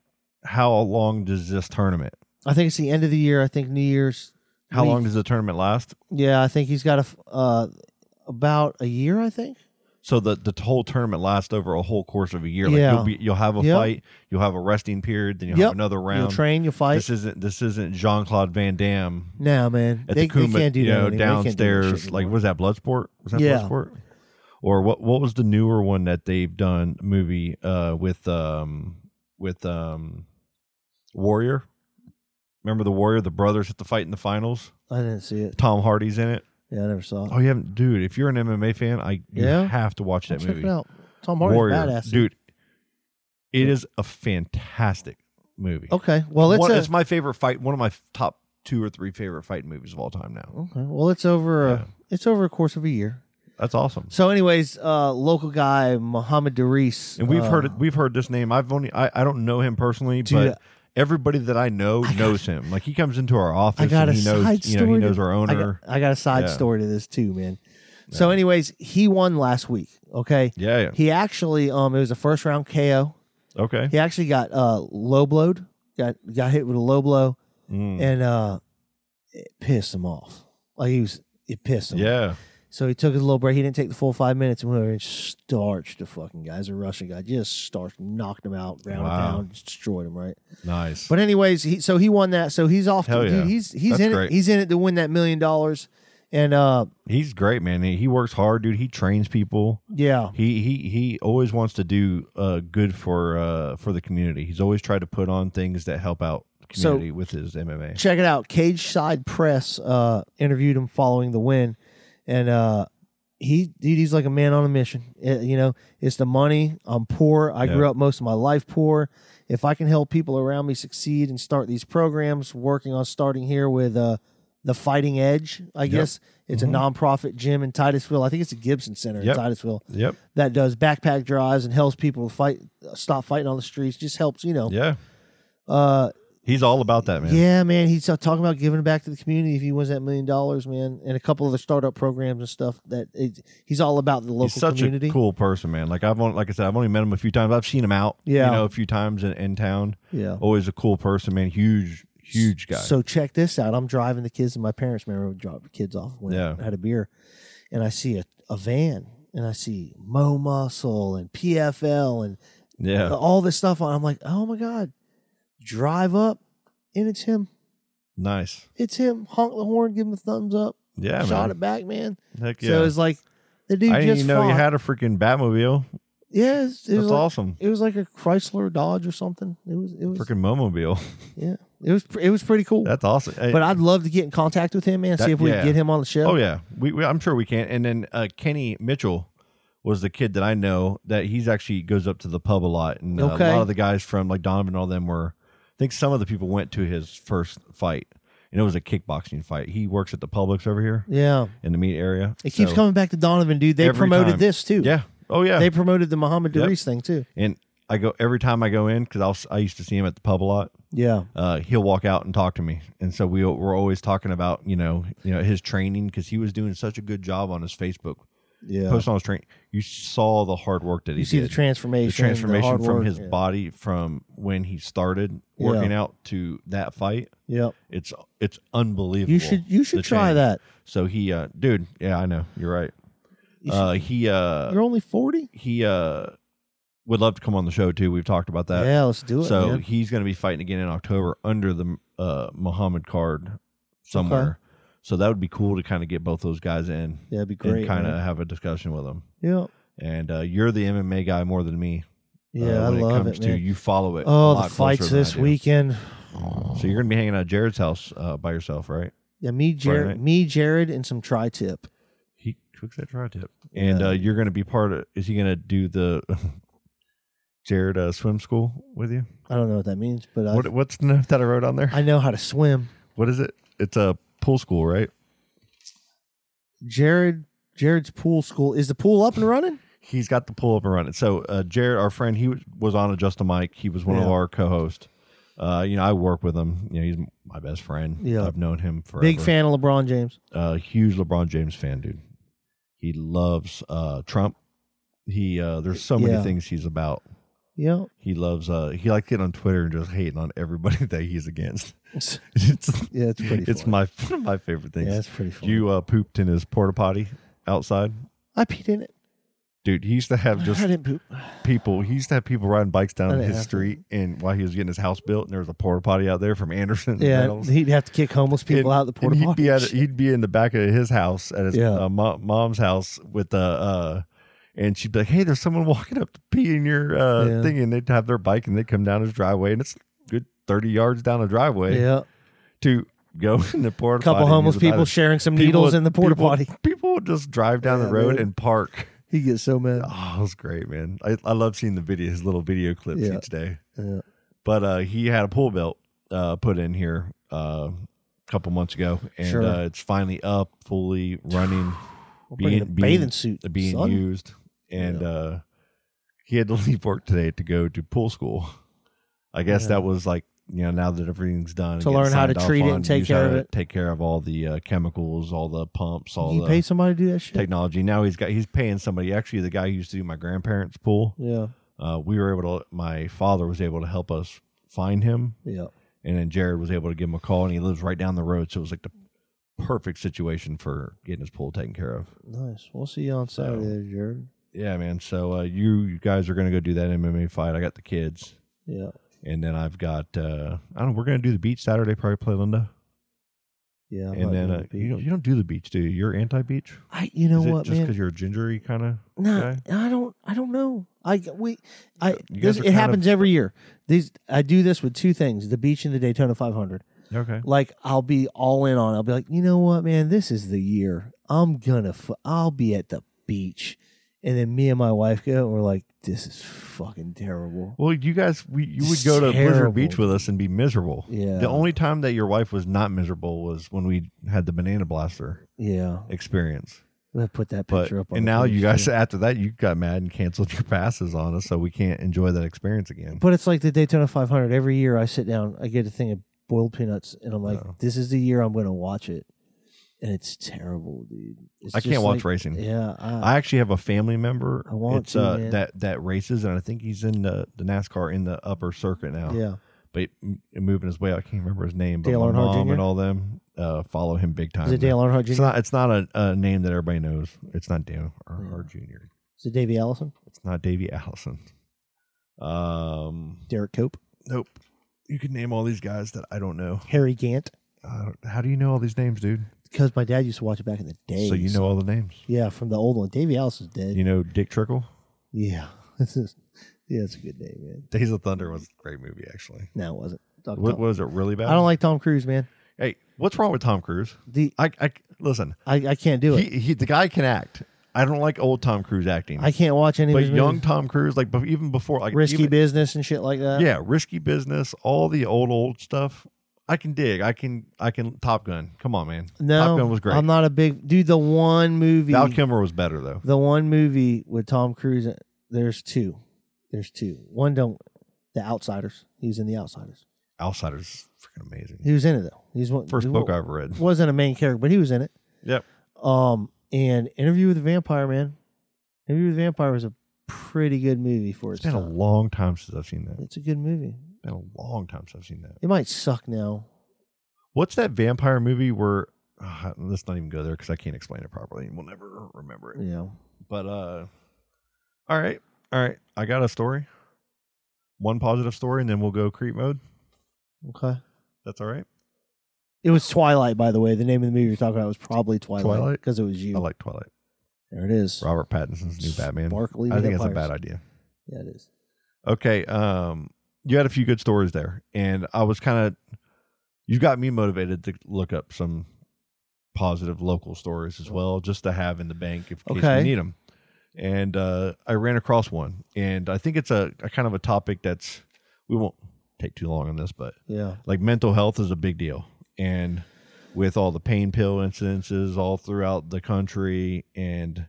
[SPEAKER 1] how long does this tournament?
[SPEAKER 2] I think it's the end of the year. I think New Year's.
[SPEAKER 1] How
[SPEAKER 2] week.
[SPEAKER 1] long does the tournament last?
[SPEAKER 2] Yeah, I think he's got a f- uh, about a year. I think.
[SPEAKER 1] So the the whole tournament lasts over a whole course of a year. Like
[SPEAKER 2] Yeah.
[SPEAKER 1] you'll be you'll have a
[SPEAKER 2] Yep.
[SPEAKER 1] fight, you'll have a resting period, then you'll
[SPEAKER 2] Yep.
[SPEAKER 1] have another round.
[SPEAKER 2] You'll train. You'll fight.
[SPEAKER 1] This isn't this isn't Jean Claude Van Damme
[SPEAKER 2] Now, man,
[SPEAKER 1] at
[SPEAKER 2] they,
[SPEAKER 1] the Kuma,
[SPEAKER 2] they can't do
[SPEAKER 1] you
[SPEAKER 2] that
[SPEAKER 1] know,
[SPEAKER 2] anymore. They can't do that
[SPEAKER 1] downstairs.
[SPEAKER 2] shit
[SPEAKER 1] Like,
[SPEAKER 2] anymore.
[SPEAKER 1] was that Bloodsport? Was that
[SPEAKER 2] Yeah.
[SPEAKER 1] Bloodsport? Or what? What was the newer one that they've done movie uh, with um, with um, Warrior? Remember the Warrior? The brothers at the fight in the finals.
[SPEAKER 2] I didn't see it.
[SPEAKER 1] Tom Hardy's in it.
[SPEAKER 2] Yeah, I never saw it.
[SPEAKER 1] Oh, you haven't, dude. If you're an MMA fan, I you
[SPEAKER 2] Yeah?
[SPEAKER 1] have to watch that
[SPEAKER 2] Check
[SPEAKER 1] movie.
[SPEAKER 2] it out. Tom Hardy's
[SPEAKER 1] Warrior,
[SPEAKER 2] badass,
[SPEAKER 1] dude. It is a fantastic movie.
[SPEAKER 2] Okay, well uh, it's,
[SPEAKER 1] One-
[SPEAKER 2] a,
[SPEAKER 1] it's my favorite fight. One of my top two or three favorite fight movies of all time now.
[SPEAKER 2] okay, well it's over. A,
[SPEAKER 1] Yeah.
[SPEAKER 2] It's over a course of a year.
[SPEAKER 1] That's awesome.
[SPEAKER 2] So, anyways, uh, local guy Muhammad Darius,
[SPEAKER 1] And we've
[SPEAKER 2] uh,
[SPEAKER 1] heard it, we've heard this name. I've only I, I don't know him personally,
[SPEAKER 2] Dude,
[SPEAKER 1] but everybody that I know knows him. Like he comes into our office
[SPEAKER 2] I got a
[SPEAKER 1] and he knows
[SPEAKER 2] side
[SPEAKER 1] you
[SPEAKER 2] story.
[SPEAKER 1] know he
[SPEAKER 2] to-
[SPEAKER 1] knows our
[SPEAKER 2] I got-
[SPEAKER 1] owner.
[SPEAKER 2] I got, a side
[SPEAKER 1] Yeah.
[SPEAKER 2] story to this too, man. So, anyways, he won last week. Okay,
[SPEAKER 1] yeah, yeah.
[SPEAKER 2] he actually um it was a first round KO.
[SPEAKER 1] Okay.
[SPEAKER 2] He actually got uh low blowed, got got hit with a low blow,
[SPEAKER 1] Mm.
[SPEAKER 2] and uh it pissed him off. Like he was, it pissed him.
[SPEAKER 1] Yeah.
[SPEAKER 2] So he took his little break. He didn't take the full five minutes, and we were starched the fucking guys. A Russian guy just starched, knocked him out, ground him
[SPEAKER 1] Wow.
[SPEAKER 2] down, destroyed him. Right.
[SPEAKER 1] Nice.
[SPEAKER 2] But anyways, he, so he won that. So he's off.
[SPEAKER 1] Hell
[SPEAKER 2] to,
[SPEAKER 1] yeah.
[SPEAKER 2] dude, he's he's
[SPEAKER 1] That's
[SPEAKER 2] in
[SPEAKER 1] great.
[SPEAKER 2] it. He's in it to win that million dollars. And uh,
[SPEAKER 1] He's great, man. He, he works hard, dude. He trains people.
[SPEAKER 2] yeah,
[SPEAKER 1] He he he always wants to do uh good for uh for the community. He's always tried to put on things that help out the
[SPEAKER 2] So-
[SPEAKER 1] community with his MMA.
[SPEAKER 2] check it out. Cage Side Press uh, interviewed him following the win, and uh, he dude, he's like a man on a mission. Eh, you know, it's the money. I'm poor. I grew
[SPEAKER 1] Yeah.
[SPEAKER 2] up most of my life poor. If I can help people around me succeed and start these programs, working on starting here with uh, the Fighting Edge, I guess it's a nonprofit gym in Titusville. I think it's a Gibson Center
[SPEAKER 1] Mm-hmm. Yep.
[SPEAKER 2] in Titusville.
[SPEAKER 1] Yep.
[SPEAKER 2] that does backpack drives and helps people fight stop fighting on the streets just helps you know
[SPEAKER 1] Yeah.
[SPEAKER 2] uh
[SPEAKER 1] He's all about that, man.
[SPEAKER 2] yeah man he's uh, talking about giving back to the community if he wins that million dollars man and a couple of the startup programs and stuff that it, he's all about the local
[SPEAKER 1] He's such
[SPEAKER 2] community
[SPEAKER 1] a cool person, man. Like I've only, like I said, I've only met him a few times. I've seen him out,
[SPEAKER 2] Yeah.
[SPEAKER 1] you know, a few times in, in town.
[SPEAKER 2] yeah
[SPEAKER 1] Always a cool person, man. Huge, huge guy.
[SPEAKER 2] so check this out i'm driving the kids and my parents remember we dropped the kids off when
[SPEAKER 1] Yeah.
[SPEAKER 2] i had a beer and i see a, a van and i see mo muscle and pfl and
[SPEAKER 1] yeah,
[SPEAKER 2] all this stuff on i'm like oh my god drive up and it's him
[SPEAKER 1] nice.
[SPEAKER 2] it's him. Honk the horn, give him a thumbs up,
[SPEAKER 1] Yeah,
[SPEAKER 2] shot
[SPEAKER 1] man.
[SPEAKER 2] it back, man.
[SPEAKER 1] Heck yeah.
[SPEAKER 2] So it's like the dude
[SPEAKER 1] I didn't
[SPEAKER 2] just
[SPEAKER 1] even know you
[SPEAKER 2] fought.
[SPEAKER 1] had a freaking Batmobile.
[SPEAKER 2] yeah, it was, it was
[SPEAKER 1] That's
[SPEAKER 2] like,
[SPEAKER 1] awesome.
[SPEAKER 2] It was like a Chrysler Dodge or something. It was it was
[SPEAKER 1] Freaking Momobile.
[SPEAKER 2] yeah. It was pr- it was pretty cool.
[SPEAKER 1] That's awesome. Hey,
[SPEAKER 2] but I'd love to get in contact with him, man.
[SPEAKER 1] That-
[SPEAKER 2] see if we
[SPEAKER 1] yeah.
[SPEAKER 2] can get him on the show.
[SPEAKER 1] oh yeah, we, we I'm sure we can. And then uh, Kenny Mitchell was the kid that I know that he's actually goes up to the pub a lot, and uh, a
[SPEAKER 2] Okay.
[SPEAKER 1] lot of the guys from like Donovan, and all them were. I think some of the people went to his first fight, and it was a kickboxing fight. He works at the Publix over here.
[SPEAKER 2] yeah.
[SPEAKER 1] in the meat area.
[SPEAKER 2] It keeps
[SPEAKER 1] So,
[SPEAKER 2] coming back to Donovan, dude. They
[SPEAKER 1] every
[SPEAKER 2] promoted
[SPEAKER 1] time.
[SPEAKER 2] this too.
[SPEAKER 1] Yeah. Oh yeah.
[SPEAKER 2] They promoted the Muhammad
[SPEAKER 1] Yep.
[SPEAKER 2] Darius thing too.
[SPEAKER 1] and I go every time I go in because I used to see him at the pub a lot.
[SPEAKER 2] Yeah.
[SPEAKER 1] Uh, he'll walk out and talk to me, and so we we're always talking about you know you know his training because he was doing such a good job on his Facebook
[SPEAKER 2] Yeah.
[SPEAKER 1] post on his training. You saw the hard work that he
[SPEAKER 2] you see the
[SPEAKER 1] did.
[SPEAKER 2] transformation.
[SPEAKER 1] the transformation
[SPEAKER 2] hard
[SPEAKER 1] from
[SPEAKER 2] work.
[SPEAKER 1] his
[SPEAKER 2] yeah.
[SPEAKER 1] body from when he started working out to that fight.
[SPEAKER 2] Yep.
[SPEAKER 1] It's it's unbelievable.
[SPEAKER 2] You should you
[SPEAKER 1] the
[SPEAKER 2] should try
[SPEAKER 1] change.
[SPEAKER 2] that.
[SPEAKER 1] So he, uh, dude, yeah, I know you're right.
[SPEAKER 2] You should-
[SPEAKER 1] uh, he uh,
[SPEAKER 2] You're only forty.
[SPEAKER 1] he uh would love to come on the show too. We've talked about that.
[SPEAKER 2] Yeah, let's do it.
[SPEAKER 1] so
[SPEAKER 2] man.
[SPEAKER 1] he's going to be fighting again in October under the uh Muhammad card somewhere. So that would be cool to kind of get both those guys in
[SPEAKER 2] Yeah, it'd be great.
[SPEAKER 1] and kind of
[SPEAKER 2] man.
[SPEAKER 1] have a discussion with them.
[SPEAKER 2] Yeah.
[SPEAKER 1] And uh, you're the MMA guy more than me. uh,
[SPEAKER 2] Yeah, I
[SPEAKER 1] when
[SPEAKER 2] love
[SPEAKER 1] it comes
[SPEAKER 2] it,
[SPEAKER 1] to
[SPEAKER 2] man.
[SPEAKER 1] you follow it. a
[SPEAKER 2] Oh,
[SPEAKER 1] lot closer
[SPEAKER 2] the fights
[SPEAKER 1] than I
[SPEAKER 2] this
[SPEAKER 1] do.
[SPEAKER 2] weekend.
[SPEAKER 1] So you're going to be hanging out at Jared's house uh, by yourself, right?
[SPEAKER 2] Yeah, me,
[SPEAKER 1] Friday
[SPEAKER 2] Jared,
[SPEAKER 1] night.
[SPEAKER 2] me, Jared, and some tri-tip.
[SPEAKER 1] He cooks that dry tip, and uh, you're going to be part of. Is he going to do the Jared uh, swim school with you?
[SPEAKER 2] I don't know what that means, but I,
[SPEAKER 1] What, what's the note that Uh, I wrote on there?
[SPEAKER 2] I know how to swim.
[SPEAKER 1] What is it? It's a pool school, right?
[SPEAKER 2] Jared, Jared's pool school is the pool up and running.
[SPEAKER 1] He's got the pool up and running. So uh, Jared, our friend, he was- was on Adjust a Mic. He was one of
[SPEAKER 2] Yeah.
[SPEAKER 1] our co-hosts. Uh, you know, I work with him. You know, he's my best friend.
[SPEAKER 2] Yeah.
[SPEAKER 1] I've known him forever.
[SPEAKER 2] Big fan of LeBron James.
[SPEAKER 1] Uh, huge LeBron James fan, dude. He loves uh, Trump. He uh, there's so many
[SPEAKER 2] Yeah.
[SPEAKER 1] things he's about.
[SPEAKER 2] Yeah,
[SPEAKER 1] He loves uh he likes getting on Twitter and just hating on everybody that he's against. It's
[SPEAKER 2] yeah, it's pretty.
[SPEAKER 1] it's
[SPEAKER 2] funny.
[SPEAKER 1] my one of my favorite things.
[SPEAKER 2] Yeah, it's pretty funny.
[SPEAKER 1] you uh pooped in his porta potty outside.
[SPEAKER 2] I peed in it.
[SPEAKER 1] Dude, he used to have just
[SPEAKER 2] I didn't poop.
[SPEAKER 1] people he used to have people riding bikes down
[SPEAKER 2] didn't
[SPEAKER 1] his
[SPEAKER 2] have to.
[SPEAKER 1] street and while he was getting his house built and there was a porta potty out there from Anderson
[SPEAKER 2] Yeah,
[SPEAKER 1] Metals.
[SPEAKER 2] he'd have to kick homeless people
[SPEAKER 1] And-
[SPEAKER 2] out the porta
[SPEAKER 1] and he'd
[SPEAKER 2] potty.
[SPEAKER 1] Be at, he'd be in the back of his house at his
[SPEAKER 2] Yeah.
[SPEAKER 1] uh, mo- mom's house with the. Uh, and she'd be like, "Hey, there's someone walking up to pee in your uh,
[SPEAKER 2] Yeah.
[SPEAKER 1] thing," and they'd have their bike and they'd come down his driveway, and it's a good thirty yards down the driveway
[SPEAKER 2] yeah,
[SPEAKER 1] to go in the porta.
[SPEAKER 2] a couple
[SPEAKER 1] potty.
[SPEAKER 2] homeless
[SPEAKER 1] He was about
[SPEAKER 2] people
[SPEAKER 1] it.
[SPEAKER 2] sharing some
[SPEAKER 1] People-
[SPEAKER 2] needles in the porta
[SPEAKER 1] people-
[SPEAKER 2] potty.
[SPEAKER 1] People would just drive down the
[SPEAKER 2] Yeah,
[SPEAKER 1] road
[SPEAKER 2] dude.
[SPEAKER 1] and park.
[SPEAKER 2] He gets so mad.
[SPEAKER 1] Oh, it was great, man. I, I love seeing the video, his little video clips
[SPEAKER 2] Yeah.
[SPEAKER 1] each day.
[SPEAKER 2] Yeah.
[SPEAKER 1] But uh, he had a pool belt uh, put in here uh, a couple months ago, and
[SPEAKER 2] Sure.
[SPEAKER 1] uh, it's finally up, fully running.
[SPEAKER 2] We'll bring in a bathing suit.
[SPEAKER 1] being
[SPEAKER 2] son.
[SPEAKER 1] used, and
[SPEAKER 2] Yeah.
[SPEAKER 1] uh, he had to leave work today to go to pool school. I guess
[SPEAKER 2] Yeah.
[SPEAKER 1] that was like you know now that everything's done and
[SPEAKER 2] To
[SPEAKER 1] getting
[SPEAKER 2] learn how to
[SPEAKER 1] signed off
[SPEAKER 2] treat it and
[SPEAKER 1] on,
[SPEAKER 2] take
[SPEAKER 1] he's gotta
[SPEAKER 2] care of it.
[SPEAKER 1] take care of all the uh, chemicals, all the pumps, all
[SPEAKER 2] He
[SPEAKER 1] the
[SPEAKER 2] paid somebody to do that shit.
[SPEAKER 1] technology. Now he's got he's paying somebody. Actually, the guy who used to do my grandparents' pool,
[SPEAKER 2] yeah,
[SPEAKER 1] uh, we were able to. My father was able to help us find him,
[SPEAKER 2] yeah.
[SPEAKER 1] and then Jared was able to give him a call, and he lives right down the road, so it was like the perfect situation for getting his pool taken care of.
[SPEAKER 2] Nice. We'll see you on Saturday, there, Jared.
[SPEAKER 1] Yeah, man. So uh, you, you guys are gonna go do that MMA fight. I got the kids,
[SPEAKER 2] Yeah,
[SPEAKER 1] and then I've got uh, I don't. know, We're gonna do the beach Saturday. Probably play Linda,
[SPEAKER 2] yeah. I'm not
[SPEAKER 1] and then
[SPEAKER 2] doing
[SPEAKER 1] uh,
[SPEAKER 2] the
[SPEAKER 1] you don't
[SPEAKER 2] beach.
[SPEAKER 1] you don't do the beach, do you? You're anti beach.
[SPEAKER 2] I, you know
[SPEAKER 1] Is it
[SPEAKER 2] what,
[SPEAKER 1] just
[SPEAKER 2] man?
[SPEAKER 1] because you're a gingery kind of
[SPEAKER 2] No,
[SPEAKER 1] guy?
[SPEAKER 2] I don't. I don't know. I we I
[SPEAKER 1] You
[SPEAKER 2] this,
[SPEAKER 1] guys are
[SPEAKER 2] it
[SPEAKER 1] kind
[SPEAKER 2] happens
[SPEAKER 1] of-
[SPEAKER 2] every year. These I do this with two things: the beach and the Daytona 500.
[SPEAKER 1] Okay.
[SPEAKER 2] Like I'll be all in on. it. I'll be like, you know what, man, this is the year. I'm gonna. F- I'll be at the beach, and then me and my wife go, and we're like, this is fucking terrible.
[SPEAKER 1] Well, you guys, we, you would
[SPEAKER 2] It's
[SPEAKER 1] go to Blizzard
[SPEAKER 2] terrible.
[SPEAKER 1] Beach with us and be miserable.
[SPEAKER 2] Yeah.
[SPEAKER 1] The only time that your wife was not miserable was when we had the banana blaster
[SPEAKER 2] Yeah,
[SPEAKER 1] experience.
[SPEAKER 2] we put that
[SPEAKER 1] But
[SPEAKER 2] picture up. On
[SPEAKER 1] and
[SPEAKER 2] the
[SPEAKER 1] now you
[SPEAKER 2] page,
[SPEAKER 1] guys,
[SPEAKER 2] too.
[SPEAKER 1] after that, you got mad and canceled your passes on us, so we can't enjoy that experience again.
[SPEAKER 2] But it's like the Daytona 500. Every year I sit down, I get a thing of boiled peanuts, and I'm like,
[SPEAKER 1] Oh.
[SPEAKER 2] this is the year I'm going to watch it. And it's terrible, dude. It's
[SPEAKER 1] I can't
[SPEAKER 2] just
[SPEAKER 1] watch
[SPEAKER 2] like-
[SPEAKER 1] racing.
[SPEAKER 2] Yeah. I,
[SPEAKER 1] I actually have a family member.
[SPEAKER 2] I want
[SPEAKER 1] it's,
[SPEAKER 2] to,
[SPEAKER 1] uh,
[SPEAKER 2] man.
[SPEAKER 1] that that races, and I think he's in the, the NASCAR in the upper circuit now.
[SPEAKER 2] yeah.
[SPEAKER 1] but m- moving his way, I can't remember his name. But
[SPEAKER 2] Dale
[SPEAKER 1] my
[SPEAKER 2] Earnhardt
[SPEAKER 1] mom
[SPEAKER 2] Jr.?
[SPEAKER 1] and all them uh, follow him big time.
[SPEAKER 2] Is it Dale Earnhardt Jr.?
[SPEAKER 1] It's not. It's not a, a name that everybody knows. It's not Dale Earnhardt Jr.
[SPEAKER 2] Is it Davey Allison?
[SPEAKER 1] It's not Davey Allison. Um,
[SPEAKER 2] Derek Cope?
[SPEAKER 1] nope. You can name all these guys that I don't know.
[SPEAKER 2] Harry Gant?
[SPEAKER 1] Uh, how do you know all these names, dude?
[SPEAKER 2] Because my dad used to watch it back in the day.
[SPEAKER 1] So you know all the names.
[SPEAKER 2] Yeah, from the old one. Davey Allison's dead.
[SPEAKER 1] You know Dick Trickle.
[SPEAKER 2] yeah. This is, yeah, it's a good name, man.
[SPEAKER 1] Days of Thunder was a great movie, actually.
[SPEAKER 2] No, it wasn't. Doc-
[SPEAKER 1] What
[SPEAKER 2] Tom-
[SPEAKER 1] was it really bad?
[SPEAKER 2] I don't like Tom Cruise, man.
[SPEAKER 1] Hey, what's wrong with Tom Cruise?
[SPEAKER 2] The
[SPEAKER 1] I, I listen.
[SPEAKER 2] I, I can't do it.
[SPEAKER 1] He, he, the guy can act. I don't like old Tom Cruise acting.
[SPEAKER 2] I can't watch any
[SPEAKER 1] but
[SPEAKER 2] of his
[SPEAKER 1] young
[SPEAKER 2] movies.
[SPEAKER 1] Tom Cruise, like bef- even before, like
[SPEAKER 2] risky
[SPEAKER 1] even-
[SPEAKER 2] business and shit like that.
[SPEAKER 1] yeah, risky business, all the old old stuff. I can dig. I can. I can. Top Gun. Come on, man.
[SPEAKER 2] No,
[SPEAKER 1] Top Gun was great.
[SPEAKER 2] I'm not a big dude. The one movie,
[SPEAKER 1] Val Kilmer was better though.
[SPEAKER 2] the one movie with Tom Cruise. in- There's two. There's two. One don't. The Outsiders. He was in The Outsiders.
[SPEAKER 1] Outsiders, is freaking amazing.
[SPEAKER 2] He was in it though. He's one
[SPEAKER 1] First
[SPEAKER 2] he
[SPEAKER 1] book
[SPEAKER 2] wa-
[SPEAKER 1] I've read.
[SPEAKER 2] Wasn't a main character, but he was in it.
[SPEAKER 1] Yep.
[SPEAKER 2] Um, and Interview with the Vampire, man. Interview with the Vampire was a pretty good movie for its,
[SPEAKER 1] It's been a
[SPEAKER 2] time.
[SPEAKER 1] long time since I've seen that. It's
[SPEAKER 2] it's a good movie.
[SPEAKER 1] been a long time since I've seen that.
[SPEAKER 2] It might suck now.
[SPEAKER 1] What's that vampire movie where? Uh, let's not even go there because I can't explain it properly, and we'll never remember it.
[SPEAKER 2] You know.
[SPEAKER 1] But uh, all right, all right. I got a story. One positive story, and then we'll go creep mode.
[SPEAKER 2] Okay.
[SPEAKER 1] That's all right.
[SPEAKER 2] It was Twilight, by the way. The name of the movie you're talking about was probably Twilight
[SPEAKER 1] Twilight?
[SPEAKER 2] because it was you.
[SPEAKER 1] I like Twilight.
[SPEAKER 2] there it is.
[SPEAKER 1] Robert Pattinson's new Batman.
[SPEAKER 2] Sparkly
[SPEAKER 1] I think it's a
[SPEAKER 2] vampires.
[SPEAKER 1] bad idea.
[SPEAKER 2] Yeah, it is.
[SPEAKER 1] Okay. Um, you had a few good stories there, and I was kind of you got me motivated to look up some positive local stories as well, just to have in the bank if in case
[SPEAKER 2] Okay.
[SPEAKER 1] we need them. And uh, I ran across one, and I think it's a, a kind of a topic that's we won't take too long on this, but
[SPEAKER 2] Yeah.
[SPEAKER 1] like mental health is a big deal and with all the pain pill incidences all throughout the country and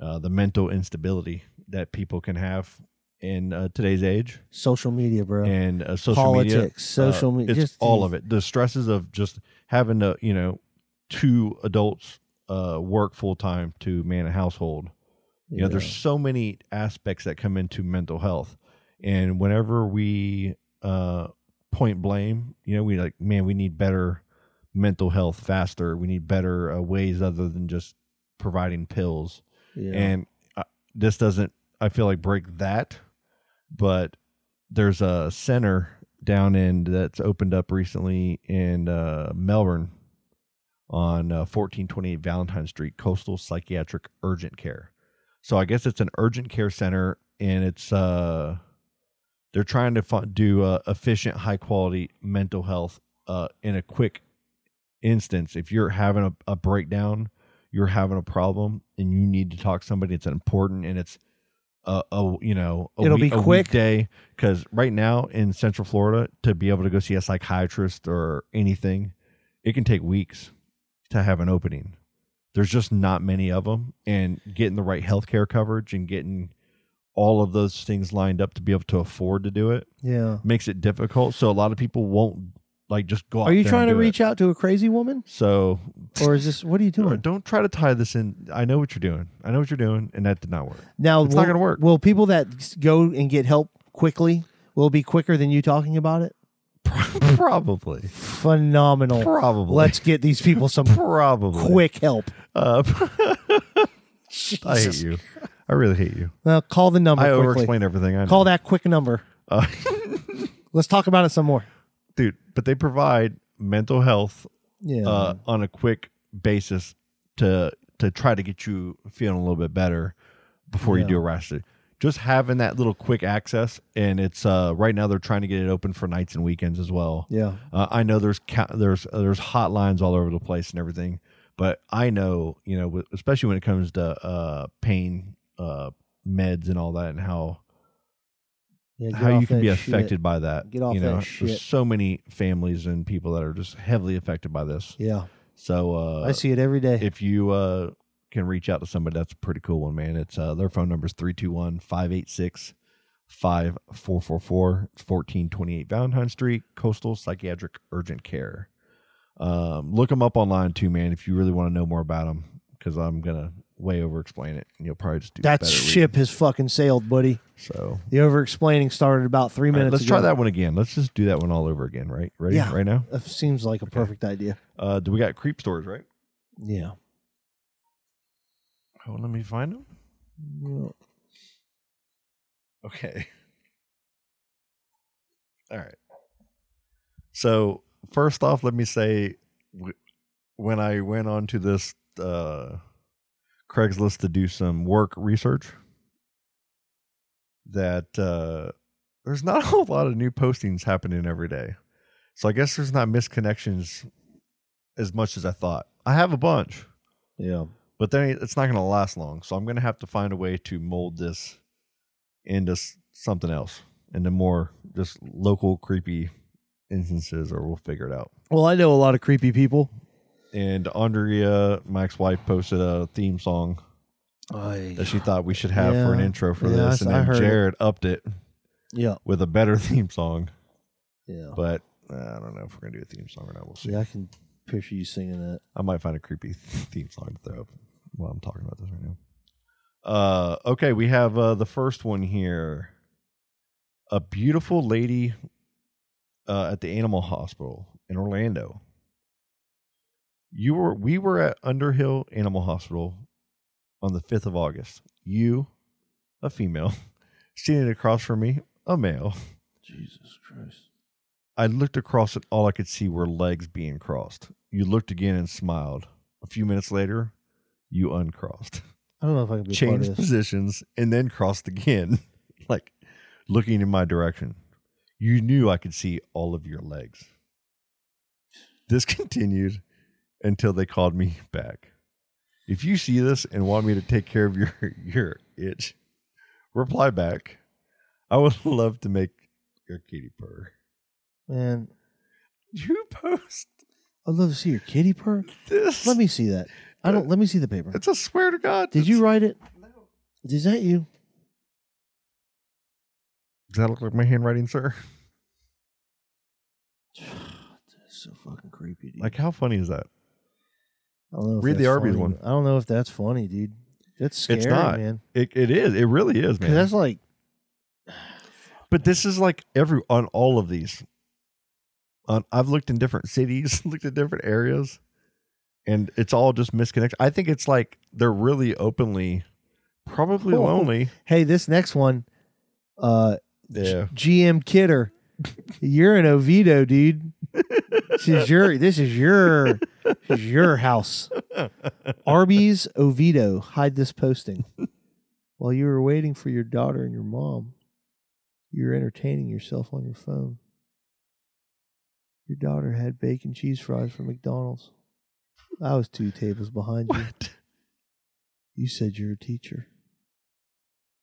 [SPEAKER 1] uh, the mental instability that people can have in uh, today's age
[SPEAKER 2] Social media, bro.
[SPEAKER 1] and uh, social media,
[SPEAKER 2] Politics, social
[SPEAKER 1] uh,
[SPEAKER 2] media,
[SPEAKER 1] it's
[SPEAKER 2] just
[SPEAKER 1] all
[SPEAKER 2] the-
[SPEAKER 1] of it. The stresses of just having to, you know, two adults uh, work full time to man a household. You know, there's so many aspects that come into mental health, and whenever we uh, point blame, you know, we like, man, we need better mental health faster. We need better uh, ways other than just providing pills
[SPEAKER 2] yeah.
[SPEAKER 1] and uh, this doesn't i feel like break that but there's a center down in that's opened up recently in uh, melbourne on uh, 1428 valentine street coastal psychiatric urgent care so i guess it's an urgent care center and it's uh they're trying to fu- do uh, efficient high quality mental health uh, in a quick instance if you're having a, a breakdown you're having a problem and you need to talk to somebody it's important and it's a, a you know a
[SPEAKER 2] It'll be quick.
[SPEAKER 1] day because right now in central florida to be able to go see a psychiatrist or anything it can take weeks to have an opening There's just not many of them, and getting the right healthcare coverage and getting all of those things lined up to be able to afford to do it
[SPEAKER 2] Yeah.
[SPEAKER 1] makes it difficult. So a lot of people won't like just go. Out
[SPEAKER 2] Are you
[SPEAKER 1] there
[SPEAKER 2] trying
[SPEAKER 1] and
[SPEAKER 2] to
[SPEAKER 1] do it.
[SPEAKER 2] reach out to a crazy woman,
[SPEAKER 1] So uh,
[SPEAKER 2] or is this what are you doing?
[SPEAKER 1] don't try to tie this in. I know what you're doing. I know what you're doing, and that did not work.
[SPEAKER 2] Now
[SPEAKER 1] It's not
[SPEAKER 2] will-
[SPEAKER 1] gonna work.
[SPEAKER 2] Will people that s- go and get help quickly will it be quicker than you talking about it?
[SPEAKER 1] Probably.
[SPEAKER 2] Phenomenal.
[SPEAKER 1] Probably.
[SPEAKER 2] Let's get these people some
[SPEAKER 1] Probably.
[SPEAKER 2] quick help.
[SPEAKER 1] Uh, I hate
[SPEAKER 2] Jesus.
[SPEAKER 1] you. I really hate you.
[SPEAKER 2] Well, call the number
[SPEAKER 1] I over
[SPEAKER 2] quickly.
[SPEAKER 1] explain everything. I know.
[SPEAKER 2] Call that quick number.
[SPEAKER 1] Uh,
[SPEAKER 2] Let's talk about it some more.
[SPEAKER 1] dude. But they provide mental health
[SPEAKER 2] Yeah.
[SPEAKER 1] uh, on a quick basis to to try to get you feeling a little bit better before you do a rest. Just having that little quick access, and it's uh, right now they're trying to get it open for nights and weekends as well.
[SPEAKER 2] yeah.
[SPEAKER 1] Uh, I know there's ca- there's uh, there's hotlines all over the place and everything, but I know you know with- especially when it comes to uh, pain uh, meds and all that and how
[SPEAKER 2] Yeah, get
[SPEAKER 1] how you
[SPEAKER 2] off
[SPEAKER 1] can
[SPEAKER 2] that
[SPEAKER 1] be
[SPEAKER 2] shit.
[SPEAKER 1] affected by that.
[SPEAKER 2] Get off
[SPEAKER 1] you
[SPEAKER 2] that
[SPEAKER 1] know,
[SPEAKER 2] shit.
[SPEAKER 1] There's so many families and people that are just heavily affected by this.
[SPEAKER 2] Yeah.
[SPEAKER 1] So uh,
[SPEAKER 2] I see it every day.
[SPEAKER 1] if you uh, can reach out to somebody, that's a pretty cool one, man. It's uh, their phone number is 321 586 5444. It's 1428 Valentine Street, Coastal Psychiatric Urgent Care. Um, look them up online too, man, if you really want to know more about them, because I'm going to way over explain it. And you'll probably just do
[SPEAKER 2] that
[SPEAKER 1] better reading.
[SPEAKER 2] ship has fucking sailed, buddy.
[SPEAKER 1] So.
[SPEAKER 2] The over explaining started about three
[SPEAKER 1] All right,
[SPEAKER 2] minutes
[SPEAKER 1] let's
[SPEAKER 2] ago.
[SPEAKER 1] try that one again. Let's just do that one all over again, right? Ready?
[SPEAKER 2] Yeah.
[SPEAKER 1] Right now?
[SPEAKER 2] That seems like a perfect idea.
[SPEAKER 1] Uh, do we got creep stores, right?
[SPEAKER 2] Yeah.
[SPEAKER 1] Oh, let me find them. Okay. All right. So first off, let me say, w- when I went onto this uh, Craigslist to do some work research, that uh, there's not a whole lot of new postings happening every day. So I guess there's not misconnections as much as I thought. I have a bunch
[SPEAKER 2] Yeah.
[SPEAKER 1] but then it's not going to last long. So I'm going to have to find a way to mold this into s- something else, into more just local creepy instances, or we'll figure it out.
[SPEAKER 2] Well, I know a lot of creepy people.
[SPEAKER 1] And Andrea, my ex-wife, posted a theme song that she thought we should have for an
[SPEAKER 2] Yeah.
[SPEAKER 1] intro for
[SPEAKER 2] Yeah,
[SPEAKER 1] this,
[SPEAKER 2] I-
[SPEAKER 1] and
[SPEAKER 2] I
[SPEAKER 1] then
[SPEAKER 2] heard it.
[SPEAKER 1] Jared upped it
[SPEAKER 2] Yeah.
[SPEAKER 1] with a better theme song.
[SPEAKER 2] Yeah.
[SPEAKER 1] But uh, I don't know if we're going to do a theme song or not. We'll see.
[SPEAKER 2] Yeah, I can picture you singing that.
[SPEAKER 1] I might find a creepy theme song to throw up while I'm talking about this right now. Uh, okay, we have uh, the first one here. A beautiful lady uh, at the animal hospital in Orlando. You were we were at Underhill Animal Hospital on the fifth of August. You, a female, standing across from me, a male.
[SPEAKER 2] Jesus Christ.
[SPEAKER 1] I looked across and all I could see were legs being crossed. You looked again and smiled. A few minutes later, you uncrossed,
[SPEAKER 2] I don't know if I can be part
[SPEAKER 1] changed
[SPEAKER 2] of this.
[SPEAKER 1] positions, and then crossed again, like looking in my direction. You knew I could see all of your legs. This continued until they called me back. If you see this and want me to take care of your, your itch, reply back. I would love to make your kitty purr.
[SPEAKER 2] Man,
[SPEAKER 1] You post
[SPEAKER 2] I'd love to see your kitty purr.
[SPEAKER 1] this.
[SPEAKER 2] Let me see that. I don't. Let me see the paper.
[SPEAKER 1] It's a swear to God.
[SPEAKER 2] Did you write it? Is that you?
[SPEAKER 1] Does that look like my handwriting, sir?
[SPEAKER 2] That's so fucking creepy, dude.
[SPEAKER 1] Like, how funny is that?
[SPEAKER 2] I don't know. if
[SPEAKER 1] read the
[SPEAKER 2] that's
[SPEAKER 1] Arby's
[SPEAKER 2] funny.
[SPEAKER 1] one.
[SPEAKER 2] I don't know if that's funny, dude. That's scary,
[SPEAKER 1] it's not.
[SPEAKER 2] man.
[SPEAKER 1] It, it is. It really is,
[SPEAKER 2] Because
[SPEAKER 1] man.
[SPEAKER 2] that's like,
[SPEAKER 1] but this is like every on all of these. On I've looked in different cities, looked at different areas, and it's all just misconnected. I think it's like they're really openly, probably
[SPEAKER 2] Oh.
[SPEAKER 1] lonely.
[SPEAKER 2] hey, this next one, uh,
[SPEAKER 1] Yeah.
[SPEAKER 2] GM Kidder, you're an Oviedo, dude. This is your. This is your. This is your house. Arby's Oviedo. Hide this posting. While you were waiting for your daughter and your mom, you were entertaining yourself on your phone. Your daughter had bacon cheese fries from McDonald's. I was two tables behind you.
[SPEAKER 1] What?
[SPEAKER 2] You said you're a teacher.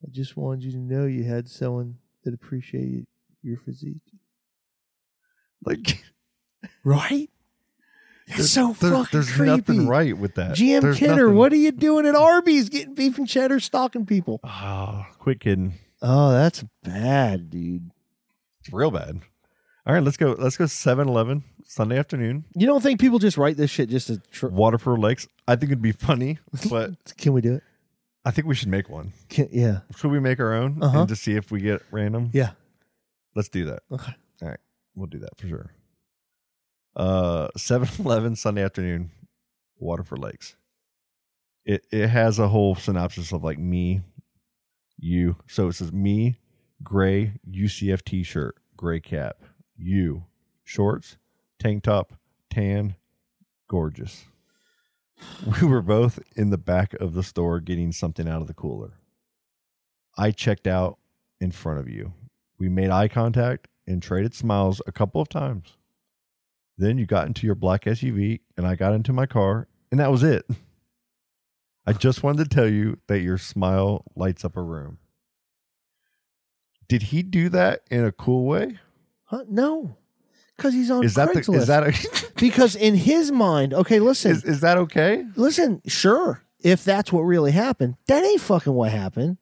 [SPEAKER 2] I just wanted you to know you had someone that appreciated your physique.
[SPEAKER 1] Like
[SPEAKER 2] Right? That's so fucking
[SPEAKER 1] There's
[SPEAKER 2] creepy.
[SPEAKER 1] nothing right with that.
[SPEAKER 2] GM
[SPEAKER 1] There's
[SPEAKER 2] Kenner,
[SPEAKER 1] nothing-
[SPEAKER 2] what are you doing at Arby's getting beef and cheddar stalking people?
[SPEAKER 1] Oh, quit kidding.
[SPEAKER 2] Oh, that's bad, dude.
[SPEAKER 1] It's real bad. All right, let's go. Let's go. 7-Eleven Sunday afternoon.
[SPEAKER 2] You don't think people just write this shit just to? Tr-
[SPEAKER 1] Waterford Lakes. I think it'd be funny, but
[SPEAKER 2] Can we do it?
[SPEAKER 1] I think we should make one.
[SPEAKER 2] Can, yeah,
[SPEAKER 1] Should we make our own
[SPEAKER 2] Uh-huh.
[SPEAKER 1] and just see if we get random?
[SPEAKER 2] yeah.
[SPEAKER 1] Let's do that.
[SPEAKER 2] Okay.
[SPEAKER 1] All right. We'll do that for sure. Uh 7-Eleven Sunday afternoon, Waterford Lakes. It it has a whole synopsis of like me, you. So it says me, gray UCF t shirt, gray cap, you, shorts, tank top, tan, gorgeous. We were both in the back of the store getting something out of the cooler. I checked out in front of you. We made eye contact and traded smiles a couple of times. Then you got into your black SUV and I got into my car, and that was it. I just wanted to tell you that your smile lights up a room. Did he do that in a cool way?
[SPEAKER 2] Huh? No, because he's on
[SPEAKER 1] Is that
[SPEAKER 2] Craigslist.
[SPEAKER 1] the, is that a,
[SPEAKER 2] because in his mind? Okay, listen,
[SPEAKER 1] is, is that okay?
[SPEAKER 2] listen. Sure, if that's what really happened, that ain't fucking what happened.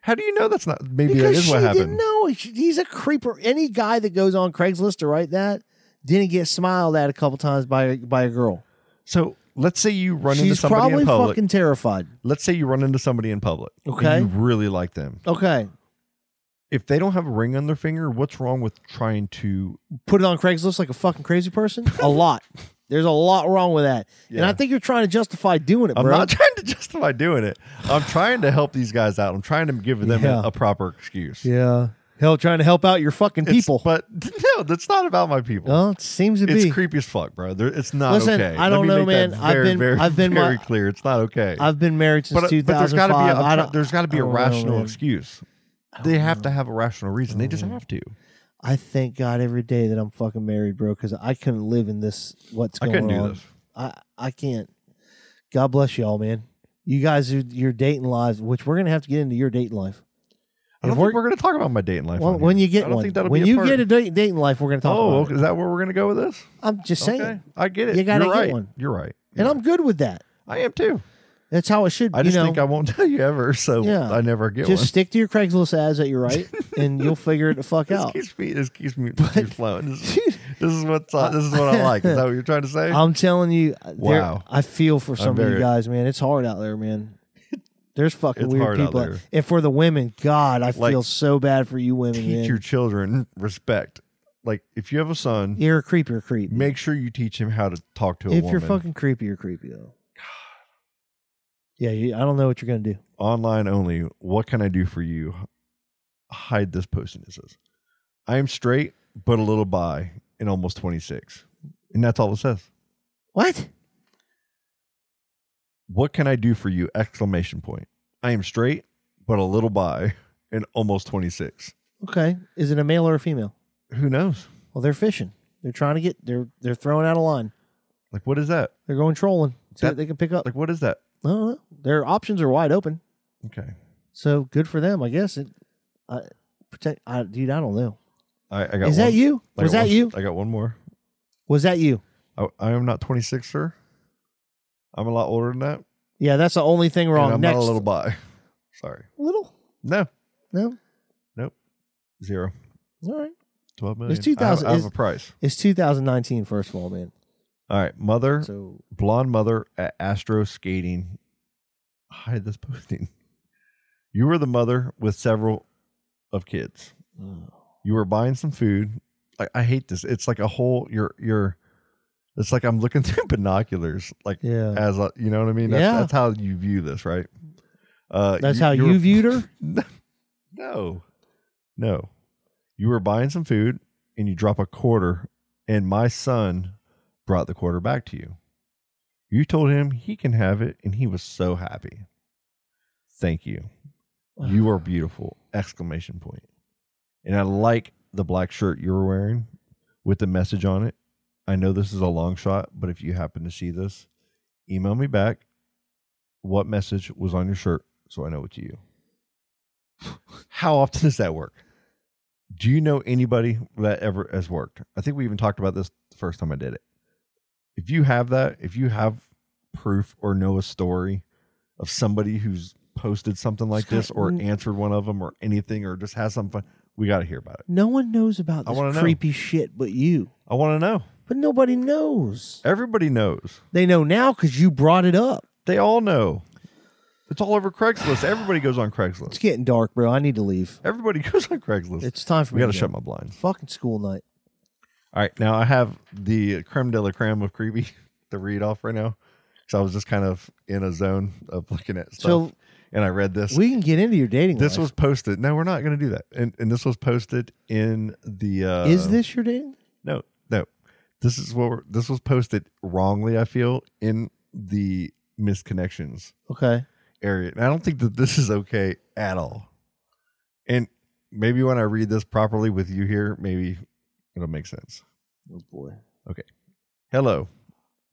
[SPEAKER 1] How do you know that's not maybe
[SPEAKER 2] Because
[SPEAKER 1] that is
[SPEAKER 2] she
[SPEAKER 1] what
[SPEAKER 2] didn't
[SPEAKER 1] happened?
[SPEAKER 2] know. She- He's a creeper. Any guy that goes on Craigslist to write that didn't get smiled at a couple times by by a girl.
[SPEAKER 1] So let's say you run into
[SPEAKER 2] She's
[SPEAKER 1] somebody
[SPEAKER 2] probably
[SPEAKER 1] in public.
[SPEAKER 2] fucking terrified.
[SPEAKER 1] let's say you run into somebody in public. and
[SPEAKER 2] Okay.
[SPEAKER 1] you really like them.
[SPEAKER 2] Okay,
[SPEAKER 1] if they don't have a ring on their finger, what's wrong with trying to?
[SPEAKER 2] put it on Craigslist like a fucking crazy person. A lot. There's a lot wrong with that, and
[SPEAKER 1] Yeah.
[SPEAKER 2] I think you're trying to justify doing it,
[SPEAKER 1] I'm
[SPEAKER 2] bro.
[SPEAKER 1] not trying to justify doing it. I'm trying to help these guys out. I'm trying to give them
[SPEAKER 2] Yeah.
[SPEAKER 1] a, a proper excuse.
[SPEAKER 2] yeah, hell, trying to help out your fucking
[SPEAKER 1] It's-
[SPEAKER 2] people.
[SPEAKER 1] but no, that's not about my people.
[SPEAKER 2] well, it seems to
[SPEAKER 1] it's
[SPEAKER 2] be.
[SPEAKER 1] creepy as fuck, bro. There- it's not
[SPEAKER 2] Listen,
[SPEAKER 1] okay.
[SPEAKER 2] I
[SPEAKER 1] Let
[SPEAKER 2] don't
[SPEAKER 1] me
[SPEAKER 2] know,
[SPEAKER 1] make that
[SPEAKER 2] man. I've
[SPEAKER 1] Very,
[SPEAKER 2] been-
[SPEAKER 1] very,
[SPEAKER 2] I've been
[SPEAKER 1] very
[SPEAKER 2] my-
[SPEAKER 1] clear. It's not okay.
[SPEAKER 2] I've been married since
[SPEAKER 1] but, uh, but
[SPEAKER 2] 2005.
[SPEAKER 1] there's got to be a,
[SPEAKER 2] I
[SPEAKER 1] I'm try-
[SPEAKER 2] don't-
[SPEAKER 1] there's got to be
[SPEAKER 2] I
[SPEAKER 1] a
[SPEAKER 2] don't know,
[SPEAKER 1] rational
[SPEAKER 2] man.
[SPEAKER 1] excuse. They have to have a rational reason. They just have to.
[SPEAKER 2] I thank God every day that I'm fucking married, bro, because I couldn't live in this. What's
[SPEAKER 1] I
[SPEAKER 2] going
[SPEAKER 1] couldn't do
[SPEAKER 2] on.
[SPEAKER 1] this.
[SPEAKER 2] I I can't. God bless y'all, man. You guys, are, your dating lives, which we're gonna have to get into your dating life.
[SPEAKER 1] I don't
[SPEAKER 2] If we're-
[SPEAKER 1] think we're going to talk about my dating life.
[SPEAKER 2] Well,
[SPEAKER 1] on
[SPEAKER 2] when
[SPEAKER 1] here.
[SPEAKER 2] you get
[SPEAKER 1] I don't
[SPEAKER 2] one,
[SPEAKER 1] think that'll
[SPEAKER 2] when
[SPEAKER 1] be a
[SPEAKER 2] you
[SPEAKER 1] part
[SPEAKER 2] get a
[SPEAKER 1] of-
[SPEAKER 2] date, dating life, we're gonna talk
[SPEAKER 1] oh,
[SPEAKER 2] about
[SPEAKER 1] okay.
[SPEAKER 2] it.
[SPEAKER 1] is that where we're going to go with this?
[SPEAKER 2] I'm just saying,
[SPEAKER 1] Okay. I get it.
[SPEAKER 2] You gotta
[SPEAKER 1] You're
[SPEAKER 2] get
[SPEAKER 1] right.
[SPEAKER 2] one.
[SPEAKER 1] You're right.
[SPEAKER 2] and I'm good with that.
[SPEAKER 1] I am too.
[SPEAKER 2] That's how it should.
[SPEAKER 1] I just
[SPEAKER 2] you know,
[SPEAKER 1] think I won't tell you ever, so
[SPEAKER 2] Yeah.
[SPEAKER 1] I never get
[SPEAKER 2] just
[SPEAKER 1] one.
[SPEAKER 2] stick to your Craigslist ads that you're right, and you'll figure it the fuck
[SPEAKER 1] This
[SPEAKER 2] out.
[SPEAKER 1] keeps me. This keeps me. This keeps flowing. This,
[SPEAKER 2] Dude.
[SPEAKER 1] this is what's. Uh, this is what I like. Is that what you're trying to say?
[SPEAKER 2] I'm telling you, there-
[SPEAKER 1] Wow.
[SPEAKER 2] I feel for some of you
[SPEAKER 1] very-
[SPEAKER 2] guys, man. It's hard out there, man. There's fucking
[SPEAKER 1] It's
[SPEAKER 2] weird
[SPEAKER 1] hard out
[SPEAKER 2] people. out-
[SPEAKER 1] there.
[SPEAKER 2] And for the women, God, I
[SPEAKER 1] Like,
[SPEAKER 2] feel so bad for you women,
[SPEAKER 1] teach
[SPEAKER 2] man.
[SPEAKER 1] your children respect. Like if you have a son,
[SPEAKER 2] you're a creep, you're a creep.
[SPEAKER 1] make sure you teach him how to talk to a
[SPEAKER 2] if
[SPEAKER 1] woman.
[SPEAKER 2] you're fucking creepy, you're creepy though. Yeah, you, I don't know what you're gonna do.
[SPEAKER 1] online only. What can I do for you? Hide this posting. It says, "I am straight, but a little bi, and almost 26." And that's all it says.
[SPEAKER 2] What?
[SPEAKER 1] What can I do for you? Exclamation point. I am straight, but a little bi and almost 26.
[SPEAKER 2] Okay, is it a male or a female?
[SPEAKER 1] Who knows?
[SPEAKER 2] Well, they're fishing. They're trying to get. They're they're throwing out a line.
[SPEAKER 1] Like, what is that?
[SPEAKER 2] They're going trolling. See
[SPEAKER 1] That-
[SPEAKER 2] what they can pick up.
[SPEAKER 1] Like, what is that?
[SPEAKER 2] I don't know. Their options are wide open.
[SPEAKER 1] Okay.
[SPEAKER 2] So good for them, I guess. It, I protect, I, dude. I don't know.
[SPEAKER 1] I, I got
[SPEAKER 2] Is
[SPEAKER 1] one-
[SPEAKER 2] that you?
[SPEAKER 1] I
[SPEAKER 2] Was
[SPEAKER 1] got
[SPEAKER 2] that
[SPEAKER 1] one-
[SPEAKER 2] you?
[SPEAKER 1] I got one more.
[SPEAKER 2] Was that you?
[SPEAKER 1] I, I am not 26, sir. I'm a lot older than that.
[SPEAKER 2] Yeah, that's the only thing
[SPEAKER 1] and
[SPEAKER 2] wrong.
[SPEAKER 1] I'm
[SPEAKER 2] Next,
[SPEAKER 1] not a little bi. Sorry.
[SPEAKER 2] Little?
[SPEAKER 1] No.
[SPEAKER 2] No.
[SPEAKER 1] Zero.
[SPEAKER 2] All right.
[SPEAKER 1] 12 million.
[SPEAKER 2] 2000
[SPEAKER 1] I have, I
[SPEAKER 2] is-
[SPEAKER 1] have a price.
[SPEAKER 2] It's 2019. First of all, man.
[SPEAKER 1] All right. Mother,
[SPEAKER 2] So
[SPEAKER 1] blonde mother at Astro Skating. Hide this posting. You were the mother with several of kids.
[SPEAKER 2] uh,
[SPEAKER 1] You were buying some food. I, I hate this. It's like a whole. You're you're. It's like I'm looking through binoculars. Like
[SPEAKER 2] Yeah.
[SPEAKER 1] as a, you know what I mean. That's,
[SPEAKER 2] Yeah.
[SPEAKER 1] that's how you view this, right? Uh,
[SPEAKER 2] that's how you
[SPEAKER 1] were-
[SPEAKER 2] viewed her.
[SPEAKER 1] No, no. You were buying some food and you drop a quarter, and my son brought the quarter back to you. You told him he can have it, and he was so happy. Thank you. You are beautiful! Exclamation point. And I like the black shirt you were wearing with the message on it. I know this is a long shot, but if you happen to see this, email me back what message was on your shirt so I know it's you. How often does that work? Do you know anybody that ever has worked? I think we even talked about this the first time I did it. if you have that, if you have proof or know a story of somebody who's posted something like this or
[SPEAKER 2] Scott, n-
[SPEAKER 1] answered one of them or anything or just has some fun, we got to hear about it.
[SPEAKER 2] No one knows about
[SPEAKER 1] I
[SPEAKER 2] this
[SPEAKER 1] wanna know.
[SPEAKER 2] creepy shit but you.
[SPEAKER 1] I want to know.
[SPEAKER 2] But nobody knows.
[SPEAKER 1] Everybody knows.
[SPEAKER 2] They know now because you brought it up.
[SPEAKER 1] They all know. It's all over Craigslist. Everybody goes on
[SPEAKER 2] It's
[SPEAKER 1] Craigslist.
[SPEAKER 2] getting dark, bro. I need to leave.
[SPEAKER 1] Everybody goes on Craigslist.
[SPEAKER 2] It's time for
[SPEAKER 1] we
[SPEAKER 2] me
[SPEAKER 1] got to
[SPEAKER 2] to
[SPEAKER 1] shut
[SPEAKER 2] go.
[SPEAKER 1] my blinds.
[SPEAKER 2] Fucking school night.
[SPEAKER 1] All right, now I have the creme de la creme of creepy to read off right now because I was just kind of in a zone of looking at stuff,
[SPEAKER 2] So-
[SPEAKER 1] and I read this.
[SPEAKER 2] We can get into your dating
[SPEAKER 1] this
[SPEAKER 2] life.
[SPEAKER 1] was posted. No, we're not going to do that. And and this was posted in the. Uh,
[SPEAKER 2] Is this your dating?
[SPEAKER 1] no no? This is what we're, this was posted wrongly. I feel in the misconnections
[SPEAKER 2] Okay.
[SPEAKER 1] area. And I don't think that this is okay at all. And maybe when I read this properly with you here, maybe it'll make sense.
[SPEAKER 2] Oh boy.
[SPEAKER 1] Hello,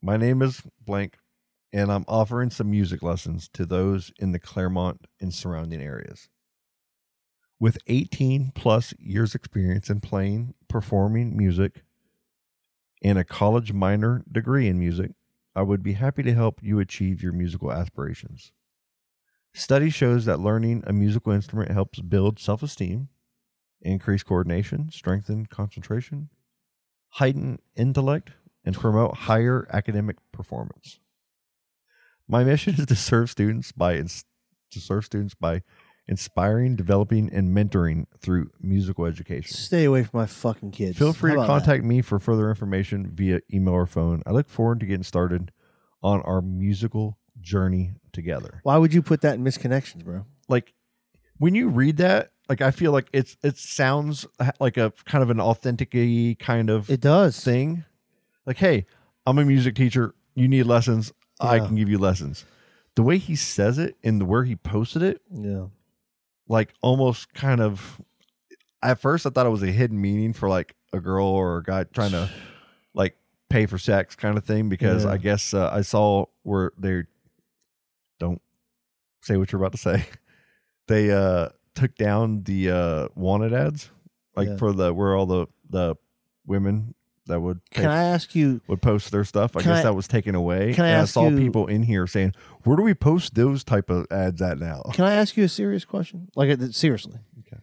[SPEAKER 1] my name is Blank, and I'm offering some music lessons to those in the Claremont and surrounding areas. With 18 plus years' experience in playing, performing music, and a college minor degree in music, I would be happy to help you achieve your musical aspirations. Study shows that learning a musical instrument helps build self esteem, increase coordination, strengthen concentration, heighten intellect, and promote higher academic performance. My mission is to serve students by ins- to serve students by inspiring, developing, and mentoring through musical education.
[SPEAKER 2] Stay away from my fucking kids.
[SPEAKER 1] Feel free
[SPEAKER 2] How
[SPEAKER 1] to
[SPEAKER 2] about that?
[SPEAKER 1] contact me for further information via email or phone. I look forward to getting started on our musical journey together.
[SPEAKER 2] Why would you put that in misconnections, bro?
[SPEAKER 1] Like when you read that, like I feel like it's it sounds ha- like a kind of an authentic kind of
[SPEAKER 2] It does.
[SPEAKER 1] thing. Like, hey, I'm a music teacher. You need lessons. I
[SPEAKER 2] Yeah.
[SPEAKER 1] can give you lessons. The way he says it and the where he posted it,
[SPEAKER 2] Yeah.
[SPEAKER 1] like almost kind of at first I thought it was a hidden meaning for like a girl or a guy trying to like pay for sex kind of thing because
[SPEAKER 2] Yeah.
[SPEAKER 1] I guess uh, I saw where they don't say what you're about to say. They uh took down the uh wanted ads like
[SPEAKER 2] Yeah.
[SPEAKER 1] for the where all the the women that would pay
[SPEAKER 2] Can I ask you?
[SPEAKER 1] would post their stuff. I
[SPEAKER 2] Can
[SPEAKER 1] guess
[SPEAKER 2] I-
[SPEAKER 1] that was taken away.
[SPEAKER 2] can I
[SPEAKER 1] and I
[SPEAKER 2] ask
[SPEAKER 1] saw
[SPEAKER 2] you-
[SPEAKER 1] people in here saying, "Where do we post those type of ads at now?"
[SPEAKER 2] Can I ask you a serious question? Like uh, seriously.
[SPEAKER 1] Uh-huh. Okay.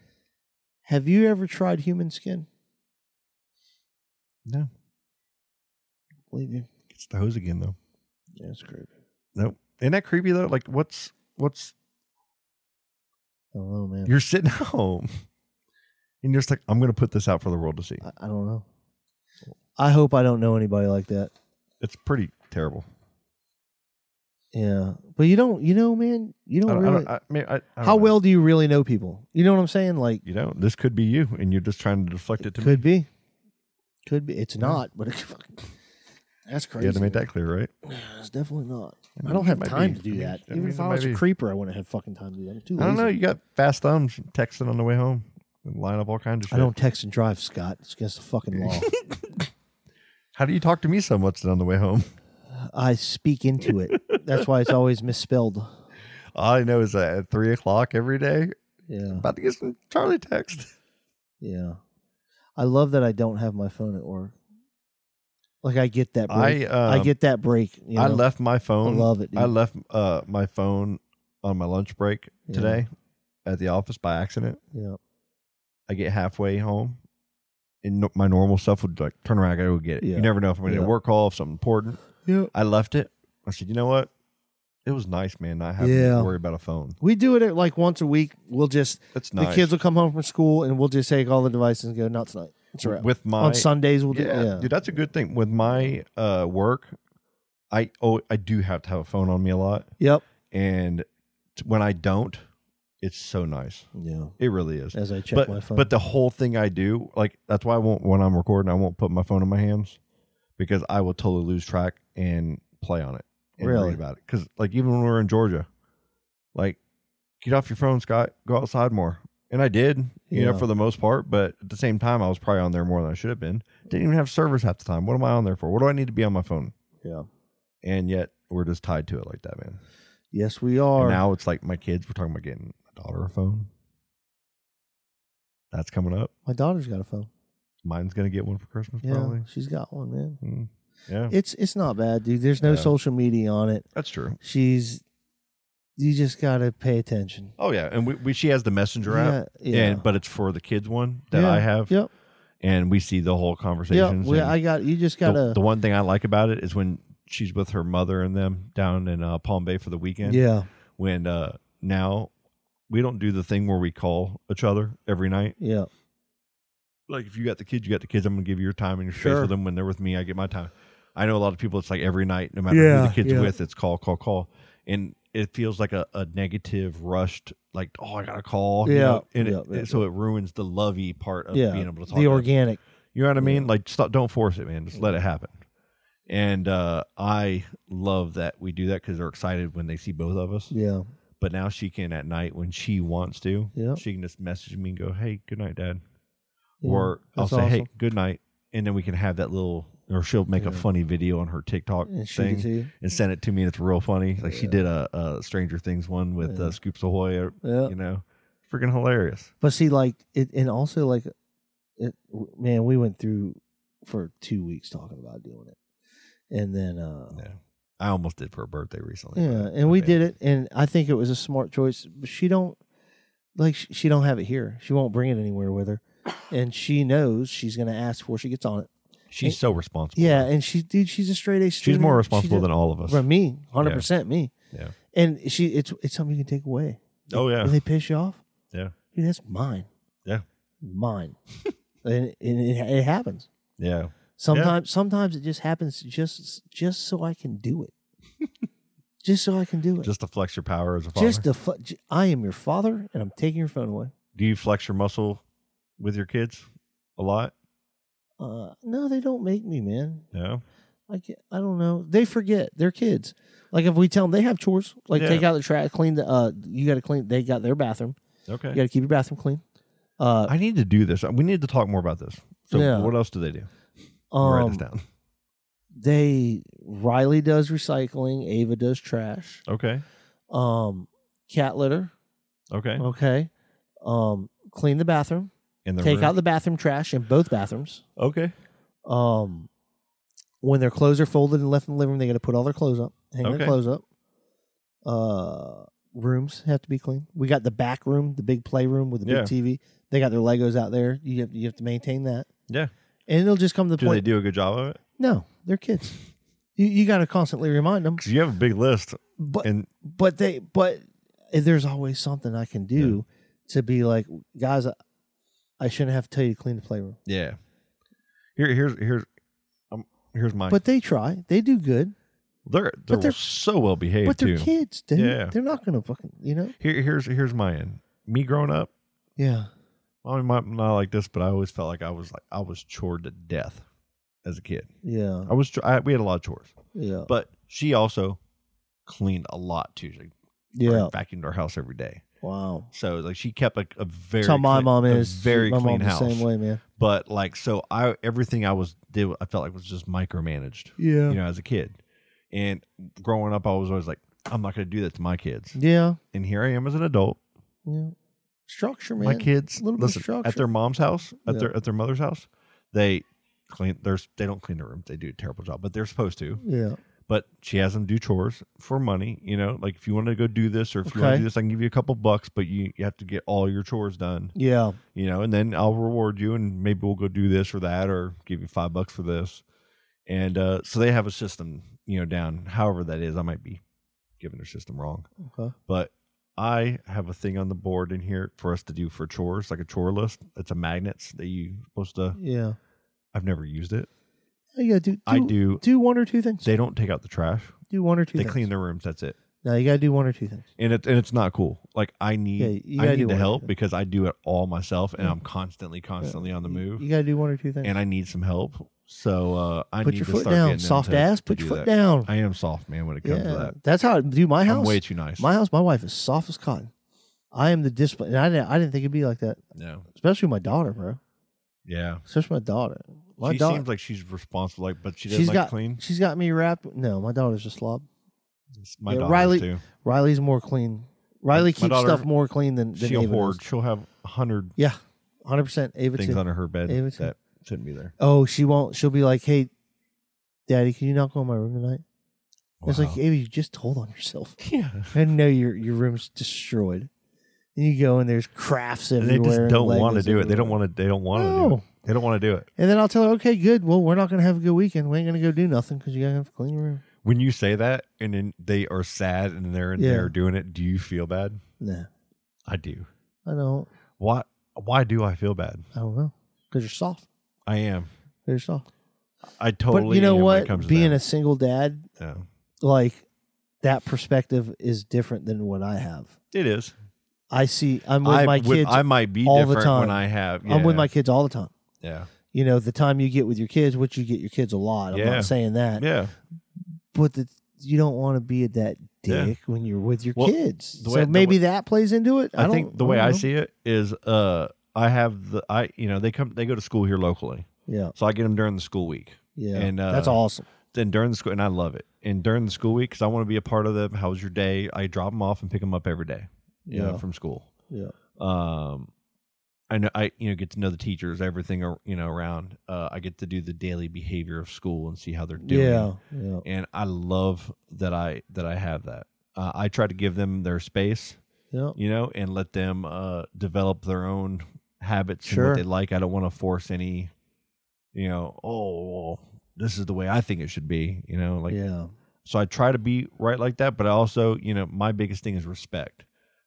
[SPEAKER 2] Have you ever tried human skin?
[SPEAKER 1] No,
[SPEAKER 2] Believe you.
[SPEAKER 1] it's the hose again though.
[SPEAKER 2] Yeah, it's creepy.
[SPEAKER 1] Nope. Isn't that creepy though? Like, what's what's
[SPEAKER 2] I don't know, man.
[SPEAKER 1] you're sitting at home and you're just like, I'm gonna put this out for the world to see.
[SPEAKER 2] I, I don't know. I hope I don't know anybody like that.
[SPEAKER 1] It's pretty terrible.
[SPEAKER 2] Yeah, but you don't. You know, man. You
[SPEAKER 1] I don't,
[SPEAKER 2] don't really.
[SPEAKER 1] I don't, I, mean, I, I don't
[SPEAKER 2] how
[SPEAKER 1] know.
[SPEAKER 2] well do you really know people? You know what I'm saying? Like,
[SPEAKER 1] you know this could be you, and you're just trying to deflect it to
[SPEAKER 2] could
[SPEAKER 1] me.
[SPEAKER 2] be, could be. It's not, but it, fucking- that's
[SPEAKER 1] You
[SPEAKER 2] crazy.
[SPEAKER 1] had to make that clear, right?
[SPEAKER 2] It's definitely not.
[SPEAKER 1] I
[SPEAKER 2] I
[SPEAKER 1] mean,
[SPEAKER 2] don't have
[SPEAKER 1] it might
[SPEAKER 2] time
[SPEAKER 1] be.
[SPEAKER 2] to do
[SPEAKER 1] I mean,
[SPEAKER 2] that.
[SPEAKER 1] I
[SPEAKER 2] Even
[SPEAKER 1] mean,
[SPEAKER 2] if
[SPEAKER 1] it
[SPEAKER 2] I was
[SPEAKER 1] might
[SPEAKER 2] a
[SPEAKER 1] be.
[SPEAKER 2] creeper, I wouldn't have fucking time to do that. I'm too
[SPEAKER 1] I don't know.
[SPEAKER 2] lazy.
[SPEAKER 1] You got fast thumbs texting on the way home and line up all kinds of shit.
[SPEAKER 2] I don't text and drive, Scott. It's against the fucking law.
[SPEAKER 1] How do you talk to me so much on the way home?
[SPEAKER 2] I speak into it. That's why it's always misspelled.
[SPEAKER 1] All I know is that at three o'clock every day,
[SPEAKER 2] Yeah,
[SPEAKER 1] about to get some Charlie text.
[SPEAKER 2] yeah. I love that I don't have my phone at work. Like I get that. Break.
[SPEAKER 1] I, um,
[SPEAKER 2] I get that break. You know?
[SPEAKER 1] I left my phone.
[SPEAKER 2] I love it, dude.
[SPEAKER 1] I left uh, my phone on my lunch break today at the office by accident.
[SPEAKER 2] Yeah.
[SPEAKER 1] I get halfway home, and no, my normal stuff would like turn around. I gotta go get it.
[SPEAKER 2] Yeah.
[SPEAKER 1] You never know if I'm gonna get a
[SPEAKER 2] Yeah.
[SPEAKER 1] work call, if something important.
[SPEAKER 2] Yeah.
[SPEAKER 1] I left it. I said, you know what? It was nice, man, not having
[SPEAKER 2] Yeah.
[SPEAKER 1] to worry about a phone.
[SPEAKER 2] We do it at like once a week. We'll just
[SPEAKER 1] That's nice.
[SPEAKER 2] the kids will come home from school and we'll just take all the devices and go. Not tonight. It's a wrap.
[SPEAKER 1] with my
[SPEAKER 2] on Sundays we'll do.
[SPEAKER 1] yeah,
[SPEAKER 2] Yeah.
[SPEAKER 1] dude, that's a good thing. With my uh, work, I oh I do have to have a phone on me a lot,
[SPEAKER 2] Yep.
[SPEAKER 1] and t- when I don't, it's so nice.
[SPEAKER 2] Yeah.
[SPEAKER 1] It really is.
[SPEAKER 2] As I check
[SPEAKER 1] but
[SPEAKER 2] my phone.
[SPEAKER 1] but the whole thing I do, like that's why I won't when I'm recording, I won't put my phone in my hands because I will totally lose track and play on it and
[SPEAKER 2] Really?
[SPEAKER 1] read about it. Because like even when we were in Georgia, like get off your phone, Scott. Go outside more. And I did, you know,
[SPEAKER 2] Yeah.
[SPEAKER 1] for the most part. But at the same time, I was probably on there more than I should have been. Didn't even have servers half the time. What am I on there for? What do I need to be on my phone?
[SPEAKER 2] yeah.
[SPEAKER 1] And yet we're just tied to it like that, man.
[SPEAKER 2] Yes, we
[SPEAKER 1] And
[SPEAKER 2] are.
[SPEAKER 1] now it's like my kids. We're talking about getting my daughter a phone. That's coming up.
[SPEAKER 2] my daughter's got a phone.
[SPEAKER 1] Mine's gonna get one for Christmas,
[SPEAKER 2] Yeah,
[SPEAKER 1] probably.
[SPEAKER 2] she's got one, man.
[SPEAKER 1] Mm. Yeah,
[SPEAKER 2] It's it's not bad, dude. There's no
[SPEAKER 1] Yeah.
[SPEAKER 2] social media on it.
[SPEAKER 1] that's true.
[SPEAKER 2] She's you just gotta pay attention.
[SPEAKER 1] Oh yeah, and we, we she has the messenger app,
[SPEAKER 2] Yeah, yeah.
[SPEAKER 1] and but it's for the kids one that
[SPEAKER 2] Yeah,
[SPEAKER 1] I have,
[SPEAKER 2] Yep.
[SPEAKER 1] and we see the whole
[SPEAKER 2] Yep.
[SPEAKER 1] conversation.
[SPEAKER 2] We, I got you. Just gotta.
[SPEAKER 1] the, the one thing I like about it is when she's with her mother and them down in uh, Palm Bay for the weekend.
[SPEAKER 2] yeah.
[SPEAKER 1] When uh, now we don't do the thing where we call each other every night.
[SPEAKER 2] Yeah.
[SPEAKER 1] Like if you got the kids, you got the kids. I'm gonna give you your time and your space
[SPEAKER 2] Sure.
[SPEAKER 1] with them. When they're with me, I get my time. I know a lot of people. It's like every night, no matter who
[SPEAKER 2] Yeah,
[SPEAKER 1] the kids
[SPEAKER 2] yeah.
[SPEAKER 1] with, it's call, call, call, and it feels like a, a negative, rushed. Like oh, I gotta call. you
[SPEAKER 2] Yeah,
[SPEAKER 1] know? and it,
[SPEAKER 2] yeah, yeah,
[SPEAKER 1] it- so it ruins the lovey part of
[SPEAKER 2] Yeah.
[SPEAKER 1] being able to talk.
[SPEAKER 2] the
[SPEAKER 1] to them.
[SPEAKER 2] organic.
[SPEAKER 1] You know what I mean? Like, stop, don't force it, man. Just let it happen. And uh, I love that we do that because they're excited when they see both of us.
[SPEAKER 2] Yeah.
[SPEAKER 1] But now she can at night when she wants to.
[SPEAKER 2] Yep.
[SPEAKER 1] She can just message me and go, "Hey, good night, Dad,"
[SPEAKER 2] Yeah,
[SPEAKER 1] or I'll
[SPEAKER 2] that's
[SPEAKER 1] say, "Hey,
[SPEAKER 2] awesome.
[SPEAKER 1] good night," and then we can have that little. Or she'll make a funny video on her TikTok
[SPEAKER 2] And shoot it
[SPEAKER 1] thing
[SPEAKER 2] to you.
[SPEAKER 1] and send it to me, and it's real funny. Like she did a, a Stranger Things one with uh, Scoops Ahoy, or,
[SPEAKER 2] Yeah.
[SPEAKER 1] you know, freaking hilarious.
[SPEAKER 2] But see, like it, and also like, it, w- man, we went through for two weeks talking about doing it, and then uh,
[SPEAKER 1] Yeah, I almost did for her birthday recently.
[SPEAKER 2] yeah,
[SPEAKER 1] but I
[SPEAKER 2] and we
[SPEAKER 1] bailed.
[SPEAKER 2] did it, and I think it was a smart choice. But she don't like sh- she don't have it here. She won't bring it anywhere with her, and she knows she's gonna ask before she gets on it.
[SPEAKER 1] She's so responsible.
[SPEAKER 2] Yeah, and she, dude, she's a straight A
[SPEAKER 1] She's
[SPEAKER 2] student.
[SPEAKER 1] more responsible
[SPEAKER 2] She
[SPEAKER 1] than
[SPEAKER 2] did-
[SPEAKER 1] all of us.
[SPEAKER 2] From me, hundred percent me.
[SPEAKER 1] Yeah.
[SPEAKER 2] and she, it's it's something you can take away.
[SPEAKER 1] Oh yeah.
[SPEAKER 2] And they piss you off.
[SPEAKER 1] yeah.
[SPEAKER 2] Dude, that's mine.
[SPEAKER 1] Yeah.
[SPEAKER 2] mine. and and it, it happens.
[SPEAKER 1] Yeah.
[SPEAKER 2] Sometimes sometimes it just happens just just so I can do it. just so I can do it.
[SPEAKER 1] Just to flex your power as a father.
[SPEAKER 2] Just the fu- j- I am your father and I'm taking your phone away.
[SPEAKER 1] Do you flex your muscle with your kids a lot?
[SPEAKER 2] Uh, no, they don't make me, man.
[SPEAKER 1] No.
[SPEAKER 2] I ca- I don't know. They forget. They're kids. Like if we tell them they have chores, like
[SPEAKER 1] Yeah.
[SPEAKER 2] take out the trash, clean the uh you got to clean they got their bathroom.
[SPEAKER 1] Okay.
[SPEAKER 2] You got to keep your bathroom clean. Uh
[SPEAKER 1] I need to do this. We need to talk more about this. So
[SPEAKER 2] Yeah.
[SPEAKER 1] what else do they do? Write this
[SPEAKER 2] um,
[SPEAKER 1] down.
[SPEAKER 2] they Riley does recycling, Ava does trash.
[SPEAKER 1] Okay.
[SPEAKER 2] Um cat litter.
[SPEAKER 1] Okay.
[SPEAKER 2] Okay. Um, clean the bathroom.
[SPEAKER 1] In the
[SPEAKER 2] take
[SPEAKER 1] room.
[SPEAKER 2] out the bathroom trash in both bathrooms.
[SPEAKER 1] Okay.
[SPEAKER 2] Um, when their clothes are folded and left in the living room, they got to put all their clothes up, hang
[SPEAKER 1] Okay.
[SPEAKER 2] their clothes up. Uh, rooms have to be clean. We got the back room, the big playroom with the
[SPEAKER 1] Yeah.
[SPEAKER 2] big TV. They got their Legos out there. You have you have to maintain that,
[SPEAKER 1] Yeah.
[SPEAKER 2] and it'll just come to the
[SPEAKER 1] Do they
[SPEAKER 2] point.
[SPEAKER 1] do a good job of it?
[SPEAKER 2] No, they're kids. you you got to constantly remind them.
[SPEAKER 1] 'Cause you have a big list,
[SPEAKER 2] But
[SPEAKER 1] and
[SPEAKER 2] but they but there's always something I can do to be like guys. I, I shouldn't have to tell you to clean the playroom,
[SPEAKER 1] yeah. Here, here's here's um, here's mine.
[SPEAKER 2] but they try. They do good,
[SPEAKER 1] they're they're,
[SPEAKER 2] but they're-
[SPEAKER 1] so well behaved
[SPEAKER 2] but they're
[SPEAKER 1] too.
[SPEAKER 2] kids, dude.
[SPEAKER 1] Yeah.
[SPEAKER 2] They're not gonna fucking you know.
[SPEAKER 1] Here, here's here's my end. Me growing up,
[SPEAKER 2] Yeah,
[SPEAKER 1] I mean, might not like this, but I always felt like I was like I was chored to death as a kid.
[SPEAKER 2] yeah,
[SPEAKER 1] I was cho- I, we had a lot of chores,
[SPEAKER 2] yeah,
[SPEAKER 1] but she also cleaned a lot too. She
[SPEAKER 2] yeah.
[SPEAKER 1] vacuumed our house every day,
[SPEAKER 2] Wow.
[SPEAKER 1] so like she kept a, a very
[SPEAKER 2] That's how my
[SPEAKER 1] clean-
[SPEAKER 2] mom
[SPEAKER 1] a
[SPEAKER 2] is.
[SPEAKER 1] very
[SPEAKER 2] my
[SPEAKER 1] clean
[SPEAKER 2] mom's
[SPEAKER 1] house.
[SPEAKER 2] the same way, man.
[SPEAKER 1] But like so, I everything I was did I felt like was just micromanaged.
[SPEAKER 2] Yeah,
[SPEAKER 1] You know, as a kid, and growing up, I was always like, I'm not going to do that to my kids.
[SPEAKER 2] yeah,
[SPEAKER 1] And here I am as an adult,
[SPEAKER 2] yeah. Structure, man.
[SPEAKER 1] my kids
[SPEAKER 2] a little bit of
[SPEAKER 1] listen
[SPEAKER 2] structure.
[SPEAKER 1] at their mom's house at
[SPEAKER 2] Yeah.
[SPEAKER 1] their at their mother's house they clean there's they don't clean their room they do a terrible job but they're supposed to
[SPEAKER 2] Yeah,
[SPEAKER 1] but she has them do chores for money you know like if you want to go do this or if you want to
[SPEAKER 2] Okay.
[SPEAKER 1] do this i can give you a couple bucks but you, you have to get all your chores done
[SPEAKER 2] yeah,
[SPEAKER 1] you know and then i'll reward you and maybe we'll go do this or that or give you five bucks for this and uh, so they have a system you know down however that is i might be giving their system wrong
[SPEAKER 2] okay.
[SPEAKER 1] but I have a thing on the board in here for us to do for chores, like a chore list. It's a magnets that you supposed to.
[SPEAKER 2] yeah.
[SPEAKER 1] I've never used it.
[SPEAKER 2] You gotta do, do.
[SPEAKER 1] I do.
[SPEAKER 2] do one or two things.
[SPEAKER 1] They don't take out the trash.
[SPEAKER 2] do one or two.
[SPEAKER 1] They
[SPEAKER 2] things.
[SPEAKER 1] clean their rooms. That's it.
[SPEAKER 2] No, you gotta do one or two things.
[SPEAKER 1] And it, and it's not cool. Like I
[SPEAKER 2] Yeah,
[SPEAKER 1] need
[SPEAKER 2] you
[SPEAKER 1] I
[SPEAKER 2] gotta
[SPEAKER 1] need
[SPEAKER 2] do
[SPEAKER 1] the
[SPEAKER 2] one or
[SPEAKER 1] help
[SPEAKER 2] two.
[SPEAKER 1] because I do it all myself and I'm constantly constantly on the move
[SPEAKER 2] You gotta do one or two things.
[SPEAKER 1] and I need some help. So uh, I
[SPEAKER 2] put
[SPEAKER 1] need
[SPEAKER 2] your
[SPEAKER 1] to
[SPEAKER 2] foot
[SPEAKER 1] start
[SPEAKER 2] down,
[SPEAKER 1] getting them
[SPEAKER 2] soft
[SPEAKER 1] to-
[SPEAKER 2] ass.
[SPEAKER 1] to
[SPEAKER 2] Put your
[SPEAKER 1] do
[SPEAKER 2] foot
[SPEAKER 1] that.
[SPEAKER 2] down.
[SPEAKER 1] I am soft man when it
[SPEAKER 2] yeah,
[SPEAKER 1] comes to that.
[SPEAKER 2] that's how I do my
[SPEAKER 1] I'm
[SPEAKER 2] house.
[SPEAKER 1] way too nice.
[SPEAKER 2] my house, my wife is soft as cotton. I am the discipline, and I didn't, I didn't think it'd be like that,
[SPEAKER 1] no.
[SPEAKER 2] especially my daughter, bro.
[SPEAKER 1] Yeah.
[SPEAKER 2] Especially my daughter. My
[SPEAKER 1] she
[SPEAKER 2] daughter,
[SPEAKER 1] seems like she's responsible, like, but she doesn't
[SPEAKER 2] she's
[SPEAKER 1] like
[SPEAKER 2] got,
[SPEAKER 1] to clean.
[SPEAKER 2] she's got me wrapped. No, my daughter's a slob.
[SPEAKER 1] It's my
[SPEAKER 2] Yeah,
[SPEAKER 1] daughter
[SPEAKER 2] Riley-
[SPEAKER 1] too.
[SPEAKER 2] Riley's more clean. Riley
[SPEAKER 1] My
[SPEAKER 2] keeps
[SPEAKER 1] daughter-
[SPEAKER 2] stuff more clean than, than
[SPEAKER 1] She'll
[SPEAKER 2] Ava
[SPEAKER 1] hoard.
[SPEAKER 2] does.
[SPEAKER 1] She'll have a hundred
[SPEAKER 2] Yeah, hundred percent. Ava
[SPEAKER 1] things
[SPEAKER 2] too.
[SPEAKER 1] under her bed
[SPEAKER 2] Ava too.
[SPEAKER 1] that shouldn't be there.
[SPEAKER 2] Oh, she won't. She'll be like, "Hey, Daddy, can you not go in my room tonight? It's like,
[SPEAKER 1] Wow.
[SPEAKER 2] Ava, you just told on yourself.
[SPEAKER 1] yeah.
[SPEAKER 2] And no, your your room's destroyed. And you go and there's crafts
[SPEAKER 1] They
[SPEAKER 2] everywhere.
[SPEAKER 1] just
[SPEAKER 2] and
[SPEAKER 1] don't want to
[SPEAKER 2] Legos
[SPEAKER 1] do it. They
[SPEAKER 2] everywhere.
[SPEAKER 1] don't want to. They don't want to. Do it.
[SPEAKER 2] No.
[SPEAKER 1] They don't want to do it.
[SPEAKER 2] And then I'll tell her, okay, good. Well, we're not going to have a good weekend. We ain't going to go do nothing because you got to have a clean room.
[SPEAKER 1] When you say that, and then they are sad, and they're and
[SPEAKER 2] Yeah.
[SPEAKER 1] they're doing it. Do you feel bad?
[SPEAKER 2] Nah,
[SPEAKER 1] I do.
[SPEAKER 2] I don't.
[SPEAKER 1] Why? Why do I feel bad?
[SPEAKER 2] I don't know. Because you're soft.
[SPEAKER 1] I am.
[SPEAKER 2] You're soft.
[SPEAKER 1] I totally.
[SPEAKER 2] but you know
[SPEAKER 1] am When it
[SPEAKER 2] what?
[SPEAKER 1] comes
[SPEAKER 2] Being
[SPEAKER 1] to that.
[SPEAKER 2] a single dad,
[SPEAKER 1] Yeah.
[SPEAKER 2] like that perspective is different than what I have.
[SPEAKER 1] it is.
[SPEAKER 2] I see. I'm with
[SPEAKER 1] I,
[SPEAKER 2] my
[SPEAKER 1] would-
[SPEAKER 2] kids.
[SPEAKER 1] I might be
[SPEAKER 2] all the
[SPEAKER 1] different when
[SPEAKER 2] time.
[SPEAKER 1] I have.
[SPEAKER 2] I'm with
[SPEAKER 1] yeah,
[SPEAKER 2] my kids all the time.
[SPEAKER 1] Yeah.
[SPEAKER 2] You know, the time you get with your kids, which you get your kids a lot. I'm
[SPEAKER 1] Yeah.
[SPEAKER 2] not saying that.
[SPEAKER 1] Yeah.
[SPEAKER 2] But the, you don't want to be that
[SPEAKER 1] Yeah.
[SPEAKER 2] dick when you're with your
[SPEAKER 1] Well,
[SPEAKER 2] kids.
[SPEAKER 1] the way-
[SPEAKER 2] so
[SPEAKER 1] the
[SPEAKER 2] maybe
[SPEAKER 1] way-
[SPEAKER 2] that plays into it. I,
[SPEAKER 1] I, think
[SPEAKER 2] don't- mm-hmm.
[SPEAKER 1] the way
[SPEAKER 2] don't
[SPEAKER 1] I
[SPEAKER 2] know.
[SPEAKER 1] see it is, uh, I have the I. You know, they come. They go to school here locally,
[SPEAKER 2] Yeah.
[SPEAKER 1] so I get them during the school week.
[SPEAKER 2] Yeah.
[SPEAKER 1] And, uh,
[SPEAKER 2] That's awesome.
[SPEAKER 1] then during the school and I love it. And during the school week, because I want to be a part of them. How was your day? I drop them off and pick them up every day. You know,
[SPEAKER 2] Yeah.
[SPEAKER 1] from school.
[SPEAKER 2] Yeah.
[SPEAKER 1] Um, I know I you know get to know the teachers, everything ar- you know around. Uh, I get to do the daily behavior of school and see how they're doing.
[SPEAKER 2] Yeah. Yeah.
[SPEAKER 1] And I love that I that I have that. Uh, I try to give them their space,
[SPEAKER 2] Yeah.
[SPEAKER 1] you know, and let them uh, develop their own habits and
[SPEAKER 2] Sure.
[SPEAKER 1] what they like. I don't want to force any, you know, oh, well, this is the way I think it should be, you know, like
[SPEAKER 2] yeah.
[SPEAKER 1] so I try to be right like that, but I also, you know, my biggest thing is respect.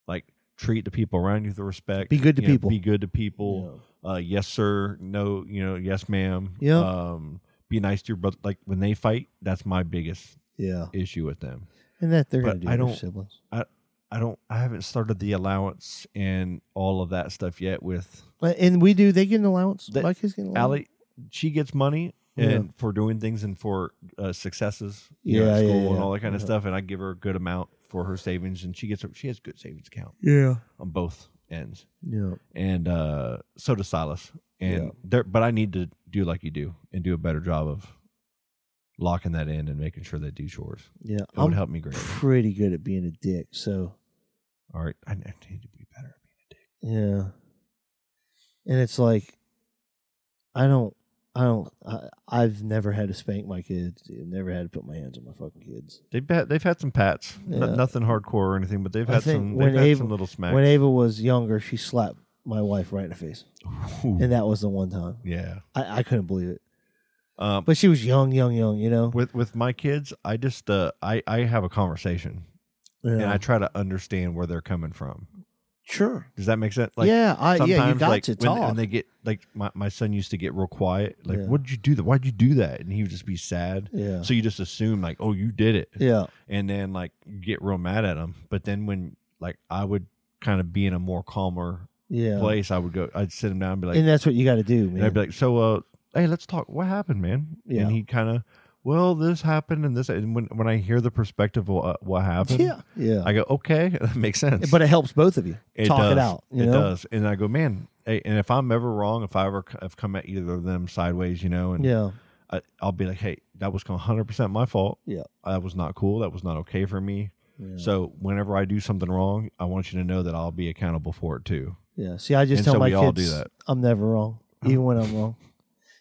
[SPEAKER 1] Like treat the people around you with respect.
[SPEAKER 2] Be good to
[SPEAKER 1] you know,
[SPEAKER 2] people.
[SPEAKER 1] be good to people. Uh, yes, sir. No, you know, yes, ma'am.
[SPEAKER 2] Yeah.
[SPEAKER 1] Um, be nice to your brother. Like when they fight, that's my biggest
[SPEAKER 2] Yeah.
[SPEAKER 1] issue with them.
[SPEAKER 2] And that they're going
[SPEAKER 1] But
[SPEAKER 2] to do
[SPEAKER 1] I
[SPEAKER 2] with their
[SPEAKER 1] don't-
[SPEAKER 2] siblings.
[SPEAKER 1] I, I don't. I haven't started the allowance and all of that stuff yet. With
[SPEAKER 2] But- And we do. They get an allowance.
[SPEAKER 1] That-
[SPEAKER 2] My kids get an allowance.
[SPEAKER 1] Allie, she gets money
[SPEAKER 2] Yeah.
[SPEAKER 1] and for doing things and for uh, successes, you know,
[SPEAKER 2] Yeah,
[SPEAKER 1] at
[SPEAKER 2] yeah,
[SPEAKER 1] school
[SPEAKER 2] yeah.
[SPEAKER 1] and all that kind of
[SPEAKER 2] Yeah.
[SPEAKER 1] stuff. And I give her a good amount for her savings, and she gets a, she has a good savings account
[SPEAKER 2] Yeah.
[SPEAKER 1] on both ends,
[SPEAKER 2] Yeah.
[SPEAKER 1] and uh, so does Silas. And
[SPEAKER 2] Yeah.
[SPEAKER 1] there, but I need to do like you do and do a better job of locking that in and making sure they do chores.
[SPEAKER 2] Yeah.
[SPEAKER 1] It would help me greatly.
[SPEAKER 2] pretty good at being a dick. So,
[SPEAKER 1] All right, I I need to be better.
[SPEAKER 2] yeah. And it's like, I don't, I don't, I, I've never had to spank my kids. Dude. Never had to put my hands on my fucking kids.
[SPEAKER 1] They've had, they've had some pats, N-
[SPEAKER 2] Yeah.
[SPEAKER 1] nothing hardcore or anything, but they've
[SPEAKER 2] I
[SPEAKER 1] had
[SPEAKER 2] think
[SPEAKER 1] some
[SPEAKER 2] when
[SPEAKER 1] they've had
[SPEAKER 2] Ava-
[SPEAKER 1] some little smacks.
[SPEAKER 2] When Ava was younger, she slapped my wife right in the face.
[SPEAKER 1] Ooh,
[SPEAKER 2] And that was the one time.
[SPEAKER 1] yeah,
[SPEAKER 2] I, I couldn't believe it.
[SPEAKER 1] um,
[SPEAKER 2] But she was young, young, young, you know?
[SPEAKER 1] with with my kids i just uh i i have a conversation and
[SPEAKER 2] Yeah.
[SPEAKER 1] i try to understand where they're coming from
[SPEAKER 2] sure.
[SPEAKER 1] does that make sense
[SPEAKER 2] yeah, I, yeah, you
[SPEAKER 1] sometimes,
[SPEAKER 2] got
[SPEAKER 1] like,
[SPEAKER 2] to
[SPEAKER 1] when,
[SPEAKER 2] talk.
[SPEAKER 1] when they get like my, my son used to get real quiet like
[SPEAKER 2] Yeah.
[SPEAKER 1] what did you do that why'd you do that and he would just be sad
[SPEAKER 2] yeah.
[SPEAKER 1] so you just assume like oh you did it
[SPEAKER 2] yeah.
[SPEAKER 1] and then like you get real mad at him but then when like i would kind of be in a more calmer
[SPEAKER 2] Yeah.
[SPEAKER 1] place i would go i'd sit him down and be like
[SPEAKER 2] and that's what you got to do,
[SPEAKER 1] and
[SPEAKER 2] man.
[SPEAKER 1] I'd be like, so, uh, hey, let's talk. What happened, man?
[SPEAKER 2] Yeah.
[SPEAKER 1] And he kind of, well, this happened and this. And when, when I hear the perspective of what, what happened,
[SPEAKER 2] yeah. Yeah.
[SPEAKER 1] I go, okay, that makes sense.
[SPEAKER 2] but it helps both of you talk
[SPEAKER 1] does.
[SPEAKER 2] it out. You
[SPEAKER 1] it
[SPEAKER 2] know?
[SPEAKER 1] does. And I go, man, hey, and if I'm ever wrong, if I ever c- have come at either of them sideways, you know, and
[SPEAKER 2] Yeah.
[SPEAKER 1] I, I'll be like, hey, that was 100% my fault.
[SPEAKER 2] Yeah.
[SPEAKER 1] That was not cool. That was not okay for me.
[SPEAKER 2] Yeah.
[SPEAKER 1] So whenever I do something wrong, I want you to know that I'll be accountable for it too.
[SPEAKER 2] Yeah. See, I just
[SPEAKER 1] And
[SPEAKER 2] tell
[SPEAKER 1] so
[SPEAKER 2] my
[SPEAKER 1] we
[SPEAKER 2] kids
[SPEAKER 1] all do that. Uh-huh.
[SPEAKER 2] I'm never wrong, even when I'm wrong.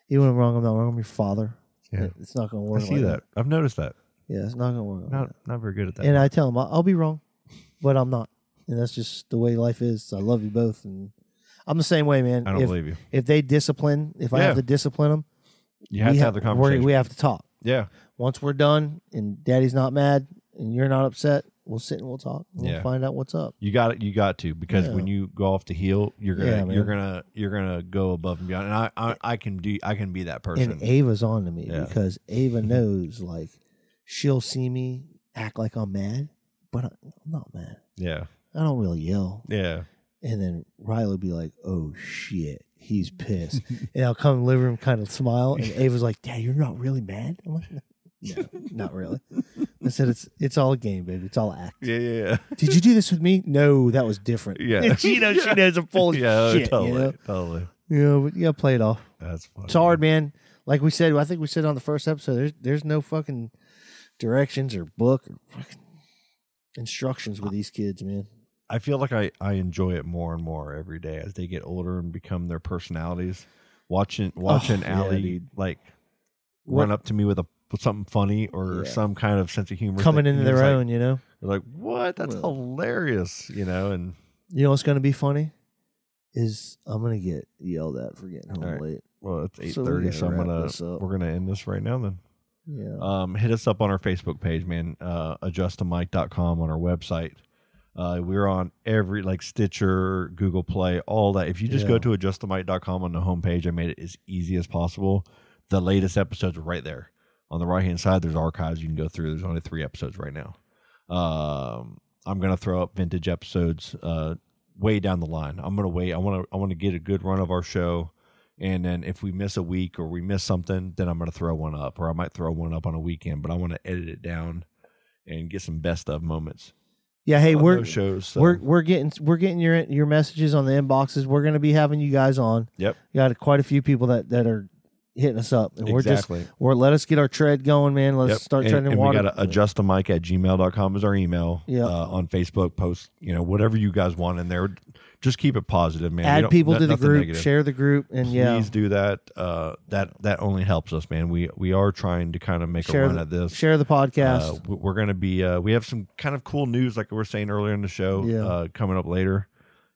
[SPEAKER 2] Even when I'm wrong, I'm not wrong. I'm your father.
[SPEAKER 1] Yeah.
[SPEAKER 2] It- It's not going to
[SPEAKER 1] I
[SPEAKER 2] work.
[SPEAKER 1] see
[SPEAKER 2] like
[SPEAKER 1] that. I've noticed that.
[SPEAKER 2] Yeah, it's not going to work. like
[SPEAKER 1] Not not very good at
[SPEAKER 2] that.
[SPEAKER 1] that.
[SPEAKER 2] And I tell them I'll be wrong, but I'm not, and that's just the way life is. I love you both, and I'm the same way, man.
[SPEAKER 1] I don't
[SPEAKER 2] if,
[SPEAKER 1] believe you.
[SPEAKER 2] If they discipline, if I
[SPEAKER 1] Yeah.
[SPEAKER 2] have to discipline them,
[SPEAKER 1] You have
[SPEAKER 2] we
[SPEAKER 1] to have the
[SPEAKER 2] we're-
[SPEAKER 1] conversation.
[SPEAKER 2] We have to talk.
[SPEAKER 1] yeah.
[SPEAKER 2] Once we're done, and Daddy's not mad, and you're not upset, we'll sit and we'll talk. And
[SPEAKER 1] Yeah.
[SPEAKER 2] We'll find out what's up.
[SPEAKER 1] You got it. You got to because
[SPEAKER 2] Yeah.
[SPEAKER 1] when you go off the heel, you're
[SPEAKER 2] Yeah,
[SPEAKER 1] gonna
[SPEAKER 2] man.
[SPEAKER 1] you're gonna you're gonna go above and beyond. And I I, I can do I can be that person.
[SPEAKER 2] And Ava's on to me
[SPEAKER 1] Yeah.
[SPEAKER 2] because Ava knows, like, she'll see me act like I'm mad, but I- I'm not mad.
[SPEAKER 1] yeah,
[SPEAKER 2] I don't really yell.
[SPEAKER 1] yeah,
[SPEAKER 2] And then Riley will be like, oh shit, he's pissed. and I'll come in the living room, kind of smile. And Ava's like, Dad, you're not really mad? I'm like, no, not really. I said, it's it's all a game, baby. It's all act.
[SPEAKER 1] yeah, yeah,
[SPEAKER 2] Did you do this with me? No, that was different.
[SPEAKER 1] Yeah.
[SPEAKER 2] she knows she knows I'm full of
[SPEAKER 1] yeah. oh,
[SPEAKER 2] shit.
[SPEAKER 1] totally,
[SPEAKER 2] You know?
[SPEAKER 1] totally.
[SPEAKER 2] Yeah, but you gotta play it off.
[SPEAKER 1] That's funny.
[SPEAKER 2] It's hard, man. Like we said, I think we said on the first episode, there's there's no fucking directions or book or fucking instructions with these kids, man.
[SPEAKER 1] I feel like I I enjoy it more and more every day as they get older and become their personalities. Watching watching
[SPEAKER 2] Oh, yeah,
[SPEAKER 1] Allie
[SPEAKER 2] dude.
[SPEAKER 1] like
[SPEAKER 2] What-
[SPEAKER 1] run up to me with a with something funny or
[SPEAKER 2] Yeah.
[SPEAKER 1] some kind of sense of humor
[SPEAKER 2] coming
[SPEAKER 1] that-
[SPEAKER 2] into
[SPEAKER 1] and it's
[SPEAKER 2] their
[SPEAKER 1] like-
[SPEAKER 2] own, you know?
[SPEAKER 1] You're like, what? That's
[SPEAKER 2] Well.
[SPEAKER 1] hilarious, you know. And
[SPEAKER 2] You know what's going to be funny? Is I'm going to get yelled at for getting home
[SPEAKER 1] All right.
[SPEAKER 2] late.
[SPEAKER 1] well, it's eight
[SPEAKER 2] So we
[SPEAKER 1] thirty,
[SPEAKER 2] gotta
[SPEAKER 1] so, I'm
[SPEAKER 2] wrap
[SPEAKER 1] gonna
[SPEAKER 2] this up.
[SPEAKER 1] we're gonna end this right now. Then
[SPEAKER 2] Yeah.
[SPEAKER 1] um, hit us up on our Facebook page, man. Uh, adjustamic.com on our website. Uh, we're on every like Stitcher, Google Play, all that. If you just go
[SPEAKER 2] Yeah.
[SPEAKER 1] to adjustamic.com on the homepage, I made it as easy as possible. The latest episodes are right there on the right hand side. There's archives you can go through. There's only three episodes right now. Um, I'm gonna throw up vintage episodes uh, way down the line. I'm gonna wait. I want to. I want to get a good run of our show, and then if we miss a week or we miss something, then I'm gonna throw one up, or I might throw one up on a weekend. But I want to edit it down and get some best of moments.
[SPEAKER 2] yeah. Hey,
[SPEAKER 1] on
[SPEAKER 2] we're
[SPEAKER 1] those shows. so-
[SPEAKER 2] we're we're getting we're getting your your messages on the inboxes. We're going to be having you guys on.
[SPEAKER 1] Yep.
[SPEAKER 2] Got quite a few people that that are hitting us up, and we're just
[SPEAKER 1] Exactly.
[SPEAKER 2] we're let us get our tread going, man. Let's
[SPEAKER 1] Yep.
[SPEAKER 2] start
[SPEAKER 1] and,
[SPEAKER 2] treading
[SPEAKER 1] and
[SPEAKER 2] water.
[SPEAKER 1] We got to adjust the mic at gmail.com is our email.
[SPEAKER 2] Yep.
[SPEAKER 1] Uh, on Facebook, post, you know, whatever you guys want in there. Just keep it positive, man. We
[SPEAKER 2] Add
[SPEAKER 1] don't-
[SPEAKER 2] people
[SPEAKER 1] no-
[SPEAKER 2] to the
[SPEAKER 1] nothing
[SPEAKER 2] group,
[SPEAKER 1] negative.
[SPEAKER 2] share the group, and
[SPEAKER 1] Please
[SPEAKER 2] yeah,
[SPEAKER 1] do that. Uh, that that only helps us, man. We we are trying to kind of make
[SPEAKER 2] share
[SPEAKER 1] a run
[SPEAKER 2] the,
[SPEAKER 1] at this.
[SPEAKER 2] share the
[SPEAKER 1] Uh,
[SPEAKER 2] podcast.
[SPEAKER 1] we- we're going to be uh, we have some kind of cool news like we were saying earlier in the show
[SPEAKER 2] Yeah.
[SPEAKER 1] uh, coming up later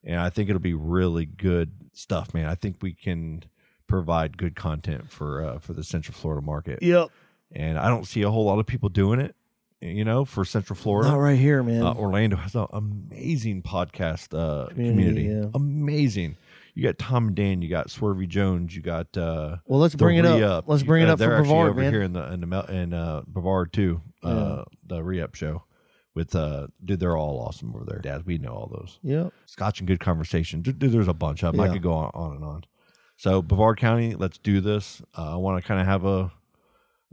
[SPEAKER 1] and i think it'll be really good stuff man i think we can provide good content for uh, for the central florida market
[SPEAKER 2] yep.
[SPEAKER 1] and i don't see a whole lot of people doing it you know for central florida
[SPEAKER 2] Not right here, man.
[SPEAKER 1] uh, Orlando has an amazing podcast uh, community.
[SPEAKER 2] Community, yeah.
[SPEAKER 1] Amazing. You got Tom and Dan. You got Swervy Jones. You got uh,
[SPEAKER 2] Well, let's
[SPEAKER 1] the
[SPEAKER 2] bring it up.
[SPEAKER 1] Re-Up.
[SPEAKER 2] Let's bring it
[SPEAKER 1] Uh,
[SPEAKER 2] up for
[SPEAKER 1] they're actually
[SPEAKER 2] Brevard,
[SPEAKER 1] over
[SPEAKER 2] man.
[SPEAKER 1] here in the in the Mel- in uh, Brevard too. Uh, the re-up show with uh, dude, they're all awesome over there. Dad, we know all those.
[SPEAKER 2] yep.
[SPEAKER 1] Scotch and Good Conversation. Dude, dude, there's a bunch of them. I
[SPEAKER 2] Yeah.
[SPEAKER 1] could go on, on and on. So Brevard County, let's do this. Uh, I want to kind of have a,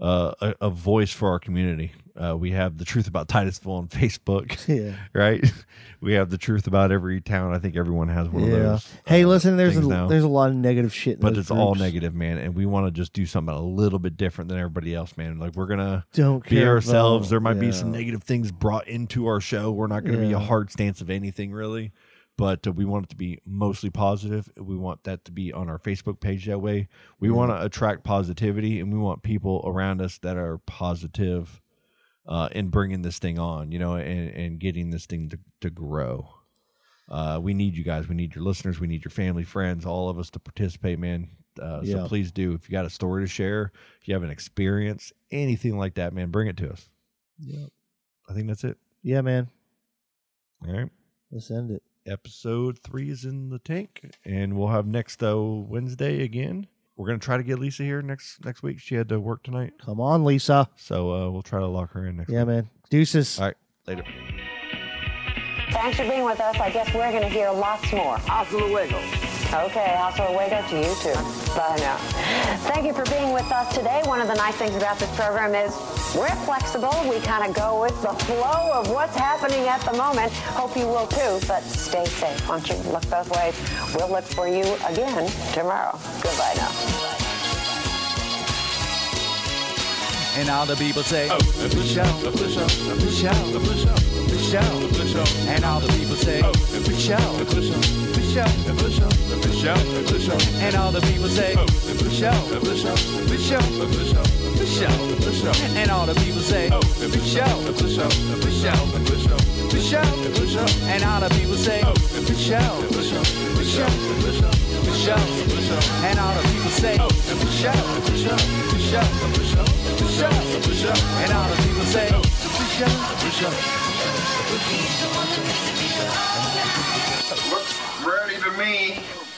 [SPEAKER 1] uh, a a voice for our community. Uh, we have the truth about Titusville on Facebook
[SPEAKER 2] Yeah.
[SPEAKER 1] right? We have the truth about every town. I think everyone has one of those.
[SPEAKER 2] Hey,
[SPEAKER 1] uh,
[SPEAKER 2] listen, there's a,
[SPEAKER 1] things now.
[SPEAKER 2] there's a lot of negative shit. In
[SPEAKER 1] but
[SPEAKER 2] those
[SPEAKER 1] it's all
[SPEAKER 2] groups.
[SPEAKER 1] negative, man. And we want to just do something a little bit different than everybody else, man. Like we're gonna
[SPEAKER 2] Don't
[SPEAKER 1] be
[SPEAKER 2] care
[SPEAKER 1] ourselves.
[SPEAKER 2] about-
[SPEAKER 1] there might be
[SPEAKER 2] yeah.
[SPEAKER 1] some negative things brought into our show. We're not gonna be a
[SPEAKER 2] Yeah.
[SPEAKER 1] hard stance of anything really. But uh, we want it to be mostly positive. We want that to be on our Facebook page that way. We want to attract positivity and we want people around us that are positive uh, in bringing this thing on, you know, and, and getting this thing to, to grow. Uh, we need you guys. We need your listeners. We need your family, friends, all of us to participate, man. Uh,
[SPEAKER 2] Yeah.
[SPEAKER 1] So please do. If you got a story to share, if you have an experience, anything like that, man, bring it to us.
[SPEAKER 2] Yep.
[SPEAKER 1] I think that's it.
[SPEAKER 2] Yeah, man.
[SPEAKER 1] All right.
[SPEAKER 2] Let's end it.
[SPEAKER 1] Episode three is in the tank, and we'll have next uh, Wednesday again. We're gonna try to get Lisa here next next week. She had to work tonight,
[SPEAKER 2] Come on, Lisa.
[SPEAKER 1] so uh, we'll try to lock her in next.
[SPEAKER 2] Yeah, man. Deuces.
[SPEAKER 1] Week. All right. Later.
[SPEAKER 8] Thanks for being with us. I guess we're going to hear lots more. Hasta luego. Okay, hasta luego to you too. Bye now. Thank you for being with us today. One of the nice things about this program is we're flexible. We kind of go with the flow of what's happening at the moment. Hope you will too, but stay safe. Why don't you look both ways? We'll look for you again tomorrow. Goodbye now.
[SPEAKER 9] And all the people say, oh, push out, push out, push out, push out, push out, push out. And all the people say, oh, push out, push out, push out, push out, push out, push out. And all the people say, oh, push out, push out, push out, push out, push out, push out. And all the people say, oh, push out, push out, push out, push out, push out, push out. And all the people say, oh, push out, push out, push out, push out, push out, push out. And all the people say, oh, push out, push out, push out, push out, push out, push out. And all the people say, oh, push out, push out.
[SPEAKER 4] Looks ready to me.